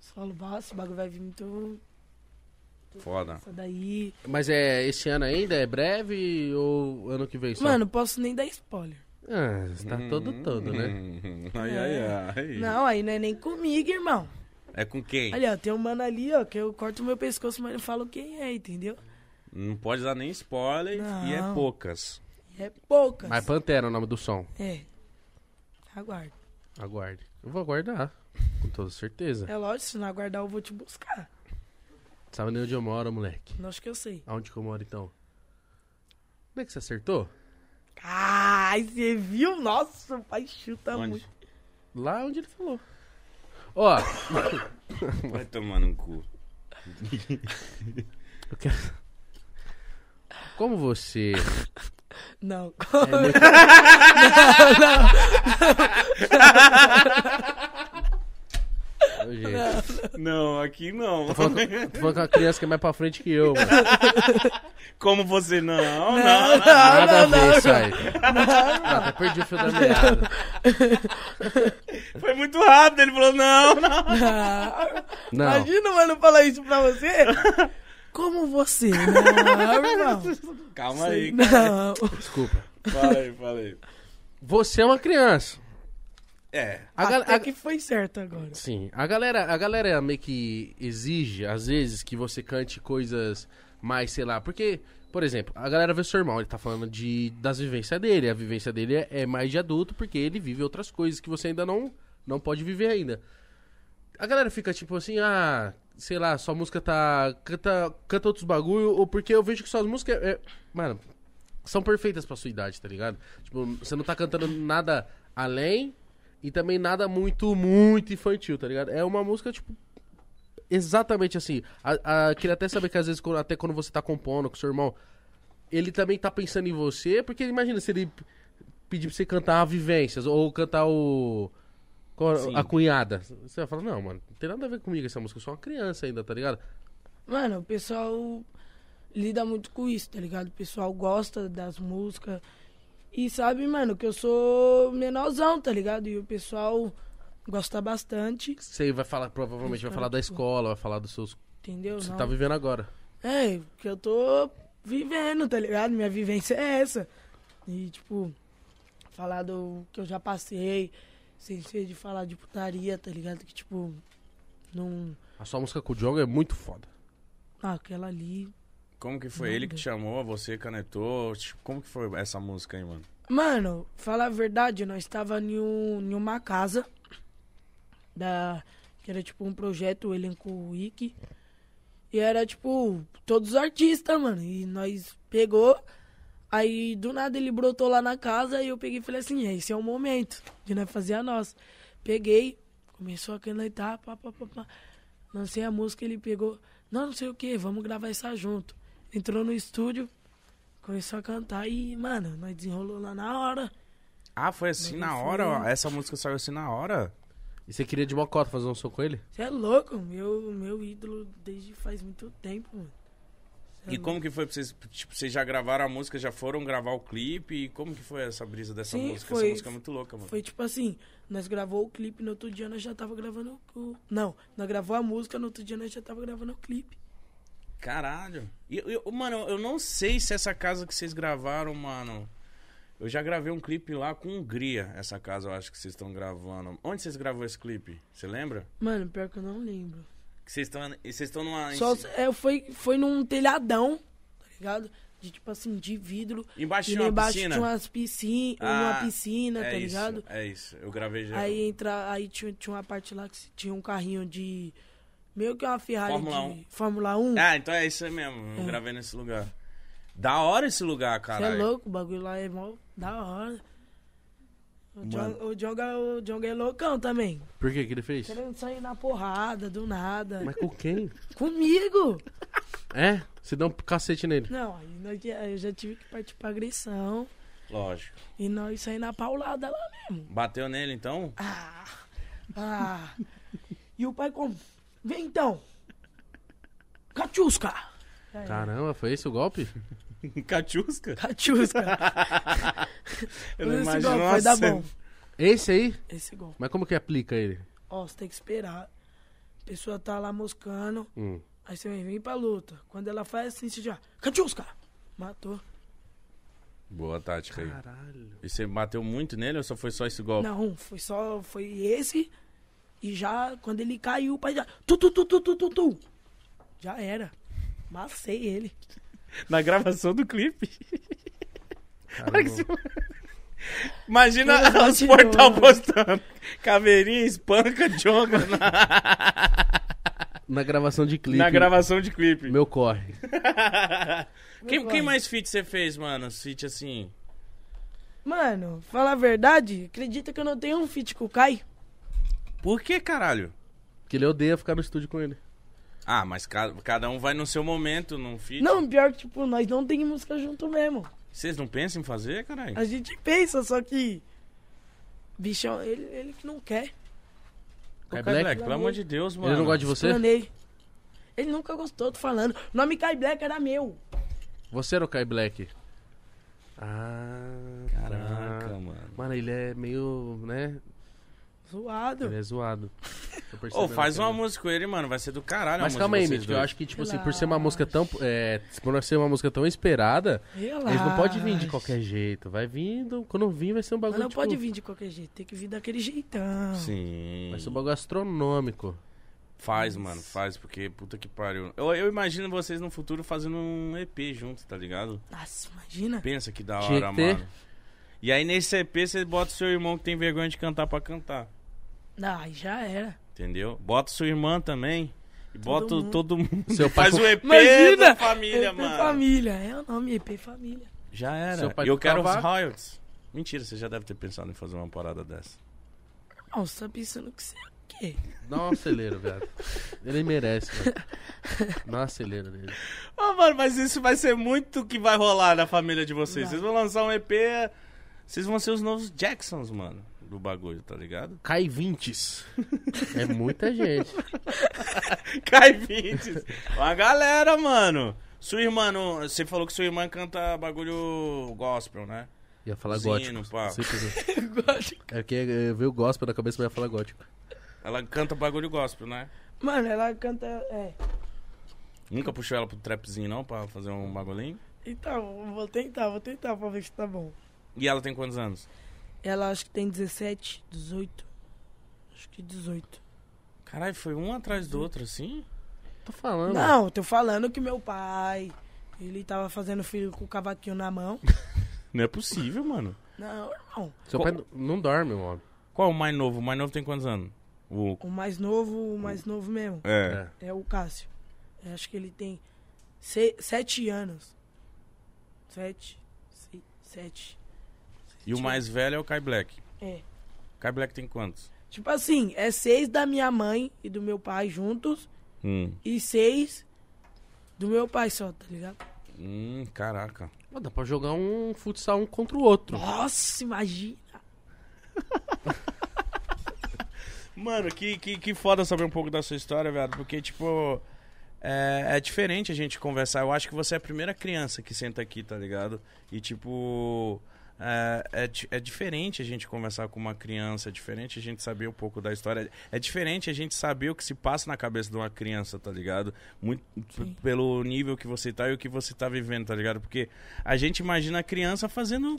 [SPEAKER 3] Solo baixo, o bagulho vai vir muito.
[SPEAKER 1] Foda.
[SPEAKER 3] Essa daí.
[SPEAKER 2] Mas é esse ano ainda? É breve ou ano que vem só?
[SPEAKER 3] Mano, posso nem dar spoiler.
[SPEAKER 2] Ah, tá todo todo, né?
[SPEAKER 1] Hum, ai, ai, ai.
[SPEAKER 3] Não, aí não é nem comigo, irmão.
[SPEAKER 1] É com quem?
[SPEAKER 3] Olha, ó, tem um mano ali, ó, que eu corto meu pescoço, mas não falo quem é, entendeu?
[SPEAKER 1] Não pode dar nem spoiler e é
[SPEAKER 3] Não.
[SPEAKER 1] poucas.
[SPEAKER 3] É poucas.
[SPEAKER 2] Mas Pantera é o nome do som.
[SPEAKER 3] É. Aguardo.
[SPEAKER 2] Aguarde. Eu vou aguardar. Com toda certeza.
[SPEAKER 3] É lógico, se não aguardar, eu vou te buscar.
[SPEAKER 2] Sabe nem onde eu moro, moleque.
[SPEAKER 3] Não acho que eu sei.
[SPEAKER 2] Aonde que eu moro, então? Onde é que você acertou?
[SPEAKER 3] Ai, você viu? Nossa, o pai chuta
[SPEAKER 1] Onde?
[SPEAKER 3] Tá muito.
[SPEAKER 2] Lá onde ele falou. Ó,
[SPEAKER 1] Vai tomar no cu.
[SPEAKER 2] eu quero... Como você
[SPEAKER 3] Não.
[SPEAKER 2] é muito... Ô, gente,
[SPEAKER 1] Não, aqui não.
[SPEAKER 2] Tô falando com uma criança que é mais pra frente que eu, mano.
[SPEAKER 1] Como você não? Não, não.
[SPEAKER 2] Nada a ver isso aí. Ah, até perdi o fio da meada.
[SPEAKER 1] Foi muito rápido. Ele falou, não, não.
[SPEAKER 3] Ah,
[SPEAKER 2] Não,
[SPEAKER 3] Imagina, mano, falar isso pra você. Como você? Não, irmão.
[SPEAKER 1] Calma aí.
[SPEAKER 3] Não.
[SPEAKER 2] desculpa.
[SPEAKER 1] Fala aí, fala aí.
[SPEAKER 2] Você é uma criança.
[SPEAKER 1] É.
[SPEAKER 2] A gal-
[SPEAKER 3] Até
[SPEAKER 2] a-
[SPEAKER 3] que foi certo agora.
[SPEAKER 2] Sim, a galera, a galera é meio que exige, às vezes, que você cante coisas mais, sei lá, porque, por exemplo, a galera vê seu irmão, ele tá falando de, das vivências dele, a vivência dele é, é mais de adulto, porque ele vive outras coisas que você ainda não, não pode viver ainda. A galera fica tipo assim, ah, sei lá, sua música tá, canta, canta outros bagulho, ou porque eu vejo que suas músicas, é, mano, são perfeitas pra sua idade, tá ligado? Tipo, você não tá cantando nada além e também nada muito, muito infantil, tá ligado? É uma música, tipo, exatamente assim. A, a- queria até saber que às vezes, quando- até quando você tá compondo com seu irmão, ele também tá pensando em você, porque imagina se ele p- pedir pra você cantar Vivências ou cantar o. qual-
[SPEAKER 1] Sim.
[SPEAKER 2] A cunhada. Você vai falar, não, mano, não tem nada a ver comigo essa música, eu sou uma criança ainda, tá ligado?
[SPEAKER 3] Mano, o pessoal lida muito com isso, tá ligado? O pessoal gosta das músicas. E sabe, mano, que eu sou menorzão, tá ligado? E o pessoal gosta bastante,
[SPEAKER 2] Você vai falar, provavelmente vai falar da escola, vai falar dos seus.
[SPEAKER 3] entendeu?
[SPEAKER 2] Você
[SPEAKER 3] Não.
[SPEAKER 2] tá vivendo agora.
[SPEAKER 3] É, que eu tô vivendo, tá ligado? Minha vivência é essa. E, tipo, falar do que eu já passei, sem ser de falar de putaria, tá ligado? Que, tipo, não,
[SPEAKER 2] A sua música com o Diogo é muito foda.
[SPEAKER 3] Ah, aquela ali.
[SPEAKER 1] Como que foi? Ele que te chamou, você canetou? Tipo, Como que foi essa música aí, mano?
[SPEAKER 3] Mano, falar a verdade, nós estava em, um, em uma casa da que era tipo um projeto, o elenco wiki. E era tipo todos os artistas, mano. E nós pegou aí do nada ele brotou lá na casa e eu peguei e falei assim: "Esse é o momento de nós fazer a nossa". Peguei, começou a cantar, pá, pá, pá, pá. Lancei a música, ele pegou, não, não sei o que, vamos gravar essa junto. Entrou no estúdio, começou a cantar e, mano, nós desenrolou lá na hora.
[SPEAKER 1] Ah, foi assim
[SPEAKER 3] Não,
[SPEAKER 1] na
[SPEAKER 3] foi-
[SPEAKER 1] hora? ó. Essa música saiu assim na hora?
[SPEAKER 2] E você queria de mocota fazer um som com ele?
[SPEAKER 3] Você é louco, meu, meu ídolo desde faz muito tempo, mano. Cê é
[SPEAKER 1] E como que foi pra vocês? Tipo, vocês já gravaram a música, já foram gravar o clipe? E como que foi essa brisa dessa
[SPEAKER 3] Sim,
[SPEAKER 1] música?
[SPEAKER 3] foi-
[SPEAKER 1] Essa música é muito louca, mano.
[SPEAKER 3] Foi tipo assim, nós gravou o clipe, no outro dia nós já tava gravando o... Não, nós gravou a música, no outro dia nós já tava gravando o clipe.
[SPEAKER 1] Caralho. E eu- eu- mano, eu não sei se essa casa que vocês gravaram, mano. Eu já gravei um clipe lá com Hungria, essa casa eu acho que vocês estão gravando. Onde vocês gravou esse clipe? Você lembra?
[SPEAKER 3] Mano, pior que eu não lembro.
[SPEAKER 1] Que vocês estão e vocês estão numa
[SPEAKER 3] Só é, foi, foi num telhadão, tá ligado? De tipo assim, de vidro.
[SPEAKER 1] embaixo
[SPEAKER 3] e
[SPEAKER 1] de
[SPEAKER 3] lá
[SPEAKER 1] uma
[SPEAKER 3] embaixo
[SPEAKER 1] piscina.
[SPEAKER 3] tinha umas piscina,
[SPEAKER 1] Ah,
[SPEAKER 3] uma piscina,
[SPEAKER 1] é
[SPEAKER 3] tá
[SPEAKER 1] isso,
[SPEAKER 3] ligado?
[SPEAKER 1] É isso. Eu gravei já.
[SPEAKER 3] Aí entra, aí tinha, tinha uma parte lá que se- tinha um carrinho de meio que uma Ferrari
[SPEAKER 1] Fórmula
[SPEAKER 3] de
[SPEAKER 1] 1.
[SPEAKER 3] Fórmula 1.
[SPEAKER 1] Ah, então é isso aí mesmo. Eu
[SPEAKER 3] É.
[SPEAKER 1] gravei nesse lugar. Da hora esse lugar,
[SPEAKER 3] Você é
[SPEAKER 1] cara.
[SPEAKER 3] louco, o bagulho lá é mó da hora. O
[SPEAKER 1] Mano.
[SPEAKER 3] John, o, John, é- o John é loucão também.
[SPEAKER 2] Por que que ele fez?
[SPEAKER 3] Querendo sair na porrada, do nada.
[SPEAKER 2] Mas com quem?
[SPEAKER 3] Comigo!
[SPEAKER 2] É? Você dá um cacete nele.
[SPEAKER 3] Não, aí nós já- eu já tive que partir pra agressão.
[SPEAKER 1] Lógico.
[SPEAKER 3] E nós saímos na paulada lá mesmo.
[SPEAKER 1] Bateu nele então?
[SPEAKER 3] Ah! Ah! e o pai como? Vem então! Catiusca! Já era.
[SPEAKER 2] Caramba, foi esse o golpe?
[SPEAKER 1] Catiusca?
[SPEAKER 3] Catiusca!
[SPEAKER 1] Eu não
[SPEAKER 3] Esse
[SPEAKER 1] imagino
[SPEAKER 3] golpe
[SPEAKER 1] uma
[SPEAKER 3] vai dar
[SPEAKER 1] cena.
[SPEAKER 3] bom.
[SPEAKER 2] Esse aí?
[SPEAKER 3] Esse gol.
[SPEAKER 2] Mas como que aplica ele?
[SPEAKER 3] Ó, você tem que esperar. A pessoa tá lá moscando.
[SPEAKER 2] Hum.
[SPEAKER 3] Aí você vem, vem pra luta. Quando ela faz assim, você já. Catiusca! Matou.
[SPEAKER 1] Boa tática aí.
[SPEAKER 2] Caralho.
[SPEAKER 1] E você bateu muito nele ou só foi só esse golpe?
[SPEAKER 3] Não, um, foi só. Foi esse. E já, quando ele caiu, o pai já. Tu, tu, tu, tu, tu, tu, tu. Já era. Macei ele.
[SPEAKER 1] Na gravação do clipe.
[SPEAKER 2] Caramba.
[SPEAKER 1] Imagina
[SPEAKER 3] Todas as
[SPEAKER 1] os portal
[SPEAKER 3] batidoras.
[SPEAKER 1] postando. Caveirinha, espanca, jonga na,
[SPEAKER 2] Na gravação de clipe.
[SPEAKER 1] na gravação de clipe.
[SPEAKER 2] Meu corre.
[SPEAKER 1] Quem,
[SPEAKER 3] Meu
[SPEAKER 1] quem
[SPEAKER 3] God.
[SPEAKER 1] mais feat você fez, mano? Feat assim.
[SPEAKER 3] Mano, fala a verdade, acredita que eu não tenho um fit com o Kai?
[SPEAKER 1] Por que, caralho?
[SPEAKER 2] Porque ele odeia ficar no estúdio com ele.
[SPEAKER 1] Ah, mas ca- cada um vai no seu momento, num feat.
[SPEAKER 3] Não, pior que, tipo, nós não tem música junto mesmo.
[SPEAKER 1] Vocês não pensam em fazer, É caralho?
[SPEAKER 3] A gente pensa, só que. Bichão, ele, ele que não quer.
[SPEAKER 1] Ô, Kai
[SPEAKER 2] Kai Black,
[SPEAKER 1] Black, pelo amor de Deus, mano.
[SPEAKER 2] Ele não gosta de você?
[SPEAKER 3] Planei. Ele nunca gostou, tô falando. O nome Kai Black era meu.
[SPEAKER 2] Você era o Kai Black. Ah.
[SPEAKER 1] Caraca,
[SPEAKER 2] tá.
[SPEAKER 1] mano.
[SPEAKER 2] Mano, ele é meio, né?
[SPEAKER 3] Zoado.
[SPEAKER 2] Ele é zoado. Tô
[SPEAKER 1] Ô,
[SPEAKER 2] percebendo
[SPEAKER 1] faz
[SPEAKER 2] que
[SPEAKER 1] uma
[SPEAKER 2] ele-
[SPEAKER 1] música com ele, mano. Vai ser do caralho, a
[SPEAKER 2] Mas
[SPEAKER 1] música
[SPEAKER 2] calma aí,
[SPEAKER 1] de vocês
[SPEAKER 2] Mitch, que eu
[SPEAKER 1] dois.
[SPEAKER 2] acho que, tipo assim, por ser uma música tão. É, por ser uma música tão esperada,
[SPEAKER 3] Relaxa.
[SPEAKER 2] eles não podem vir de qualquer jeito. Vai vindo. Quando vir, vai ser um
[SPEAKER 3] Mas
[SPEAKER 2] bagulho.
[SPEAKER 3] não
[SPEAKER 2] tipo,
[SPEAKER 3] pode vir de qualquer jeito, tem que vir daquele jeitão.
[SPEAKER 1] Sim.
[SPEAKER 2] Vai ser um bagulho astronômico.
[SPEAKER 1] Faz, mano, faz, porque puta que pariu. Eu, eu imagino vocês no futuro fazendo um EP junto, tá ligado?
[SPEAKER 3] Nossa, imagina.
[SPEAKER 1] Pensa que da
[SPEAKER 2] Tinha
[SPEAKER 1] hora,
[SPEAKER 2] que ter.
[SPEAKER 1] mano. E aí nesse EP você bota o seu irmão que tem vergonha de cantar pra cantar,
[SPEAKER 3] Não, aí já era.
[SPEAKER 1] entendeu? Bota sua irmã também. E bota
[SPEAKER 3] mundo.
[SPEAKER 1] todo mundo.
[SPEAKER 2] Seu pai
[SPEAKER 1] Faz
[SPEAKER 2] com-
[SPEAKER 1] o EP
[SPEAKER 3] Imagina!
[SPEAKER 1] da família,
[SPEAKER 3] EP
[SPEAKER 1] mano.
[SPEAKER 3] Família, é o nome, EP Família.
[SPEAKER 1] Já era.
[SPEAKER 2] Seu pai
[SPEAKER 1] e eu
[SPEAKER 2] com
[SPEAKER 1] quero os
[SPEAKER 2] cavaco.
[SPEAKER 1] royalties. Mentira, você já deve ter pensado em fazer uma parada dessa.
[SPEAKER 3] Não, você tá pensando que você é o quê?
[SPEAKER 2] Dá um acelero, viado. Ele merece, mano. Dá um acelero nele.
[SPEAKER 1] Ô, Ah, mano, mas isso vai ser muito que vai rolar na família de vocês.
[SPEAKER 3] Vai.
[SPEAKER 1] Vocês vão lançar um EP, vocês vão ser os novos Jacksons, mano, do bagulho, tá ligado?
[SPEAKER 2] Cai 20. É muita gente.
[SPEAKER 1] Cai 20. Uma galera, mano. Sua irmã, não- você falou que sua irmã canta bagulho gospel, né?
[SPEAKER 2] Ia falar
[SPEAKER 1] Zino,
[SPEAKER 2] gótico.
[SPEAKER 1] pá.
[SPEAKER 2] Sempre assim.
[SPEAKER 3] Eu gosto.
[SPEAKER 2] É que eu vi o gospel na cabeça, mas ia falar gótico.
[SPEAKER 1] Ela canta bagulho gospel, né?
[SPEAKER 3] Mano, ela canta. É.
[SPEAKER 1] Nunca puxou ela pro trapzinho, não, pra fazer um bagulhinho?
[SPEAKER 3] Então, vou tentar, vou tentar pra ver se tá bom.
[SPEAKER 1] E ela tem quantos anos?
[SPEAKER 3] Ela acho que tem 17, 18. Acho que 18.
[SPEAKER 1] Caralho, foi um atrás do outro, assim?
[SPEAKER 2] Tô falando.
[SPEAKER 3] Não, tô falando que meu pai. Ele tava fazendo filho com o cavaquinho na mão.
[SPEAKER 1] Não é possível, mano.
[SPEAKER 3] Não, irmão.
[SPEAKER 2] Seu pai não- não dorme, homem.
[SPEAKER 1] Qual é o mais novo? O mais novo tem quantos anos? O...
[SPEAKER 3] O mais novo, o mais novo mesmo.
[SPEAKER 1] É.
[SPEAKER 3] É o Cássio. Eu acho que ele tem se- sete anos. Sete. se- Sete.
[SPEAKER 1] E o mais velho é o Kai Black.
[SPEAKER 3] É.
[SPEAKER 1] Kai Black tem quantos?
[SPEAKER 3] Tipo assim, é seis da minha mãe e do meu pai juntos.
[SPEAKER 1] Hum.
[SPEAKER 3] E seis do meu pai só, tá ligado?
[SPEAKER 1] Hum, caraca.
[SPEAKER 2] Pô, dá pra jogar um futsal um contra o outro.
[SPEAKER 1] Uhum.
[SPEAKER 3] Nossa, imagina.
[SPEAKER 1] Mano, que, que, que foda saber um pouco da sua história, velho. Porque, tipo, é, é diferente a gente conversar. Eu acho que você é a primeira criança que senta aqui, tá ligado? E, tipo, é, é, di- é diferente a gente conversar com uma criança. É diferente a gente saber um pouco da história. É diferente a gente saber o que se passa na cabeça de uma criança, tá ligado? Muito p-
[SPEAKER 3] Sim.
[SPEAKER 1] pelo nível que você tá e o que você tá vivendo, tá ligado? Porque a gente imagina a criança fazendo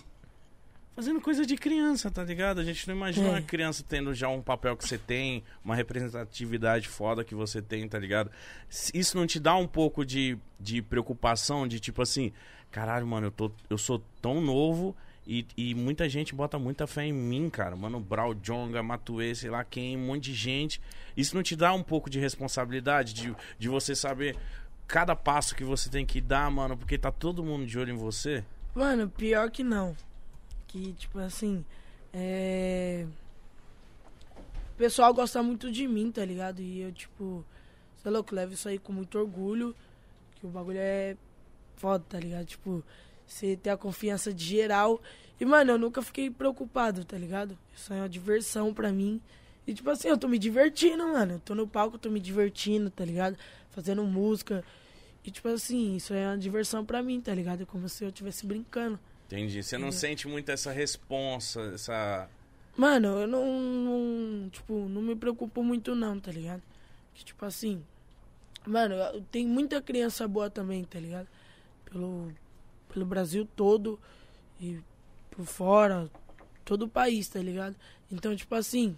[SPEAKER 1] Fazendo coisa de criança, tá ligado? A gente não imagina
[SPEAKER 3] É.
[SPEAKER 1] uma criança tendo já um papel que você tem, uma representatividade foda que você tem, tá ligado? S- Isso não te dá um pouco de, de preocupação, de tipo assim, caralho, mano, eu, tô, eu sou tão novo e, e muita gente bota muita fé em mim, cara. Mano, Brau, Jonga, Matuê, sei lá quem, um monte de gente. Isso não te dá um pouco de responsabilidade, de, de você saber cada passo que você tem que dar, mano, porque tá todo mundo de olho em você?
[SPEAKER 3] Mano, pior que não. Que, tipo assim, é. O pessoal gosta muito de mim, tá ligado? E eu, tipo, sei lá, eu levo isso aí com muito orgulho. Que o bagulho é foda, tá ligado? Tipo, você ter a confiança de geral. E, mano, eu nunca fiquei preocupado, tá ligado? Isso aí é uma diversão pra mim. E, tipo assim, eu tô me divertindo, mano. Eu tô no palco, eu tô me divertindo, tá ligado? Fazendo música. E, tipo assim, isso aí é uma diversão pra mim, tá ligado? É como se eu estivesse brincando.
[SPEAKER 1] Entendi. Você não sente muito essa responsa, essa.
[SPEAKER 3] Mano, eu não, não- Tipo, não me preocupo muito, não, tá ligado? Que, tipo assim. Mano, eu- tem muita criança boa também, tá ligado? Pelo, pelo Brasil todo e por fora, todo o país, tá ligado? Então, tipo assim.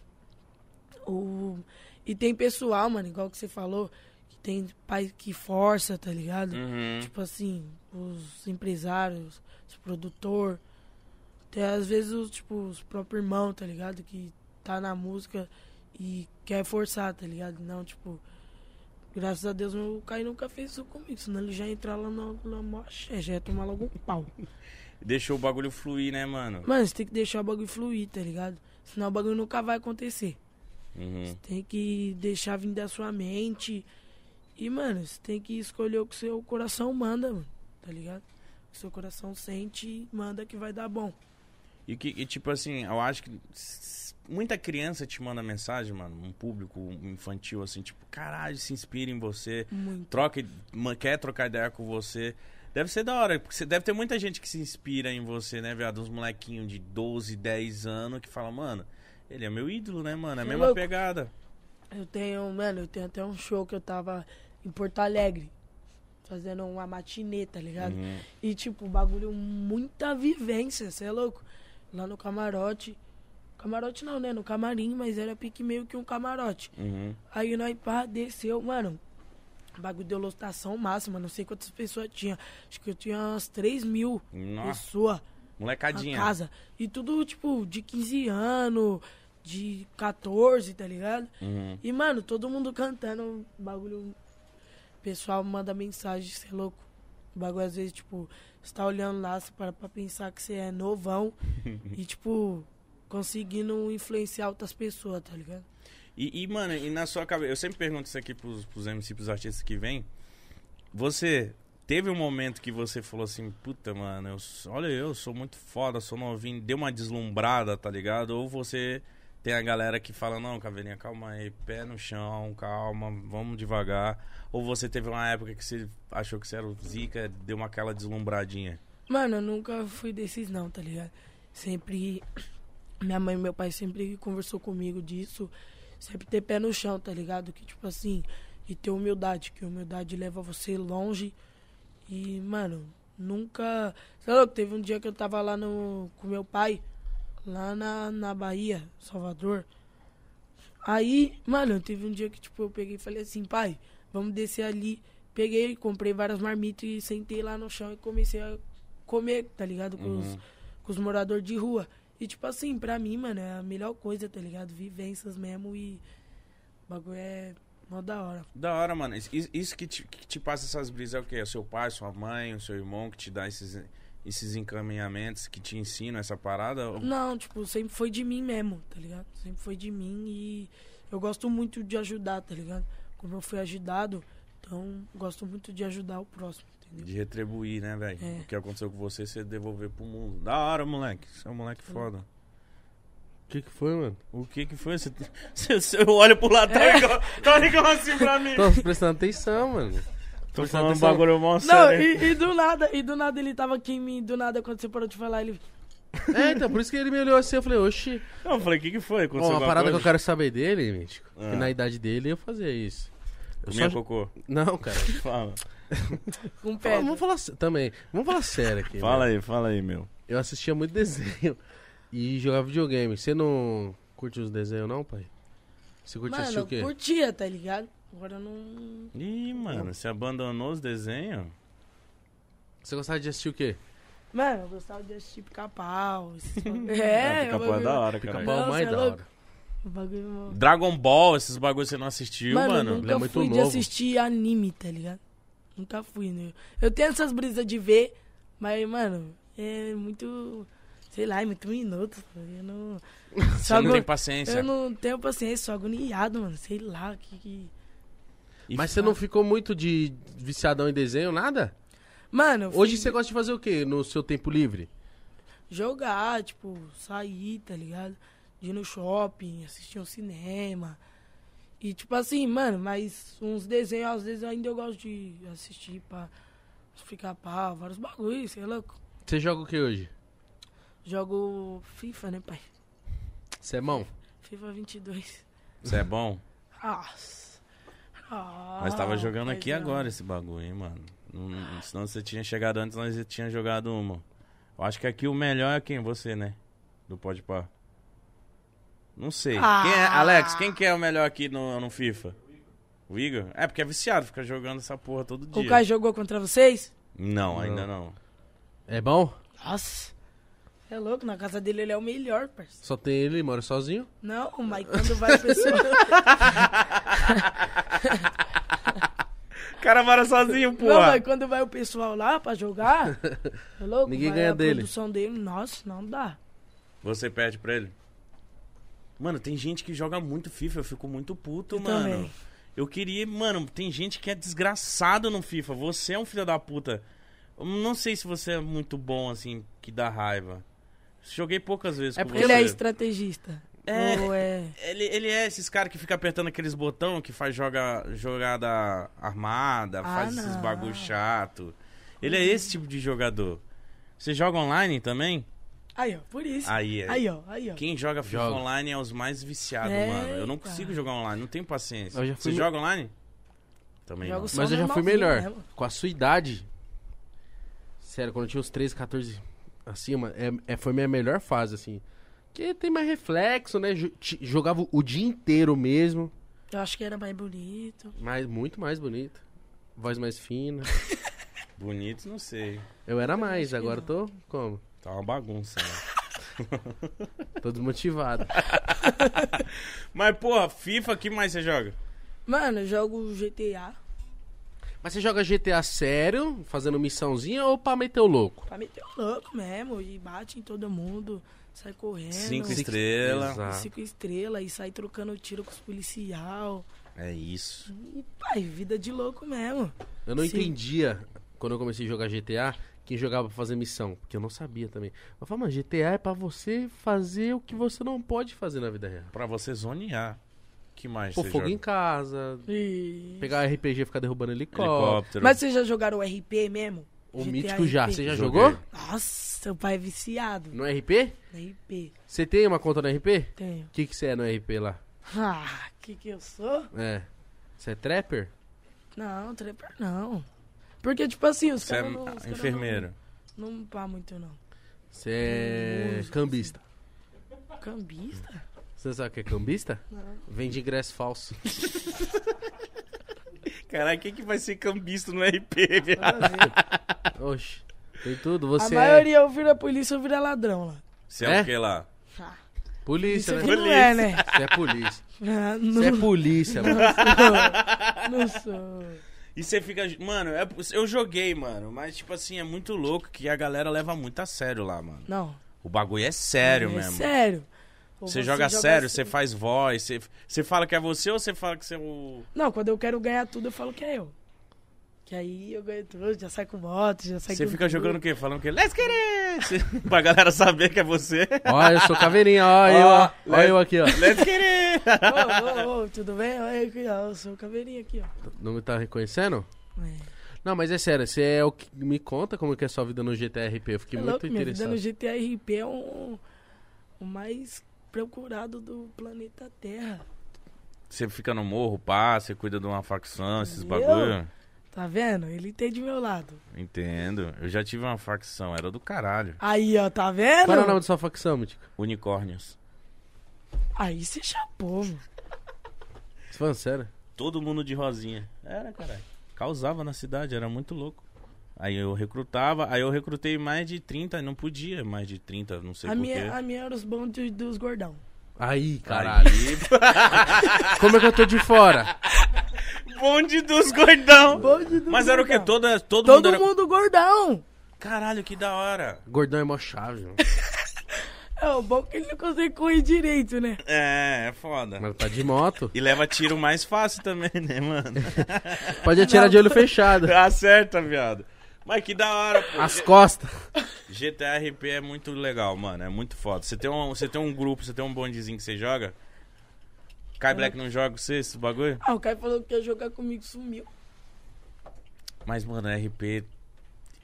[SPEAKER 3] O... E tem pessoal, mano, igual que você falou, que tem pai que força, tá ligado? Tipo assim, os empresários, os produtor, até às vezes os, tipo, os próprios irmãos, tá ligado? Que tá na música e quer forçar, tá ligado? Não, tipo, graças a Deus meu Caio nunca fez isso comigo, senão ele já ia entrar lá na, na mocha, já ia tomar logo um pau.
[SPEAKER 1] Deixou o bagulho fluir, né, mano?
[SPEAKER 3] Mano, você tem que deixar o bagulho fluir, tá ligado? Senão o bagulho nunca vai acontecer.
[SPEAKER 1] Uhum.
[SPEAKER 3] Tem que deixar vir da sua mente. E, mano, você tem que escolher o que seu coração manda, mano. Tá ligado? O que seu coração sente e manda que vai dar bom.
[SPEAKER 1] E que, e tipo assim, eu acho que s- muita criança te manda mensagem, mano. Um público infantil, assim, tipo, caralho, se inspira em você.
[SPEAKER 3] Muito.
[SPEAKER 1] Troca, ma- quer trocar ideia com você. Deve ser da hora, porque você deve ter muita gente que se inspira em você, né, viado? Uns molequinhos de 12, 10 anos que fala, mano, ele é meu ídolo, né, mano? É a
[SPEAKER 3] Cê é
[SPEAKER 1] mesma
[SPEAKER 3] louco.
[SPEAKER 1] pegada.
[SPEAKER 3] Eu tenho, mano, eu tenho até um show que eu tava em Porto Alegre. Fazendo uma matinê, tá ligado?
[SPEAKER 1] Uhum.
[SPEAKER 3] E, tipo, bagulho, muita vivência, você é louco? Lá no camarote. Camarote não, né? No camarim, mas era pique meio que um camarote.
[SPEAKER 1] Uhum.
[SPEAKER 3] Aí nós pá, desceu, mano. O bagulho deu lotação máxima, não sei quantas pessoas tinha. Acho que eu tinha umas 3 mil
[SPEAKER 1] Nossa,
[SPEAKER 3] pessoas na
[SPEAKER 1] molecadinha.
[SPEAKER 3] casa. E tudo, tipo, de 15 anos, de 14, tá ligado?
[SPEAKER 1] Uhum.
[SPEAKER 3] E, mano, todo mundo cantando, o bagulho. O pessoal manda mensagem, você é louco. O bagulho, às vezes, tipo, você tá olhando lá, você para pra pensar que você é novão e, tipo, conseguindo influenciar outras pessoas, tá ligado?
[SPEAKER 1] E, e, mano, e na sua cabeça, eu sempre pergunto isso aqui pros, pros MC, pros artistas que vêm. Você teve um momento que você falou assim, puta, mano, eu, s- olha eu, sou muito foda, sou novinho, deu uma deslumbrada, tá ligado? Ou você tem a galera que fala, não, caveirinha, calma aí, pé no chão, calma, vamos devagar. Ou você teve uma época que você achou que você era o zica, deu uma aquela deslumbradinha.
[SPEAKER 3] Mano, eu nunca fui desses não, tá ligado? Sempre. Minha mãe e meu pai sempre conversou comigo disso. Sempre ter pé no chão, tá ligado? Que tipo assim, e ter humildade, que humildade leva você longe. E, mano, nunca. Sei lá, teve um dia que eu tava lá no. com meu pai, lá na, na Bahia, Salvador. Aí, mano, teve um dia que, tipo, eu peguei e falei assim, pai, vamos descer ali. Peguei, comprei várias marmitas e sentei lá no chão e comecei a comer, tá ligado? Com
[SPEAKER 2] Uhum.
[SPEAKER 3] os, com os moradores de rua. E, tipo assim, pra mim, mano, é a melhor coisa, tá ligado? Vivências mesmo e. O bagulho é mó da hora.
[SPEAKER 1] Da hora, mano. Isso, isso- isso que, te, que te passa essas brisas é o quê? É o seu pai, sua mãe, o seu irmão que te dá esses, esses encaminhamentos, que te ensina essa parada?
[SPEAKER 3] Não, tipo, sempre foi de mim mesmo, tá ligado? Sempre foi de mim e eu gosto muito de ajudar, tá ligado? Como eu fui ajudado, então gosto muito de ajudar o próximo, entendeu?
[SPEAKER 1] De retribuir, né, velho?
[SPEAKER 3] É.
[SPEAKER 1] O que aconteceu com você, você devolver pro mundo. Da hora, moleque. Você é um moleque foda.
[SPEAKER 2] O que, que foi, mano?
[SPEAKER 1] O que que foi? Você, tá- você, você olha pro lado, tá ligado? Tá ligado assim pra mim.
[SPEAKER 2] É. Tô prestando atenção, mano.
[SPEAKER 1] Tô
[SPEAKER 2] prestando
[SPEAKER 1] falando um
[SPEAKER 2] atenção.
[SPEAKER 1] bagulho mó
[SPEAKER 3] Não,
[SPEAKER 2] é
[SPEAKER 1] sério.
[SPEAKER 3] e, e do nada, e do nada ele tava aqui em mim, do nada quando você parou de falar, ele.
[SPEAKER 2] É, então, por isso que ele me olhou assim, eu falei, oxi.
[SPEAKER 1] Não, eu falei, o que que foi?
[SPEAKER 2] Ó,
[SPEAKER 1] Aconteceu
[SPEAKER 2] uma
[SPEAKER 1] alguma
[SPEAKER 2] parada que eu
[SPEAKER 1] coisa?
[SPEAKER 2] quero saber dele, Mítico,
[SPEAKER 1] Ah.
[SPEAKER 2] que na idade dele eu fazia isso. Eu
[SPEAKER 1] Minha
[SPEAKER 2] só...
[SPEAKER 1] cocô.
[SPEAKER 2] Não, cara.
[SPEAKER 1] Fala.
[SPEAKER 3] Com
[SPEAKER 2] Fala-
[SPEAKER 3] pedra.
[SPEAKER 2] vamos falar sé- também. Vamos falar sério aqui.
[SPEAKER 1] Fala
[SPEAKER 2] né?
[SPEAKER 1] aí, fala aí, meu.
[SPEAKER 2] Eu assistia muito desenho e jogava videogame. Você não curte os desenhos, não, pai? Você curte
[SPEAKER 3] Mano,
[SPEAKER 2] assistir
[SPEAKER 3] eu
[SPEAKER 2] o quê?
[SPEAKER 3] curtia, tá ligado? Agora eu não.
[SPEAKER 1] Ih, mano, você abandonou os desenhos?
[SPEAKER 2] Você gostava de assistir o quê?
[SPEAKER 3] Mano, eu gostava de assistir pica-pau. esses bagulho. É,
[SPEAKER 1] ah,
[SPEAKER 3] o
[SPEAKER 1] pica-pau é
[SPEAKER 3] bagulho-
[SPEAKER 1] da hora, cara.
[SPEAKER 2] Pica-pau
[SPEAKER 3] Não,
[SPEAKER 2] mais
[SPEAKER 3] cê é
[SPEAKER 2] da
[SPEAKER 3] louco.
[SPEAKER 2] hora.
[SPEAKER 3] o bagulho. mó-
[SPEAKER 1] Dragon Ball, esses bagulhos você não assistiu,
[SPEAKER 3] Mano,
[SPEAKER 1] mano?
[SPEAKER 3] eu
[SPEAKER 2] ele é
[SPEAKER 3] nunca
[SPEAKER 2] muito
[SPEAKER 3] fui de
[SPEAKER 2] novo.
[SPEAKER 3] assistir anime, tá ligado? Nunca fui, né? Eu tenho essas brisas de ver, mas, mano, é muito. Sei lá, é muito minuto. pô, Eu não.
[SPEAKER 1] Você não tem paciência.
[SPEAKER 3] Eu não tenho paciência, sou agoniado, mano. Sei lá, o que que.
[SPEAKER 1] E
[SPEAKER 2] Mas você não ficou muito de viciadão em desenho, nada?
[SPEAKER 3] Mano, eu fui
[SPEAKER 2] Hoje você gosta de fazer o quê no seu tempo livre?
[SPEAKER 3] jogar, tipo, sair, tá ligado? De ir no shopping, assistir um cinema. E tipo assim, mano, mas uns desenhos, às vezes ainda eu gosto de assistir pra ficar pau, vários bagulhos, sei lá.
[SPEAKER 2] Você joga o que hoje?
[SPEAKER 3] Jogo FIFA, né, pai?
[SPEAKER 2] Você é mão?
[SPEAKER 3] FIFA 22.
[SPEAKER 1] Você é bom?
[SPEAKER 3] Nossa.
[SPEAKER 1] Mas
[SPEAKER 3] Ah,
[SPEAKER 1] tava jogando
[SPEAKER 3] Nossa, é um
[SPEAKER 1] aqui
[SPEAKER 3] paizão.
[SPEAKER 1] agora esse bagulho, hein, mano. Não- Senão você tinha chegado antes, nós já tinha jogado uma. Eu acho que aqui o melhor é quem? Você, né? Do Pode Par. Não sei.
[SPEAKER 3] Ah.
[SPEAKER 1] Quem é- Alex, quem que é o melhor aqui no, no FIFA? O Igor? É, porque é viciado, fica jogando essa porra todo
[SPEAKER 3] O
[SPEAKER 1] dia.
[SPEAKER 3] Kai jogou contra vocês?
[SPEAKER 1] Não, ainda não.
[SPEAKER 2] É bom?
[SPEAKER 3] Nossa. É louco, na casa dele ele é o melhor, parceiro.
[SPEAKER 2] Só tem ele, mora sozinho?
[SPEAKER 3] Não, mas quando vai a pessoa.
[SPEAKER 1] O cara mora sozinho,
[SPEAKER 3] Não,
[SPEAKER 1] porra.
[SPEAKER 3] mas quando vai o pessoal lá pra jogar, é louco,
[SPEAKER 2] Ninguém
[SPEAKER 3] vai
[SPEAKER 2] ganha
[SPEAKER 3] a
[SPEAKER 2] dele.
[SPEAKER 3] produção dele, nossa, não dá.
[SPEAKER 1] Você perde pra ele? Mano, tem gente que joga muito FIFA, eu fico muito puto,
[SPEAKER 3] Eu
[SPEAKER 1] mano.
[SPEAKER 3] também.
[SPEAKER 1] Eu queria, mano, tem gente que é desgraçado no FIFA. Você é um filho da puta. Eu não sei se você é muito bom assim, que dá raiva. Joguei poucas vezes
[SPEAKER 3] É
[SPEAKER 1] com
[SPEAKER 3] porque
[SPEAKER 1] você.
[SPEAKER 3] ele é estrategista.
[SPEAKER 1] É.
[SPEAKER 3] Ou é.
[SPEAKER 1] Ele, ele é esses cara que fica apertando aqueles botão que faz joga, jogada armada,
[SPEAKER 3] Ah,
[SPEAKER 1] faz esses
[SPEAKER 3] não.
[SPEAKER 1] bagulho chato. Ele é esse tipo de jogador. Você joga online também?
[SPEAKER 3] Aí, ó, por isso.
[SPEAKER 1] Aí é.
[SPEAKER 3] Aí, ó, aí, ó.
[SPEAKER 1] Quem joga FIFA
[SPEAKER 2] Joga.
[SPEAKER 1] online é os mais viciados,
[SPEAKER 3] Eita.
[SPEAKER 1] mano. Eu não consigo jogar online, não tenho paciência.
[SPEAKER 2] Eu já
[SPEAKER 1] Você
[SPEAKER 2] fui-
[SPEAKER 1] joga online? Também
[SPEAKER 3] Jogo
[SPEAKER 1] não.
[SPEAKER 3] só
[SPEAKER 2] Mas eu já fui
[SPEAKER 3] normalzinho
[SPEAKER 2] melhor.
[SPEAKER 3] mesmo.
[SPEAKER 2] Com a sua idade. Sério, quando eu tinha uns 13, 14 acima, é, é- foi minha melhor fase, assim. Porque tem mais reflexo, né? Jo- ti- Jogava o dia inteiro mesmo.
[SPEAKER 3] Eu acho que era mais bonito.
[SPEAKER 2] Mas muito mais bonito. Voz mais fina.
[SPEAKER 1] Bonito, não sei.
[SPEAKER 2] Eu era mais,
[SPEAKER 3] acho que
[SPEAKER 2] agora eu
[SPEAKER 3] não.
[SPEAKER 2] tô como?
[SPEAKER 1] Tá uma bagunça, né?
[SPEAKER 2] Tô desmotivado.
[SPEAKER 1] Mas, porra, FIFA, que mais você joga?
[SPEAKER 3] Mano, eu jogo GTA
[SPEAKER 2] Mas você joga GTA sério, fazendo missãozinha ou pra meter o louco?
[SPEAKER 3] pra meter o louco mesmo. E bate em todo mundo, sai correndo.
[SPEAKER 1] Cinco
[SPEAKER 3] cinco
[SPEAKER 1] estrelas.
[SPEAKER 2] Exato.
[SPEAKER 3] estrelas. e sai trocando tiro com os policial.
[SPEAKER 1] É isso.
[SPEAKER 3] E, pai, vida de louco mesmo.
[SPEAKER 2] Eu não
[SPEAKER 3] Sim.
[SPEAKER 2] entendia quando eu comecei a jogar GTA quem jogava pra fazer missão, porque eu não sabia também. Eu falava, mano, GTA é pra você fazer o que você não pode fazer na vida real.
[SPEAKER 1] Pra você zonear. Que mais
[SPEAKER 2] Pôr
[SPEAKER 1] você
[SPEAKER 2] fogo
[SPEAKER 1] joga?
[SPEAKER 2] em casa,
[SPEAKER 3] E...
[SPEAKER 2] pegar RPG e ficar derrubando helicóptero.
[SPEAKER 1] Helicóptero.
[SPEAKER 3] Mas vocês já jogaram o RP mesmo?
[SPEAKER 2] O
[SPEAKER 3] GTA
[SPEAKER 2] mítico já.
[SPEAKER 3] RP?
[SPEAKER 2] Você já
[SPEAKER 1] Joguei.
[SPEAKER 2] jogou?
[SPEAKER 3] Nossa, seu pai é viciado.
[SPEAKER 2] No RP?
[SPEAKER 3] No RP,
[SPEAKER 2] Você tem uma conta no RP?
[SPEAKER 3] tenho.
[SPEAKER 2] O que, que você é no RP lá?
[SPEAKER 3] Ah, que que eu sou?
[SPEAKER 2] É. Você é trapper?
[SPEAKER 3] Não, trepar não. Porque, tipo assim, os
[SPEAKER 1] Você é
[SPEAKER 3] caras não... os caras
[SPEAKER 1] enfermeiro.
[SPEAKER 3] Não, Hum, não pá muito, não.
[SPEAKER 2] Você é
[SPEAKER 3] Música,
[SPEAKER 2] cambista.
[SPEAKER 3] Cambista?
[SPEAKER 2] Você sabe o que é cambista? Vende ingresso falso.
[SPEAKER 1] Caralho, quem que vai ser cambista no RP, viado?
[SPEAKER 2] Oxe, tem tudo. Você
[SPEAKER 3] a maioria ou vira polícia ou vira ladrão lá.
[SPEAKER 1] Você é,
[SPEAKER 2] É?
[SPEAKER 1] o que lá?
[SPEAKER 2] é
[SPEAKER 3] Isso
[SPEAKER 2] polícia, né?
[SPEAKER 3] aqui não é, né?
[SPEAKER 2] Você é polícia.
[SPEAKER 3] Ah,
[SPEAKER 2] Você é
[SPEAKER 3] Não,
[SPEAKER 2] polícia, mano.
[SPEAKER 3] Ah,
[SPEAKER 1] é
[SPEAKER 3] não sou.
[SPEAKER 1] E você fica. Mano, é- eu joguei, mano. Mas, tipo assim, é muito louco que a galera leva muito a sério lá, mano.
[SPEAKER 3] Não.
[SPEAKER 1] O bagulho é sério
[SPEAKER 3] é
[SPEAKER 1] mesmo.
[SPEAKER 3] sério. Ou
[SPEAKER 1] Você, joga, sério,
[SPEAKER 3] assim.
[SPEAKER 1] você faz voz, você, você fala que é você ou você fala que você é o.
[SPEAKER 3] Não, quando eu quero ganhar tudo, eu falo que é eu. Que aí eu ganho tudo, já sai com moto, já sai
[SPEAKER 1] Você
[SPEAKER 3] com
[SPEAKER 1] fica
[SPEAKER 3] tudo.
[SPEAKER 1] jogando o quê? Falando o quê? Let's get it! Você- pra galera saber que é você.
[SPEAKER 2] Ó, eu sou caveirinha, ó, eu, ó. Ó, eu aqui, ó.
[SPEAKER 1] Let's get it!
[SPEAKER 3] Ô, ô, ô, tudo bem? Olha aqui, ó, eu sou o caveirinho aqui, ó.
[SPEAKER 2] Não me tá reconhecendo?
[SPEAKER 3] É,
[SPEAKER 2] Não, mas é sério, você é o que me conta como que é sua vida no GTRP. Eu fiquei
[SPEAKER 3] é
[SPEAKER 2] muito
[SPEAKER 3] louco, minha vida
[SPEAKER 2] interessado.
[SPEAKER 3] no GTA RP é um, o mais procurado do planeta Terra.
[SPEAKER 1] Você fica no morro, pá, você cuida de uma facção, esses
[SPEAKER 3] Eu?
[SPEAKER 1] bagulho.
[SPEAKER 3] Tá vendo? Ele tem de meu lado.
[SPEAKER 1] Entendo. Eu já tive uma facção, era do caralho.
[SPEAKER 3] Aí, ó, tá vendo?
[SPEAKER 2] Qual é o nome da sua facção, Mítico?
[SPEAKER 1] Unicórnios.
[SPEAKER 3] Aí você chapou, mano.
[SPEAKER 2] Você tá falando sério?
[SPEAKER 1] Todo mundo de rosinha. Era, caralho. Causava na cidade, era muito louco. Aí eu recrutava, aí eu recrutei mais de 30, e não podia mais de 30, não sei
[SPEAKER 3] A minha,
[SPEAKER 1] porquê.
[SPEAKER 3] a minha era os bandos dos gordão.
[SPEAKER 2] Aí, caralho.
[SPEAKER 1] Caralho.
[SPEAKER 2] Como é que eu tô de fora?
[SPEAKER 1] Bonde dos gordão.
[SPEAKER 3] Bonde dos
[SPEAKER 1] Mas era o quê?
[SPEAKER 3] gordão.
[SPEAKER 1] Toda, todo, mundo
[SPEAKER 3] Todo
[SPEAKER 1] era...
[SPEAKER 3] mundo gordão!
[SPEAKER 1] Caralho, que da hora.
[SPEAKER 2] Gordão é mó chave, mano.
[SPEAKER 3] É, o bom é que ele não consegue correr direito, né?
[SPEAKER 1] É, é foda.
[SPEAKER 2] Mas tá de moto.
[SPEAKER 1] E leva tiro mais fácil também, né, mano?
[SPEAKER 2] Pode atirar de olho fechado.
[SPEAKER 1] Acerta, viado. Mas que da hora, pô.
[SPEAKER 2] As costas.
[SPEAKER 1] GTRP é muito legal, mano. É muito foda. Você tem um, você tem um grupo, você tem um bondezinho que você joga. Kai
[SPEAKER 3] É.
[SPEAKER 1] Black não joga com você, esse bagulho?
[SPEAKER 3] Ah, o cara falou que ia jogar comigo, sumiu.
[SPEAKER 1] Mas, mano, RP,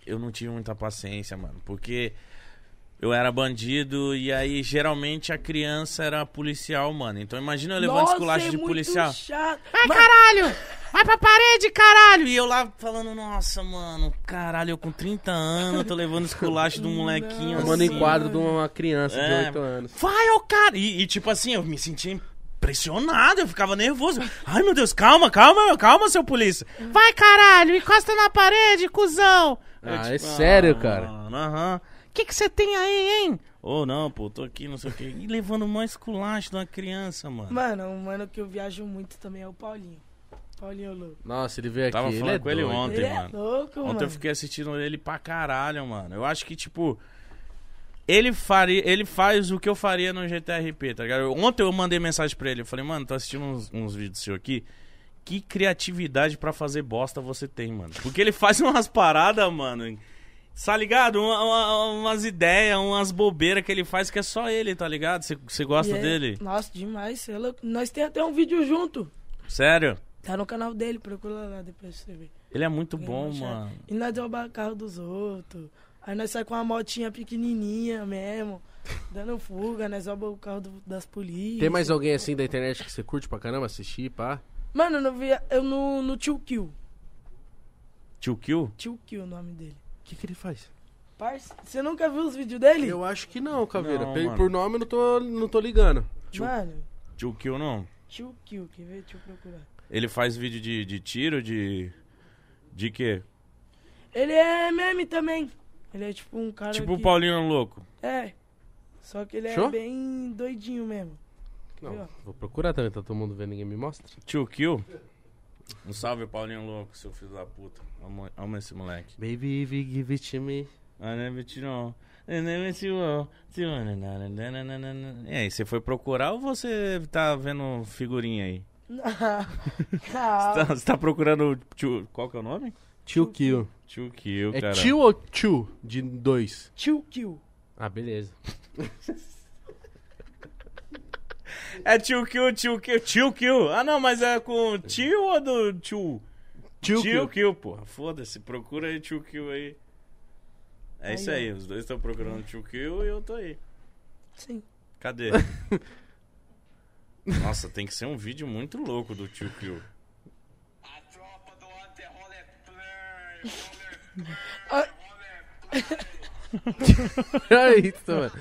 [SPEAKER 1] eu não tive muita paciência, mano. Porque eu era bandido e aí geralmente a criança era policial, mano. Então imagina eu levando
[SPEAKER 3] Nossa,
[SPEAKER 1] esculacho
[SPEAKER 3] é
[SPEAKER 1] de
[SPEAKER 3] muito
[SPEAKER 1] policial. Ah,
[SPEAKER 3] Chato.
[SPEAKER 1] Vai,
[SPEAKER 3] Mas-
[SPEAKER 1] caralho! Vai pra parede, caralho! E eu lá falando, nossa, mano, caralho, eu com 30 anos tô levando esculacho do molequinho
[SPEAKER 2] Tomando
[SPEAKER 1] assim.
[SPEAKER 2] em quadro de uma criança
[SPEAKER 1] É.
[SPEAKER 2] de 8 anos.
[SPEAKER 1] Vai, ô cara! E, e, tipo assim, eu me sentia impressionado, eu ficava nervoso. Ai, meu Deus, calma, calma, calma, seu polícia. Vai, caralho, encosta na parede, cuzão! Eu,
[SPEAKER 2] Ah, é sério, cara?
[SPEAKER 1] Mano, aham. O que que você tem aí, hein? Ô, não, pô, tô aqui, não sei o quê. E levando mó esculacho de uma criança, mano.
[SPEAKER 3] Mano, um mano que eu viajo muito também é o Paulinho. Paulinho louco.
[SPEAKER 2] Nossa, ele veio aqui.
[SPEAKER 1] Tava
[SPEAKER 2] ele
[SPEAKER 1] falando
[SPEAKER 2] é
[SPEAKER 1] com ele
[SPEAKER 2] doido.
[SPEAKER 1] ontem.
[SPEAKER 3] Ele é
[SPEAKER 1] mano.
[SPEAKER 3] louco,
[SPEAKER 1] Ontem
[SPEAKER 3] mano.
[SPEAKER 1] eu fiquei assistindo ele pra caralho, mano. Eu acho que, tipo. Ele, faria, ele faz o que eu faria no GTRP, tá ligado? Eu- Ontem eu mandei mensagem pra ele. Eu falei, mano, tô assistindo uns, uns vídeos seu aqui. Que criatividade pra fazer bosta você tem, mano. Porque ele faz umas paradas, mano. Tá ligado? Uma- uma- umas ideias, umas bobeiras que ele faz que é só ele, tá ligado? Você- Você gosta
[SPEAKER 3] E é-
[SPEAKER 1] dele?
[SPEAKER 3] Nossa, demais, você é louco. Nós temos até um vídeo junto.
[SPEAKER 1] Sério?
[SPEAKER 3] Tá no canal dele, procura lá depois pra você ver.
[SPEAKER 1] Ele é muito
[SPEAKER 3] Ele é
[SPEAKER 1] bom,
[SPEAKER 3] muito chato.
[SPEAKER 1] mano.
[SPEAKER 3] E nós roubamos carro dos outros. Aí nós saímos com uma motinha pequenininha mesmo. Dando fuga, nós roubamos o carro do- das polícias.
[SPEAKER 2] Tem mais alguém assim da internet que você curte pra caramba assistir, pá?
[SPEAKER 3] Mano, eu não via, eu no, no Tio Kill.
[SPEAKER 1] Tio Kill?
[SPEAKER 3] Tio Kill é o nome dele.
[SPEAKER 2] O que, que ele faz?
[SPEAKER 3] Parce, você nunca viu os vídeos dele?
[SPEAKER 2] Eu acho que não, Caveira.
[SPEAKER 1] Não,
[SPEAKER 2] Pe-
[SPEAKER 1] mano.
[SPEAKER 2] por nome eu não tô, não tô ligando.
[SPEAKER 1] Tio-
[SPEAKER 3] Mano,
[SPEAKER 1] Tio Kill não.
[SPEAKER 3] Tio Kill, quer ver? Deixa eu procurar.
[SPEAKER 1] Ele faz vídeo de, de tiro, de. De quê?
[SPEAKER 3] Ele é meme também. Ele é tipo um cara
[SPEAKER 1] tipo o
[SPEAKER 3] que-
[SPEAKER 1] Paulinho Louco.
[SPEAKER 3] É. Só que ele
[SPEAKER 2] Show?
[SPEAKER 3] é bem doidinho mesmo.
[SPEAKER 2] Não,
[SPEAKER 3] Viu?
[SPEAKER 2] vou procurar também, tá todo mundo vendo, ninguém me mostra.
[SPEAKER 1] Tio Kill. Um salve, Paulinho Louco, seu filho da puta. Amo, amo esse moleque.
[SPEAKER 2] Baby, if you give it to me.
[SPEAKER 1] I never you know. I never you know. You wanna na- na- na- na- na- na. E aí, você foi procurar ou você tá vendo figurinha aí?
[SPEAKER 3] Ah,
[SPEAKER 1] Você tá,
[SPEAKER 3] Calma.
[SPEAKER 1] você tá procurando. o Tio, qual que é o nome?
[SPEAKER 2] Tio Kill.
[SPEAKER 1] Tio Kill,
[SPEAKER 2] É
[SPEAKER 1] cara.
[SPEAKER 2] tio ou tio de dois?
[SPEAKER 3] Tio Kill.
[SPEAKER 2] Ah, beleza.
[SPEAKER 1] É Tio Kill, Tio Kill, Tio Kill. Ah, não, mas é com tio ou do tio? Tio
[SPEAKER 2] Tio, Kill.
[SPEAKER 1] Kill, porra. Foda-se, procura aí Tio Kill aí. É
[SPEAKER 3] Aí,
[SPEAKER 1] isso
[SPEAKER 3] ó.
[SPEAKER 1] aí, os dois estão procurando Tio Kill e eu tô aí.
[SPEAKER 3] Sim.
[SPEAKER 1] Cadê? Nossa, tem que ser um vídeo muito louco do Tio Kill.
[SPEAKER 4] A tropa do Anterroller Play! Roller
[SPEAKER 3] Ah.
[SPEAKER 4] Play! Roller Play!
[SPEAKER 2] É isso, mano.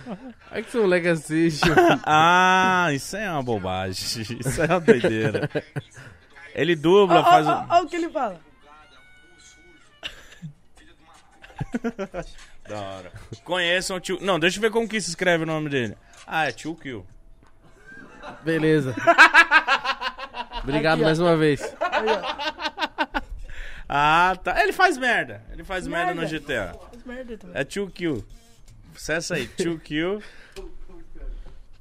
[SPEAKER 2] Olha que esse moleque assiste. mano.
[SPEAKER 1] Ah, isso é uma bobagem. Isso é uma doideira. Ele dubla,
[SPEAKER 3] Olha
[SPEAKER 1] faz um- o.
[SPEAKER 3] o que ele fala.
[SPEAKER 1] Da hora. Conheçam o tio. Não, deixa eu ver como que se escreve o nome dele. Ah, é tio Kill.
[SPEAKER 2] Beleza. Obrigado
[SPEAKER 3] Aqui, ó.
[SPEAKER 2] mais uma vez.
[SPEAKER 1] Ah, tá. Ele faz merda. Ele faz merda, no
[SPEAKER 3] Merda.
[SPEAKER 1] GTA.
[SPEAKER 3] Faz merda também.
[SPEAKER 1] É tio Kill. Acessa aí, tio Kill.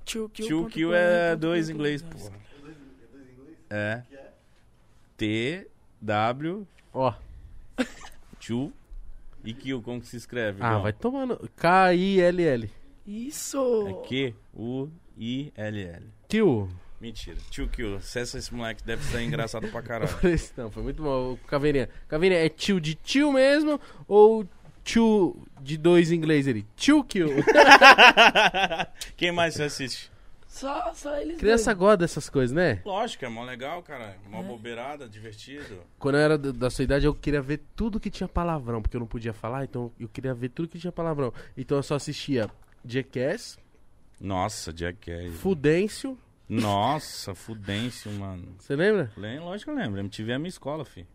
[SPEAKER 3] Tio Kill.
[SPEAKER 1] Tio
[SPEAKER 3] ponto
[SPEAKER 1] Kill
[SPEAKER 3] com,
[SPEAKER 1] é
[SPEAKER 3] ponto
[SPEAKER 1] dois
[SPEAKER 3] com,
[SPEAKER 1] em inglês,
[SPEAKER 3] ponto com.
[SPEAKER 1] porra. É. T, W,
[SPEAKER 2] Ó.
[SPEAKER 1] tio e Kill. Como que se escreve?
[SPEAKER 2] Ah,
[SPEAKER 1] Gal?
[SPEAKER 2] vai tomando. K-I-L-L.
[SPEAKER 3] Isso.
[SPEAKER 1] É Q, U, I, L, L.
[SPEAKER 2] Tio.
[SPEAKER 1] Mentira. Tio Kill, acessa esse moleque, deve ser engraçado pra caralho.
[SPEAKER 2] Esse Não, foi muito bom. Caveirinha. Caveirinha, é tio de tio mesmo ou tio de dois em inglês ele? Tio kill.
[SPEAKER 1] Quem mais você assiste?
[SPEAKER 3] Só, só eles
[SPEAKER 2] Criança
[SPEAKER 3] dois.
[SPEAKER 2] gosta dessas coisas, né?
[SPEAKER 1] Lógico, é mó legal, cara. Mó bobeirada, divertido.
[SPEAKER 2] Quando eu era do- da sua idade, eu queria ver tudo que tinha palavrão, porque eu não podia falar, então eu queria ver tudo que tinha palavrão. Então eu só assistia Jackass,
[SPEAKER 1] Nossa, Jackass.
[SPEAKER 2] Fudêncio,
[SPEAKER 1] Nossa, Fudêncio, mano.
[SPEAKER 2] você lembra?
[SPEAKER 1] Lem- Lógico que eu lembro. MTV é a minha escola, fi.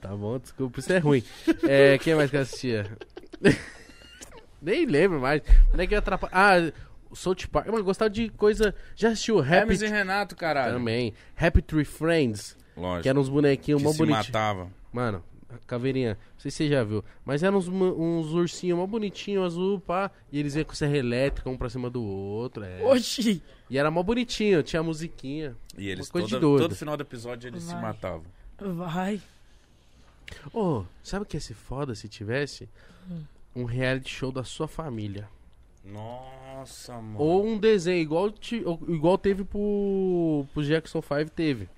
[SPEAKER 2] tá bom, desculpa, isso é ruim. É, quem mais que eu assistia? Nem lembro mais. Não é que eu atrapalho. Ah, South Park. Mano, eu gostava de coisa. Já assistiu Rap
[SPEAKER 1] Hermes e Renato, caralho.
[SPEAKER 2] Também. um Happy Tree Friends,
[SPEAKER 1] Lógico.
[SPEAKER 2] que eram uns bonequinhos
[SPEAKER 1] que
[SPEAKER 2] mó
[SPEAKER 1] se
[SPEAKER 2] bonitinhos.
[SPEAKER 1] matava.
[SPEAKER 2] Mano, caveirinha, não sei se você já viu, mas eram uns, ma- uns ursinhos mó bonitinhos, azul, pá, e eles iam com serra elétrica, um pra cima do outro, é.
[SPEAKER 3] Oxi.
[SPEAKER 2] E era mó bonitinho, tinha musiquinha.
[SPEAKER 1] E eles,
[SPEAKER 2] coisa de
[SPEAKER 1] toda,
[SPEAKER 2] doido.
[SPEAKER 1] todo final do episódio, eles se
[SPEAKER 3] Vai.
[SPEAKER 1] matavam.
[SPEAKER 3] Vai.
[SPEAKER 2] Ô, sabe o que ia ser foda se tivesse? Um reality show da sua família.
[SPEAKER 1] Nossa, mano.
[SPEAKER 2] Ou um desenho, igual, ti- ou- igual teve pro, pro Jackson 5, teve.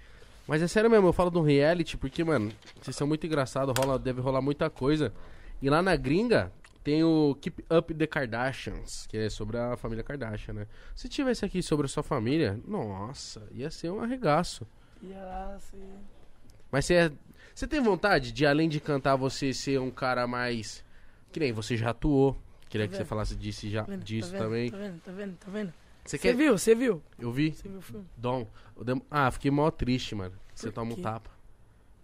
[SPEAKER 2] Mas é sério mesmo, eu falo de um reality, porque, mano, vocês são muito engraçados, rola, deve rolar muita coisa. E lá na gringa tem o Keep Up the Kardashians, que é sobre a família Kardashian, né? Se tivesse aqui sobre a sua família, nossa, ia ser um arregaço.
[SPEAKER 3] E ela assim.
[SPEAKER 2] Mas você, é- você tem vontade de, além de cantar, você ser um cara mais. Que nem você já atuou. Queria que você
[SPEAKER 3] vendo?
[SPEAKER 2] falasse disso, já,
[SPEAKER 3] Tá vendo?
[SPEAKER 2] disso
[SPEAKER 3] tá vendo?
[SPEAKER 2] também.
[SPEAKER 3] Tá vendo? Tá vendo? Tá vendo?
[SPEAKER 2] Você
[SPEAKER 3] Você
[SPEAKER 1] é?
[SPEAKER 2] quer.
[SPEAKER 3] viu? Você viu?
[SPEAKER 2] Eu vi.
[SPEAKER 3] Você viu o filme?
[SPEAKER 2] Dom. eu demo- Ah, fiquei mó triste, mano. Você
[SPEAKER 3] Por
[SPEAKER 2] toma um
[SPEAKER 3] quê?
[SPEAKER 2] tapa.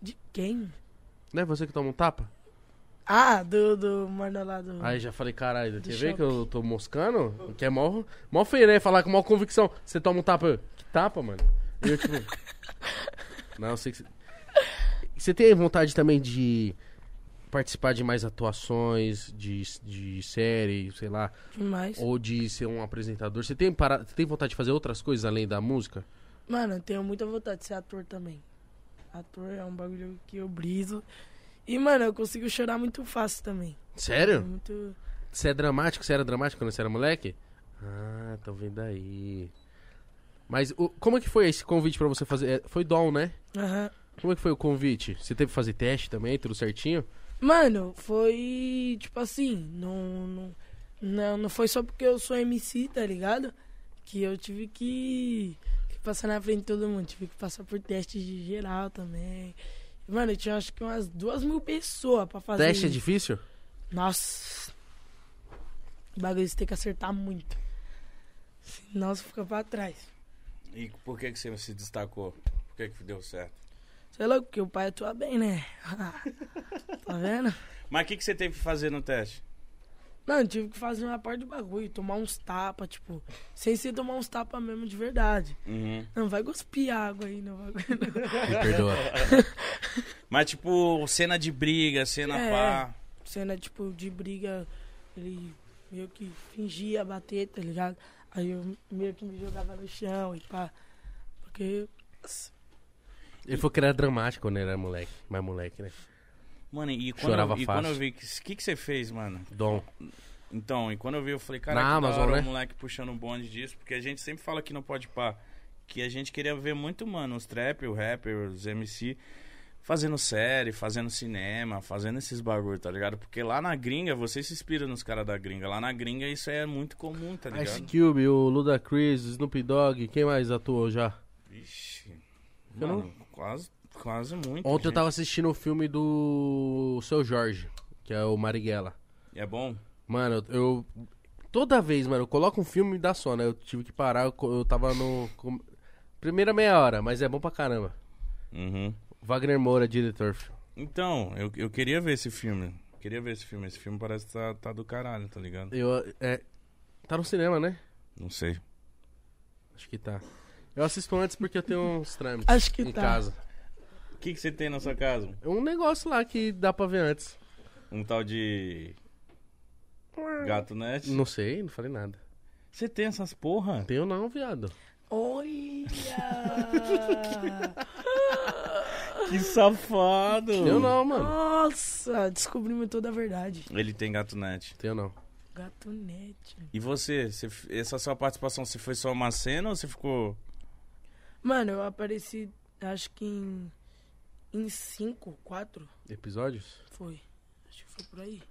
[SPEAKER 3] De quem?
[SPEAKER 2] Não é você que toma um tapa?
[SPEAKER 3] Ah, do, do mano lá do.
[SPEAKER 2] Aí já falei, caralho, quer
[SPEAKER 3] Do
[SPEAKER 2] ver que eu tô moscando? Que é mó, mó feio, né? Falar com maior convicção. Você toma um tapa. eu, Que tapa, mano? E eu, tipo. não, eu sei que. você- Você tem vontade também de participar de mais atuações, de, de série, sei lá,
[SPEAKER 3] Demais.
[SPEAKER 2] ou de ser um apresentador? Você tem, para... você tem vontade de fazer outras coisas além da música?
[SPEAKER 3] Mano, eu tenho muita vontade de ser ator também. Ator é um bagulho que eu briso. E, mano, eu consigo chorar muito fácil também. É
[SPEAKER 2] Sério?
[SPEAKER 3] muito.
[SPEAKER 2] Você é dramático? Você era dramático quando você era moleque? Ah, tô vendo aí. Mas o- como é que foi esse convite pra você fazer? é, Foi Dom, né?
[SPEAKER 3] Aham.
[SPEAKER 2] Como é que foi o convite? Você teve que fazer teste também, tudo certinho?
[SPEAKER 3] Mano, foi tipo assim, não, não, não, não foi só porque eu sou MC, tá ligado? Que eu tive que, que passar na frente de todo mundo, tive que passar por teste de geral também. Mano, eu tinha acho que umas duas mil pessoas pra fazer.
[SPEAKER 2] Teste é
[SPEAKER 3] isso.
[SPEAKER 2] difícil?
[SPEAKER 3] Nossa. O bagulho você tem que acertar muito. Senão você fica pra trás.
[SPEAKER 1] E por que, que você se destacou? Por que, que deu certo?
[SPEAKER 3] Sei lá, é porque o pai atua bem, né? tá vendo?
[SPEAKER 1] Mas o que, que você teve que fazer no teste?
[SPEAKER 3] Não, eu tive que fazer uma parte de bagulho, tomar uns tapas, tipo, sem ser tomar uns tapas mesmo de verdade.
[SPEAKER 1] Uhum.
[SPEAKER 3] Não vai cuspir água aí no bagulho. não.
[SPEAKER 2] Me perdoa.
[SPEAKER 1] Mas, tipo, cena de briga, cena
[SPEAKER 3] É.
[SPEAKER 1] pá.
[SPEAKER 3] Cena, tipo, de briga, ele meio que fingia bater, tá ligado? Aí eu meio que me jogava no chão e pá. Porque.
[SPEAKER 2] Ele falou que era dramático quando era moleque. Mais moleque, né?
[SPEAKER 1] Mano, e quando,
[SPEAKER 2] Chorava
[SPEAKER 1] eu, e quando
[SPEAKER 2] fácil.
[SPEAKER 1] eu vi. O que, que, que você fez, mano?
[SPEAKER 2] Dom.
[SPEAKER 1] Então, e quando eu vi, eu falei,
[SPEAKER 2] Na
[SPEAKER 1] cara, que da
[SPEAKER 2] Amazon,
[SPEAKER 1] hora
[SPEAKER 2] né?
[SPEAKER 1] o moleque puxando um bonde disso, porque a gente sempre fala que não pode pá. Que a gente queria ver muito, mano, os trap, o rapper, os MC, fazendo série, fazendo cinema, fazendo esses bagulho, tá ligado? Porque lá na gringa, você se inspira nos caras da gringa. Lá na gringa isso é muito comum, tá
[SPEAKER 2] Ice
[SPEAKER 1] ligado?
[SPEAKER 2] Cube, o Ludacris, o Snoop Dogg, quem mais atuou já?
[SPEAKER 1] Vixe.
[SPEAKER 2] Eu não-
[SPEAKER 1] Mano, quase, quase muito.
[SPEAKER 2] Ontem eu tava assistindo o filme do Seu Jorge, que é o Marighella.
[SPEAKER 1] É bom?
[SPEAKER 2] Mano, eu, eu- Toda vez, mano, eu coloco um filme e me dá sono. Eu tive que parar, eu, co- eu tava no. com- Primeira meia hora, mas é bom pra caramba.
[SPEAKER 1] Uhum.
[SPEAKER 2] Wagner Moura, diretor. filho.
[SPEAKER 1] Então, eu, eu queria ver esse filme. Queria ver esse filme. Esse filme parece que tá, tá do caralho, tá ligado?
[SPEAKER 2] Eu. É, tá no cinema, né?
[SPEAKER 1] Não sei.
[SPEAKER 2] Acho que tá. Eu assisto antes porque eu tenho uns trâmites
[SPEAKER 3] Acho que
[SPEAKER 2] em
[SPEAKER 3] tá.
[SPEAKER 2] casa.
[SPEAKER 1] O que, que você tem na sua casa?
[SPEAKER 2] É um negócio lá que dá pra ver antes.
[SPEAKER 1] Um tal de.
[SPEAKER 3] Hum.
[SPEAKER 1] Gato Net?
[SPEAKER 2] Não sei, não falei nada.
[SPEAKER 1] Você tem essas porra?
[SPEAKER 2] Tenho não, viado.
[SPEAKER 3] Olha!
[SPEAKER 1] Que safado!
[SPEAKER 2] Tenho não, mano.
[SPEAKER 3] Nossa, descobrimos toda a verdade.
[SPEAKER 1] Ele tem Gato Net.
[SPEAKER 2] Tenho não.
[SPEAKER 3] Gatunete.
[SPEAKER 1] E você? Você f- Essa sua participação, você foi só uma cena ou você ficou.
[SPEAKER 3] Mano, eu apareci, acho que em. Em cinco, quatro,
[SPEAKER 2] Episódios?
[SPEAKER 3] foi. Acho que foi por aí.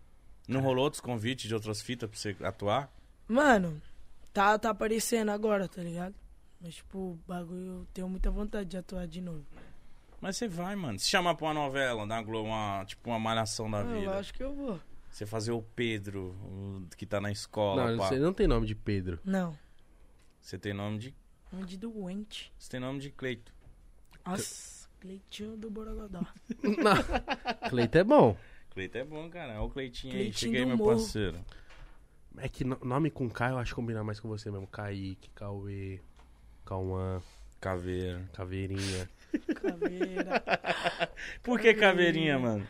[SPEAKER 1] Não rolou outros convites de outras fitas pra você atuar?
[SPEAKER 3] Mano, tá, tá aparecendo agora, tá ligado? Mas, tipo, o bagulho, eu tenho muita vontade de atuar de novo.
[SPEAKER 1] Mas você vai, mano. Se chamar pra uma novela, da Globo, uma, tipo uma malhação da
[SPEAKER 3] Ah, eu
[SPEAKER 1] vida.
[SPEAKER 3] acho que eu vou.
[SPEAKER 1] Você fazer o Pedro, o que tá na
[SPEAKER 2] não,
[SPEAKER 1] escola,
[SPEAKER 2] ele
[SPEAKER 1] pá.
[SPEAKER 2] não tem nome de Pedro.
[SPEAKER 3] Não,
[SPEAKER 1] Você tem nome de.
[SPEAKER 3] um de doente.
[SPEAKER 1] Você tem nome de Cleito.
[SPEAKER 3] Nossa, Cleitinho do Borogodó.
[SPEAKER 2] Não. Cleito é bom.
[SPEAKER 1] Cleito é bom, cara. Olha o Cleitinho, aí.
[SPEAKER 3] Cleitinho
[SPEAKER 1] Cheguei,
[SPEAKER 3] do
[SPEAKER 1] meu
[SPEAKER 3] morro.
[SPEAKER 1] parceiro.
[SPEAKER 2] É que no- nome com K eu acho que combina mais com você mesmo. Kaique, Cauê, Cauã,
[SPEAKER 1] Caveira.
[SPEAKER 2] Caveirinha.
[SPEAKER 3] Caveira.
[SPEAKER 1] Por que caveirinha, mano?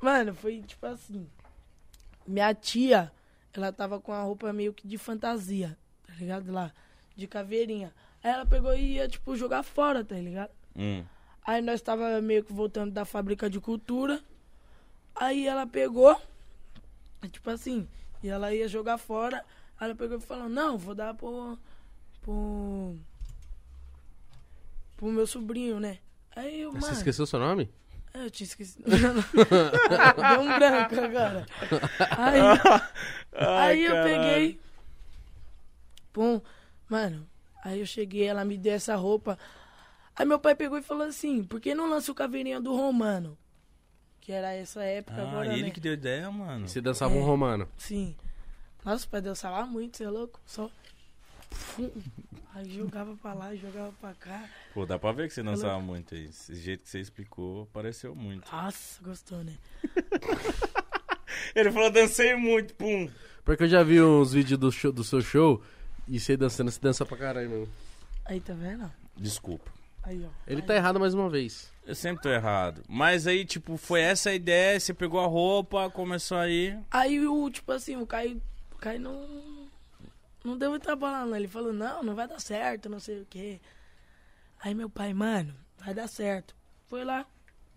[SPEAKER 3] Mano, foi tipo assim. Minha tia, ela tava com a roupa meio que de fantasia, tá ligado? Lá, de caveirinha. Aí ela pegou e ia, tipo, jogar fora, tá ligado?
[SPEAKER 1] Hum.
[SPEAKER 3] Aí nós tava meio que voltando da fábrica de cultura. Aí ela pegou, tipo assim, e ela ia jogar fora. Aí ela pegou e falou, não, vou dar pro. pro. pro meu sobrinho, né? Aí eu,
[SPEAKER 2] Você
[SPEAKER 3] mano.
[SPEAKER 2] esqueceu seu nome?
[SPEAKER 3] Ah, Eu tinha esquecido. Deu um branco agora. Aí, aí eu peguei. Pum. Mano, aí eu cheguei, ela me deu essa roupa. Aí meu pai pegou e falou assim: por que não lança o caveirinha do Romano? Que era essa época
[SPEAKER 1] Ah,
[SPEAKER 3] agora.
[SPEAKER 1] ele
[SPEAKER 3] né?
[SPEAKER 1] que deu ideia, mano.
[SPEAKER 2] Você dançava um
[SPEAKER 3] É.
[SPEAKER 2] romano.
[SPEAKER 3] Sim. Nossa, o pai dançava muito, você é louco? Só. Fum. Aí jogava pra lá, jogava pra cá.
[SPEAKER 1] Pô, dá pra ver que você dançava muito aí. Esse jeito que você explicou, pareceu muito.
[SPEAKER 3] Nossa, gostou, né?
[SPEAKER 1] Ele falou, dancei muito, pum.
[SPEAKER 2] Porque eu já vi uns vídeos do, show- do seu show e você dançando, você dança pra caralho mesmo.
[SPEAKER 3] Aí tá vendo?
[SPEAKER 1] Desculpa.
[SPEAKER 3] Aí, ó.
[SPEAKER 2] Ele
[SPEAKER 3] Aí.
[SPEAKER 2] tá errado mais uma vez.
[SPEAKER 1] Eu sempre tô errado. Mas aí, tipo, foi essa a ideia, você pegou a roupa, começou aí.
[SPEAKER 3] Aí o, tipo assim, o Caio, o Caio não, não deu muita bola, não. Ele falou, não, não vai dar certo, não sei o quê. Aí meu pai, mano, vai dar certo. Foi lá,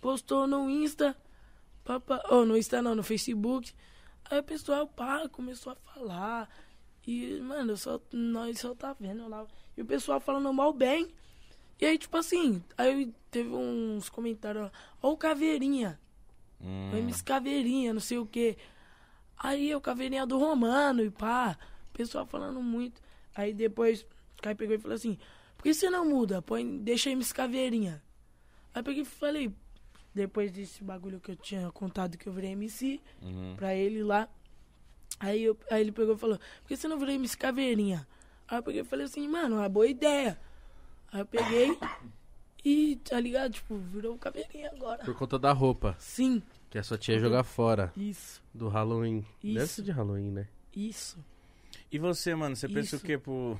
[SPEAKER 3] postou no Insta, papa, oh, no Insta não, no Facebook. Aí o pessoal, pá, começou a falar. E, mano, eu só, nós só tá vendo lá. E o pessoal falando mal bem. E aí, tipo assim, aí teve uns comentários, ó, ó o Caveirinha.
[SPEAKER 1] Hum.
[SPEAKER 3] O MC Caveirinha, não sei o quê. Aí o Caveirinha do Romano e pá. O pessoal falando muito. Aí depois o Caio pegou e falou assim: por que você não muda? Põe, deixa MC Caveirinha. Aí eu peguei e falei: depois desse bagulho que eu tinha contado que eu virei MC
[SPEAKER 1] Uhum.
[SPEAKER 3] pra ele lá. Aí, eu- aí ele pegou e falou: por que você não virou MC Caveirinha? Aí eu peguei e falei assim: mano, é uma boa ideia. Aí eu peguei e, tá ligado? Tipo, virou Caveirinha agora.
[SPEAKER 2] Por conta da roupa.
[SPEAKER 3] Sim,
[SPEAKER 2] Que a sua tia ia jogar fora.
[SPEAKER 3] isso.
[SPEAKER 2] Do Halloween. Deve
[SPEAKER 3] Isso.
[SPEAKER 2] ser de Halloween, né?
[SPEAKER 3] Isso,
[SPEAKER 1] E você, mano, você pensa o
[SPEAKER 3] Isso.
[SPEAKER 1] que pro.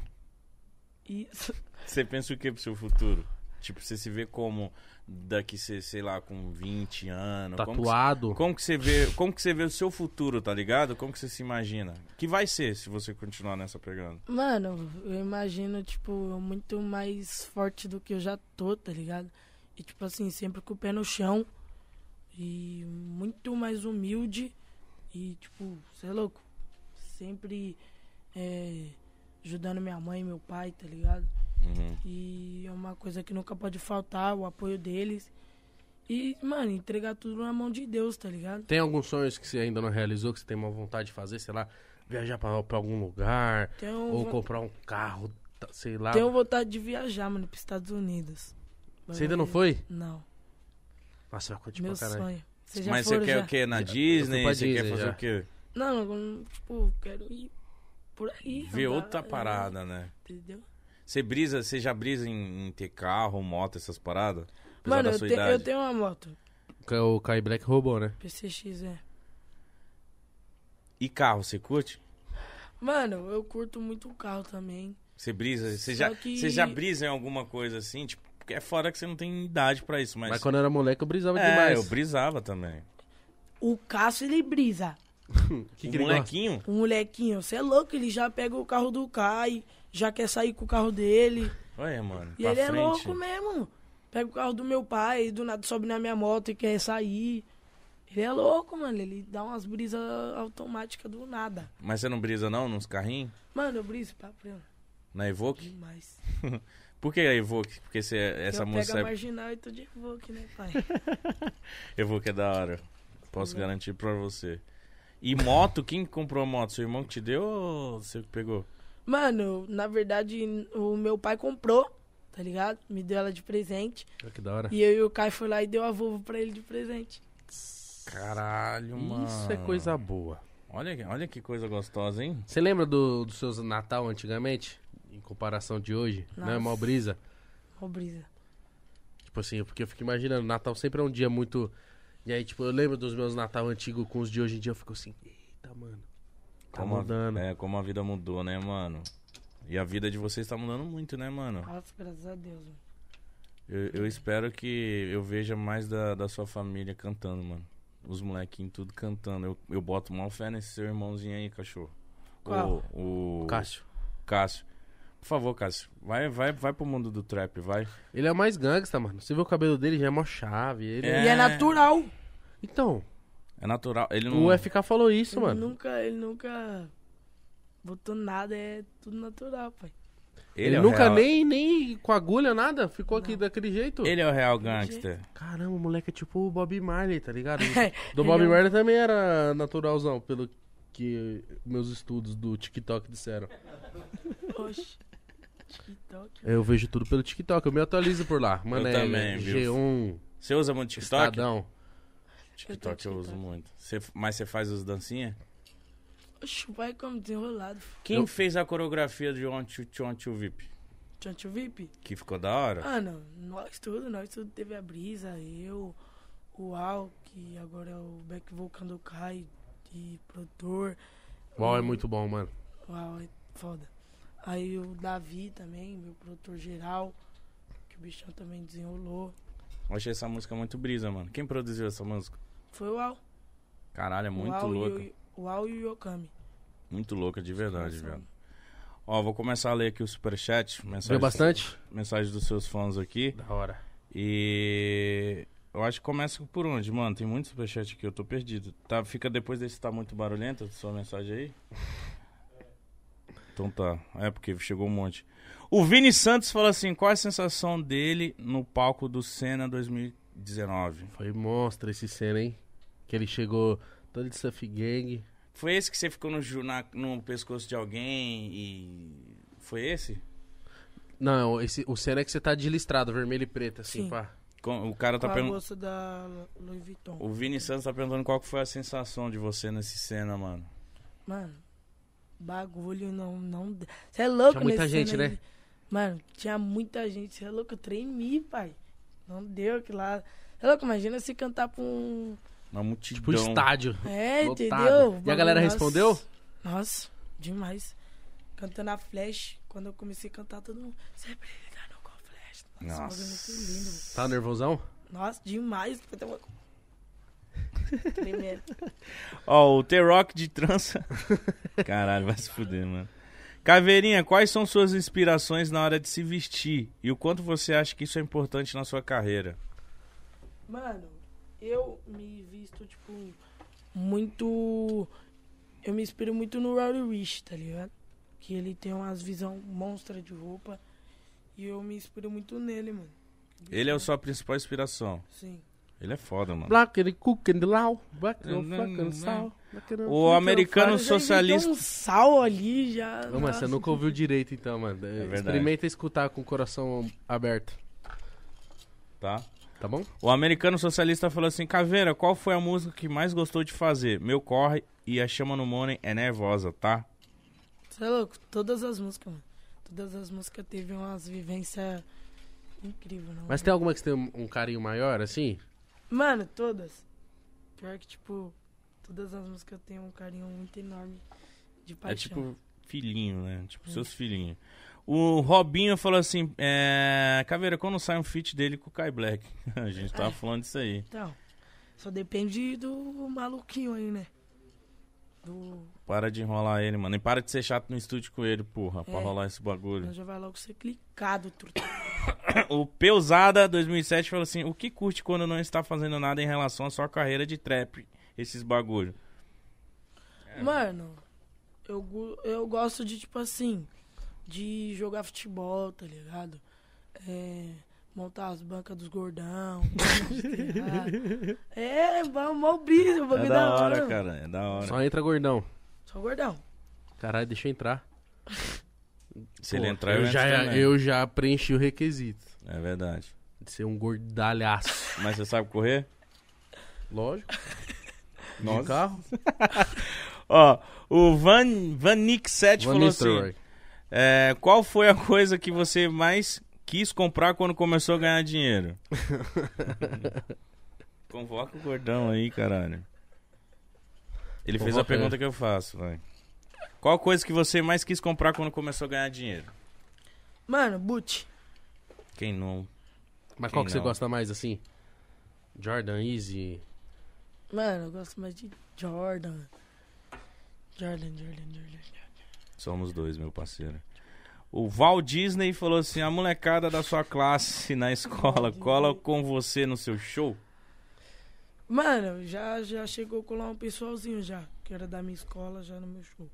[SPEAKER 3] isso.
[SPEAKER 1] Você pensa o que pro seu futuro? Tipo, você se vê como daqui, cê- sei lá, com 20 anos. como que cê-
[SPEAKER 2] Tatuado.
[SPEAKER 1] Como que você vê, como que você vê o seu futuro, tá ligado? Como que você se imagina? Que vai ser se você continuar nessa pegada?
[SPEAKER 3] Mano, eu imagino, tipo, muito mais forte do que eu já tô, tá ligado? E, tipo assim, sempre com o pé no chão. E muito mais humilde. E, tipo, você é louco. Sempre é, ajudando minha mãe e meu pai, tá ligado?
[SPEAKER 1] Uhum.
[SPEAKER 3] E é uma coisa que nunca pode faltar, o apoio deles. E, mano, entregar tudo na mão de Deus, tá ligado?
[SPEAKER 2] Tem alguns sonhos que você ainda não realizou, que você tem uma vontade de fazer, sei lá, viajar pra, pra algum lugar,
[SPEAKER 3] Tenho,
[SPEAKER 2] ou
[SPEAKER 3] vo-
[SPEAKER 2] comprar um carro, tá- sei lá.
[SPEAKER 3] tenho vontade de viajar, mano, pros Estados Unidos.
[SPEAKER 2] Você ainda não foi?
[SPEAKER 3] Não.
[SPEAKER 2] Nossa, vai curtir
[SPEAKER 3] Meu
[SPEAKER 2] pra caralho.
[SPEAKER 3] sonho. Você já
[SPEAKER 1] Tipo, Mas
[SPEAKER 3] foram
[SPEAKER 1] você quer
[SPEAKER 3] já?
[SPEAKER 1] o quê? Na
[SPEAKER 2] Já- É, eu fui
[SPEAKER 1] Disney?
[SPEAKER 2] pra
[SPEAKER 1] Você quer
[SPEAKER 2] Disney
[SPEAKER 1] fazer
[SPEAKER 2] já.
[SPEAKER 1] o quê?
[SPEAKER 3] Não, eu, tipo, quero ir por aí.
[SPEAKER 1] Ver
[SPEAKER 3] andar,
[SPEAKER 1] outra
[SPEAKER 3] é,
[SPEAKER 1] parada, né?
[SPEAKER 3] Entendeu?
[SPEAKER 1] Você brisa, você já brisa em, em ter carro, moto, essas paradas? Apesar
[SPEAKER 3] Mano,
[SPEAKER 1] da
[SPEAKER 3] eu,
[SPEAKER 1] sua
[SPEAKER 3] te-
[SPEAKER 1] idade.
[SPEAKER 3] eu tenho uma moto.
[SPEAKER 2] Que O Kai Black roubou, né?
[SPEAKER 3] PCX, é.
[SPEAKER 1] E carro, você curte?
[SPEAKER 3] Mano, eu curto muito o carro também.
[SPEAKER 1] Você brisa, você
[SPEAKER 3] Só
[SPEAKER 1] já,
[SPEAKER 3] que-
[SPEAKER 1] você já brisa em alguma coisa assim? Tipo, porque é fora que você não tem idade pra isso, mas...
[SPEAKER 2] Mas quando eu era moleque eu brisava
[SPEAKER 1] É,
[SPEAKER 2] demais.
[SPEAKER 1] eu brisava também.
[SPEAKER 3] O Cássio, ele brisa.
[SPEAKER 2] Que
[SPEAKER 1] o
[SPEAKER 2] que ele
[SPEAKER 1] molequinho...
[SPEAKER 3] O molequinho, você é louco, ele já pega o carro do Kai, já quer sair com o carro dele.
[SPEAKER 1] Olha, mano,
[SPEAKER 3] E
[SPEAKER 1] pra
[SPEAKER 3] ele é
[SPEAKER 1] frente.
[SPEAKER 3] louco mesmo. Pega o carro do meu pai, do nada sobe na minha moto e quer sair. Ele é louco, mano. Ele dá umas brisas automáticas do nada.
[SPEAKER 1] Mas você não brisa não, nos carrinhos?
[SPEAKER 3] Mano, eu briso pra prima.
[SPEAKER 1] Na Evoque?
[SPEAKER 3] Demais.
[SPEAKER 1] Por que a Evoque? Porque você, essa
[SPEAKER 3] eu
[SPEAKER 1] moça
[SPEAKER 3] pego a
[SPEAKER 1] é...
[SPEAKER 3] marginal e tô de evoque, né, pai?
[SPEAKER 1] Evoque é da hora. Posso garantir pra você. E moto? Quem comprou a moto? Seu irmão que te deu ou você que pegou?
[SPEAKER 3] Mano, na verdade, o meu pai comprou, tá ligado? Me deu ela de presente.
[SPEAKER 2] Olha que da hora.
[SPEAKER 3] E eu e o Kai foi lá e deu a Volvo pra ele de presente.
[SPEAKER 1] Caralho, mano.
[SPEAKER 2] Isso é coisa boa.
[SPEAKER 1] Olha, que- olha que coisa gostosa, hein?
[SPEAKER 2] Você lembra do, do seus Natal antigamente? Em comparação de hoje? Não é
[SPEAKER 3] Nossa.
[SPEAKER 2] mó brisa?
[SPEAKER 3] Ó, brisa.
[SPEAKER 2] Tipo assim, porque eu fico imaginando, Natal sempre é um dia muito. E aí, tipo, eu lembro dos meus Natal antigos com os de hoje em dia, eu fico assim, eita, mano. Tá
[SPEAKER 1] Como a-
[SPEAKER 2] mudando.
[SPEAKER 1] é, como a vida mudou, né, mano? E a vida de vocês tá mudando muito, né, mano?
[SPEAKER 3] Nossa, graças a Deus, mano.
[SPEAKER 1] Eu, eu espero que eu veja mais da, da sua família cantando, mano. Os molequinhos tudo cantando. Eu, eu boto mal fé nesse seu irmãozinho aí, cachorro.
[SPEAKER 3] Qual?
[SPEAKER 1] O, o
[SPEAKER 2] Cássio.
[SPEAKER 1] Cássio. Por favor, Cássio. Vai, vai, vai pro mundo do trap, vai.
[SPEAKER 2] Ele é o mais gangsta, mano. Você vê o cabelo dele, já é mó chave. Ele...
[SPEAKER 1] É.
[SPEAKER 3] E é natural.
[SPEAKER 2] Então,
[SPEAKER 1] É natural. Ele não.
[SPEAKER 2] o FK falou isso,
[SPEAKER 3] Ele
[SPEAKER 2] mano.
[SPEAKER 3] nunca, ele nunca botou nada, é tudo natural, pai.
[SPEAKER 2] Ele,
[SPEAKER 1] é o
[SPEAKER 2] nunca
[SPEAKER 1] real-
[SPEAKER 2] nem, nem com agulha, nada. Ficou aqui daquele jeito.
[SPEAKER 1] Ele é o real gangster.
[SPEAKER 2] Caramba, o moleque é tipo o Bob Marley, tá ligado? Do
[SPEAKER 3] Ele
[SPEAKER 2] Bob
[SPEAKER 3] é um-
[SPEAKER 2] Marley também era naturalzão, pelo que meus estudos do TikTok disseram.
[SPEAKER 3] Oxe. TikTok.
[SPEAKER 2] Eu vejo tudo pelo TikTok, eu me atualizo por lá. Mano,
[SPEAKER 1] Eu
[SPEAKER 2] é
[SPEAKER 1] também, viu?
[SPEAKER 2] G1,
[SPEAKER 1] Você usa muito TikTok?
[SPEAKER 2] Estadão.
[SPEAKER 1] TikTok eu,
[SPEAKER 3] Eu tá? tenho
[SPEAKER 1] uso
[SPEAKER 3] TikTok.
[SPEAKER 1] muito. Você- mas você faz as dancinhas?
[SPEAKER 3] Oxe, o pai como desenrolado.
[SPEAKER 1] Quem
[SPEAKER 2] Eu-
[SPEAKER 1] fez a coreografia de Onte Onte o VIP?
[SPEAKER 3] Tchantio VIP?
[SPEAKER 1] Que ficou da hora?
[SPEAKER 3] Ah, não. Nós tudo, nós tudo. Teve a Brisa, eu, o Al, que agora é o back vocal do Kai, de produtor.
[SPEAKER 2] Uau, é muito bom, mano.
[SPEAKER 3] O Al é foda. Aí o Davi também, meu produtor geral, que o bichão também desenrolou.
[SPEAKER 1] Eu achei essa música muito brisa, mano. Quem produziu essa música?
[SPEAKER 3] Foi o Al.
[SPEAKER 1] Caralho, é
[SPEAKER 3] O
[SPEAKER 1] muito
[SPEAKER 3] Al e o-
[SPEAKER 1] louca.
[SPEAKER 3] O Al e o Yokami.
[SPEAKER 1] Muito louca, de verdade,
[SPEAKER 3] Nossa.
[SPEAKER 1] velho. Ó, vou começar a ler aqui o superchat.
[SPEAKER 2] Viu
[SPEAKER 1] Mensagem,
[SPEAKER 2] bastante?
[SPEAKER 1] mensagem dos seus fãs aqui.
[SPEAKER 2] Da hora.
[SPEAKER 1] E eu acho que começa por onde, mano? Tem muito superchat aqui, eu tô perdido. Tá, fica depois desse tá muito barulhento, sua mensagem aí? Então tá, é porque chegou um monte. O Vini Santos fala assim: qual a sensação dele no palco do Senna 2019?
[SPEAKER 2] Foi monstro esse cena, hein? Que ele chegou todo de Stuff Gang.
[SPEAKER 1] Foi esse que você ficou no, ju- na- no pescoço de alguém e. Foi esse?
[SPEAKER 2] Não, esse, o cena é que você tá de listrado, vermelho e preto, assim,
[SPEAKER 3] Sim.
[SPEAKER 2] pá.
[SPEAKER 1] Com- O cara
[SPEAKER 3] Com
[SPEAKER 1] tá
[SPEAKER 3] a
[SPEAKER 1] perguntando.
[SPEAKER 3] moça da Lu- Louis Vuitton.
[SPEAKER 1] O Vini Santos tá perguntando qual que foi a sensação de você nesse cena, mano.
[SPEAKER 3] Mano, bagulho não. não... Você é louco,
[SPEAKER 2] Tinha muita
[SPEAKER 3] nesse
[SPEAKER 2] gente,
[SPEAKER 3] cena aí.
[SPEAKER 2] né?
[SPEAKER 3] Mano, tinha muita gente. Você é louco, eu tremi, pai. Não deu que lá. Você é louco, imagina se cantar pra um.
[SPEAKER 1] Uma multidão.
[SPEAKER 2] Pro Tipo estádio.
[SPEAKER 3] É,
[SPEAKER 2] Lotado.
[SPEAKER 3] entendeu?
[SPEAKER 2] E a galera
[SPEAKER 3] Nossa.
[SPEAKER 2] respondeu?
[SPEAKER 3] Nossa, demais. Cantando a flash, quando eu comecei a cantar, todo mundo. Você brilha no com flash. Nossa,
[SPEAKER 1] Nossa.
[SPEAKER 3] Nossa. é muito lindo. mano.
[SPEAKER 2] Tá nervosão?
[SPEAKER 3] Nossa, demais. Foi até uma. Tremendo.
[SPEAKER 1] Ó, o T-Rock de trança. Caralho, vai se fuder, mano. Caveirinha, quais são suas inspirações na hora de se vestir? E o quanto você acha que isso é importante na sua carreira?
[SPEAKER 3] Mano, eu me visto, tipo, muito. Eu me inspiro muito no Rory Rich, tá ligado? Que ele tem umas visão monstra de roupa. E eu me inspiro muito nele, mano.
[SPEAKER 1] Ele é a sua principal inspiração.
[SPEAKER 3] Sim.
[SPEAKER 1] Ele é foda, mano.
[SPEAKER 2] Black and cook and low. Black
[SPEAKER 1] Não,
[SPEAKER 2] and
[SPEAKER 1] não,
[SPEAKER 2] fuck and
[SPEAKER 1] não.
[SPEAKER 2] sal. Black and-
[SPEAKER 1] O americano
[SPEAKER 3] Eu já inventei
[SPEAKER 1] socialista.
[SPEAKER 3] um sal ali já.
[SPEAKER 2] Ô, mas você
[SPEAKER 3] nossa.
[SPEAKER 2] nunca ouviu direito, então, mano.
[SPEAKER 1] É verdade.
[SPEAKER 2] Experimenta escutar com o coração aberto.
[SPEAKER 1] Tá?
[SPEAKER 2] Tá bom?
[SPEAKER 1] O americano socialista falou assim: Caveira, qual foi a música que mais gostou de fazer? Meu corre e a chama no Money é nervosa, tá?
[SPEAKER 3] Você é louco? Todas as músicas, mano. Todas as músicas teve umas vivências incríveis, não.
[SPEAKER 2] Mas tem alguma que você tem um, um carinho maior, assim?
[SPEAKER 3] Mano, todas. Pior que, tipo, todas as músicas têm um carinho muito enorme de paixão.
[SPEAKER 1] É tipo filhinho, né? Tipo, seus filhinhos. O Robinho falou assim: é... Caveira, quando sai um feat dele com o Kai Black? A gente tava falando disso aí.
[SPEAKER 3] Então, só depende do maluquinho aí, né? Do...
[SPEAKER 1] Para de enrolar ele, mano. E para de ser chato no estúdio com ele, porra, pra
[SPEAKER 3] É.
[SPEAKER 1] rolar esse bagulho.
[SPEAKER 3] Já vai logo ser clicado, truta.
[SPEAKER 1] O Peusada 2007 falou assim: O que curte quando não está fazendo nada em relação à sua carreira de trap? Esses bagulho. É.
[SPEAKER 3] Mano, eu, gu- eu gosto de, tipo assim, de jogar futebol, tá ligado? É, montar as bancas dos gordão. tá é, vai mó brisa, o bagulho
[SPEAKER 1] É da hora, cara. É da hora.
[SPEAKER 2] Só entra gordão.
[SPEAKER 3] Só gordão.
[SPEAKER 2] Caralho, deixa eu entrar.
[SPEAKER 1] Se
[SPEAKER 2] Pô,
[SPEAKER 1] ele entrar, eu,
[SPEAKER 2] eu
[SPEAKER 1] entro
[SPEAKER 2] já,
[SPEAKER 1] também.
[SPEAKER 2] eu já preenchi o requisito
[SPEAKER 1] É verdade.
[SPEAKER 2] de ser um gordalhaço.
[SPEAKER 1] Mas você sabe correr?
[SPEAKER 2] Lógico.
[SPEAKER 1] Nossa.
[SPEAKER 2] De carro.
[SPEAKER 1] Ó, o Van, Van Nick 7
[SPEAKER 2] Van
[SPEAKER 1] falou
[SPEAKER 2] Nistelrooy.
[SPEAKER 1] assim: é, Qual foi a coisa que você mais quis comprar quando começou a ganhar dinheiro? Convoca o gordão aí, caralho. Ele fez a
[SPEAKER 2] Convoca ele.
[SPEAKER 1] pergunta que eu faço, vai. Qual coisa que você mais quis comprar quando começou a ganhar dinheiro?
[SPEAKER 3] Mano, boot.
[SPEAKER 1] Quem não?
[SPEAKER 2] Mas qual
[SPEAKER 1] Quem
[SPEAKER 2] que você
[SPEAKER 1] não?
[SPEAKER 2] gosta mais, assim? Jordan, Easy.
[SPEAKER 3] Mano, eu gosto mais de Jordan. Jordan, Jordan, Jordan.
[SPEAKER 1] Somos dois, meu parceiro. O Walt Disney falou assim: a molecada da sua classe na escola cola com você no seu show?
[SPEAKER 3] Mano, já, já chegou a colar um pessoalzinho já, que era da minha escola, já no meu show.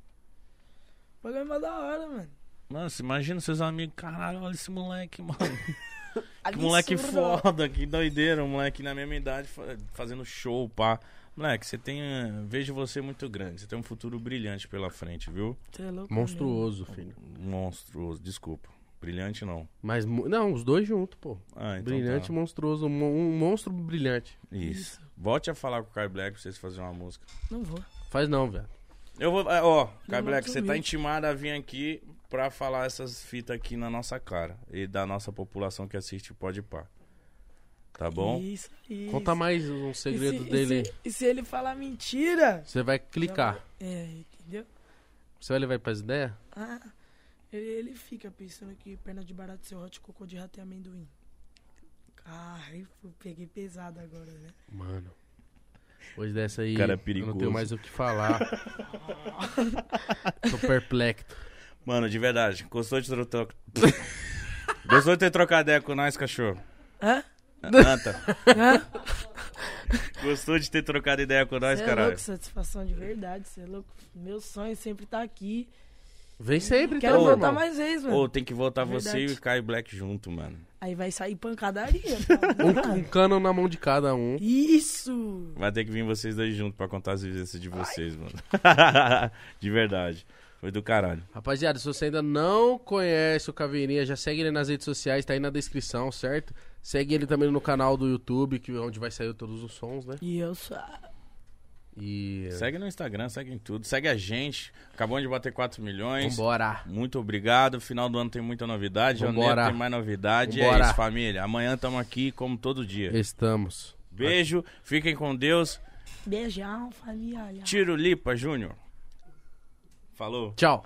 [SPEAKER 3] O bagulho é mó da hora, mano.
[SPEAKER 1] Mano, você imagina seus amigos, caralho, olha esse moleque, mano. Que
[SPEAKER 3] Absurdo.
[SPEAKER 1] moleque foda, que doideira, um moleque na mesma idade fa- fazendo show, pá. Moleque, você tem. eh, Vejo você muito grande, você tem um futuro brilhante pela frente, viu?
[SPEAKER 3] Cê é louco, mesmo.
[SPEAKER 2] Monstruoso, filho.
[SPEAKER 1] Monstruoso, desculpa. Brilhante não.
[SPEAKER 2] Mas, mu- não, os dois juntos, pô.
[SPEAKER 1] Ah, então.
[SPEAKER 2] brilhante e
[SPEAKER 1] tá.
[SPEAKER 2] monstruoso. Um, um monstro brilhante.
[SPEAKER 1] Isso. Volte a falar com o Kai Black pra vocês fazerem uma música.
[SPEAKER 3] Não vou.
[SPEAKER 2] Faz não, velho.
[SPEAKER 1] Eu vou. é, Ó, Kai
[SPEAKER 3] Não,
[SPEAKER 1] Black,
[SPEAKER 3] tu
[SPEAKER 1] você tá
[SPEAKER 3] mesmo.
[SPEAKER 1] intimado a vir aqui pra falar essas fitas aqui na nossa cara e da nossa população que assiste o Pode Pá. Tá bom?
[SPEAKER 3] Isso, isso.
[SPEAKER 2] Conta mais um
[SPEAKER 3] E se-
[SPEAKER 2] segredo
[SPEAKER 3] e
[SPEAKER 2] dele.
[SPEAKER 3] se- E se, ele falar mentira?
[SPEAKER 2] Você vai clicar.
[SPEAKER 3] É, entendeu?
[SPEAKER 2] Você vai levar pras ideias?
[SPEAKER 3] Ah, ele, ele fica pensando que perna de barato, seu hot, cocô de rato e amendoim. Ah, eu peguei pesado agora, né?
[SPEAKER 2] Mano. Hoje dessa aí,
[SPEAKER 1] Cara é
[SPEAKER 2] eu não
[SPEAKER 1] perigoso.
[SPEAKER 2] tenho mais o que falar. Tô perplexo.
[SPEAKER 1] Mano, de verdade, gostou de tro- tro- Gostou de ter trocado ideia com nós, cachorro?
[SPEAKER 3] Hã?
[SPEAKER 1] Anta.
[SPEAKER 3] Hã?
[SPEAKER 1] Gostou de ter trocado ideia com nós,
[SPEAKER 3] Cê é
[SPEAKER 1] caralho?
[SPEAKER 3] louco, satisfação de verdade, você é louco. Meu sonho é sempre tá aqui.
[SPEAKER 2] Vem sempre,
[SPEAKER 3] Quero
[SPEAKER 2] então,
[SPEAKER 3] voltar
[SPEAKER 2] irmão.
[SPEAKER 3] mais vezes, mano.
[SPEAKER 1] Ou tem que voltar você e
[SPEAKER 3] é Verdade.
[SPEAKER 1] o Kai Black junto, mano.
[SPEAKER 3] Aí vai sair pancadaria. tá?
[SPEAKER 2] Um, um cano na mão de cada um.
[SPEAKER 3] Isso!
[SPEAKER 1] Vai ter que vir vocês dois juntos pra contar as vivências de vocês, mano. de verdade. Foi do caralho.
[SPEAKER 2] Rapaziada, se você ainda não conhece o Caveirinha, já segue ele nas redes sociais, tá aí na descrição, certo? Segue ele também no canal do YouTube, que é onde vai sair todos os sons, né?
[SPEAKER 3] E eu só.
[SPEAKER 2] E.
[SPEAKER 1] Segue no Instagram, segue em tudo. Segue a gente. Acabamos de bater 4 milhões.
[SPEAKER 2] Vambora!
[SPEAKER 1] Muito obrigado. Final do ano tem muita novidade.
[SPEAKER 2] Vambora.
[SPEAKER 1] Janeiro tem mais novidade.
[SPEAKER 2] Vambora.
[SPEAKER 1] É isso, família. Amanhã estamos aqui, como todo dia.
[SPEAKER 2] Estamos.
[SPEAKER 1] Beijo, fiquem com Deus.
[SPEAKER 3] Beijão, família.
[SPEAKER 1] Tiro Lipa Júnior. Falou.
[SPEAKER 2] Tchau!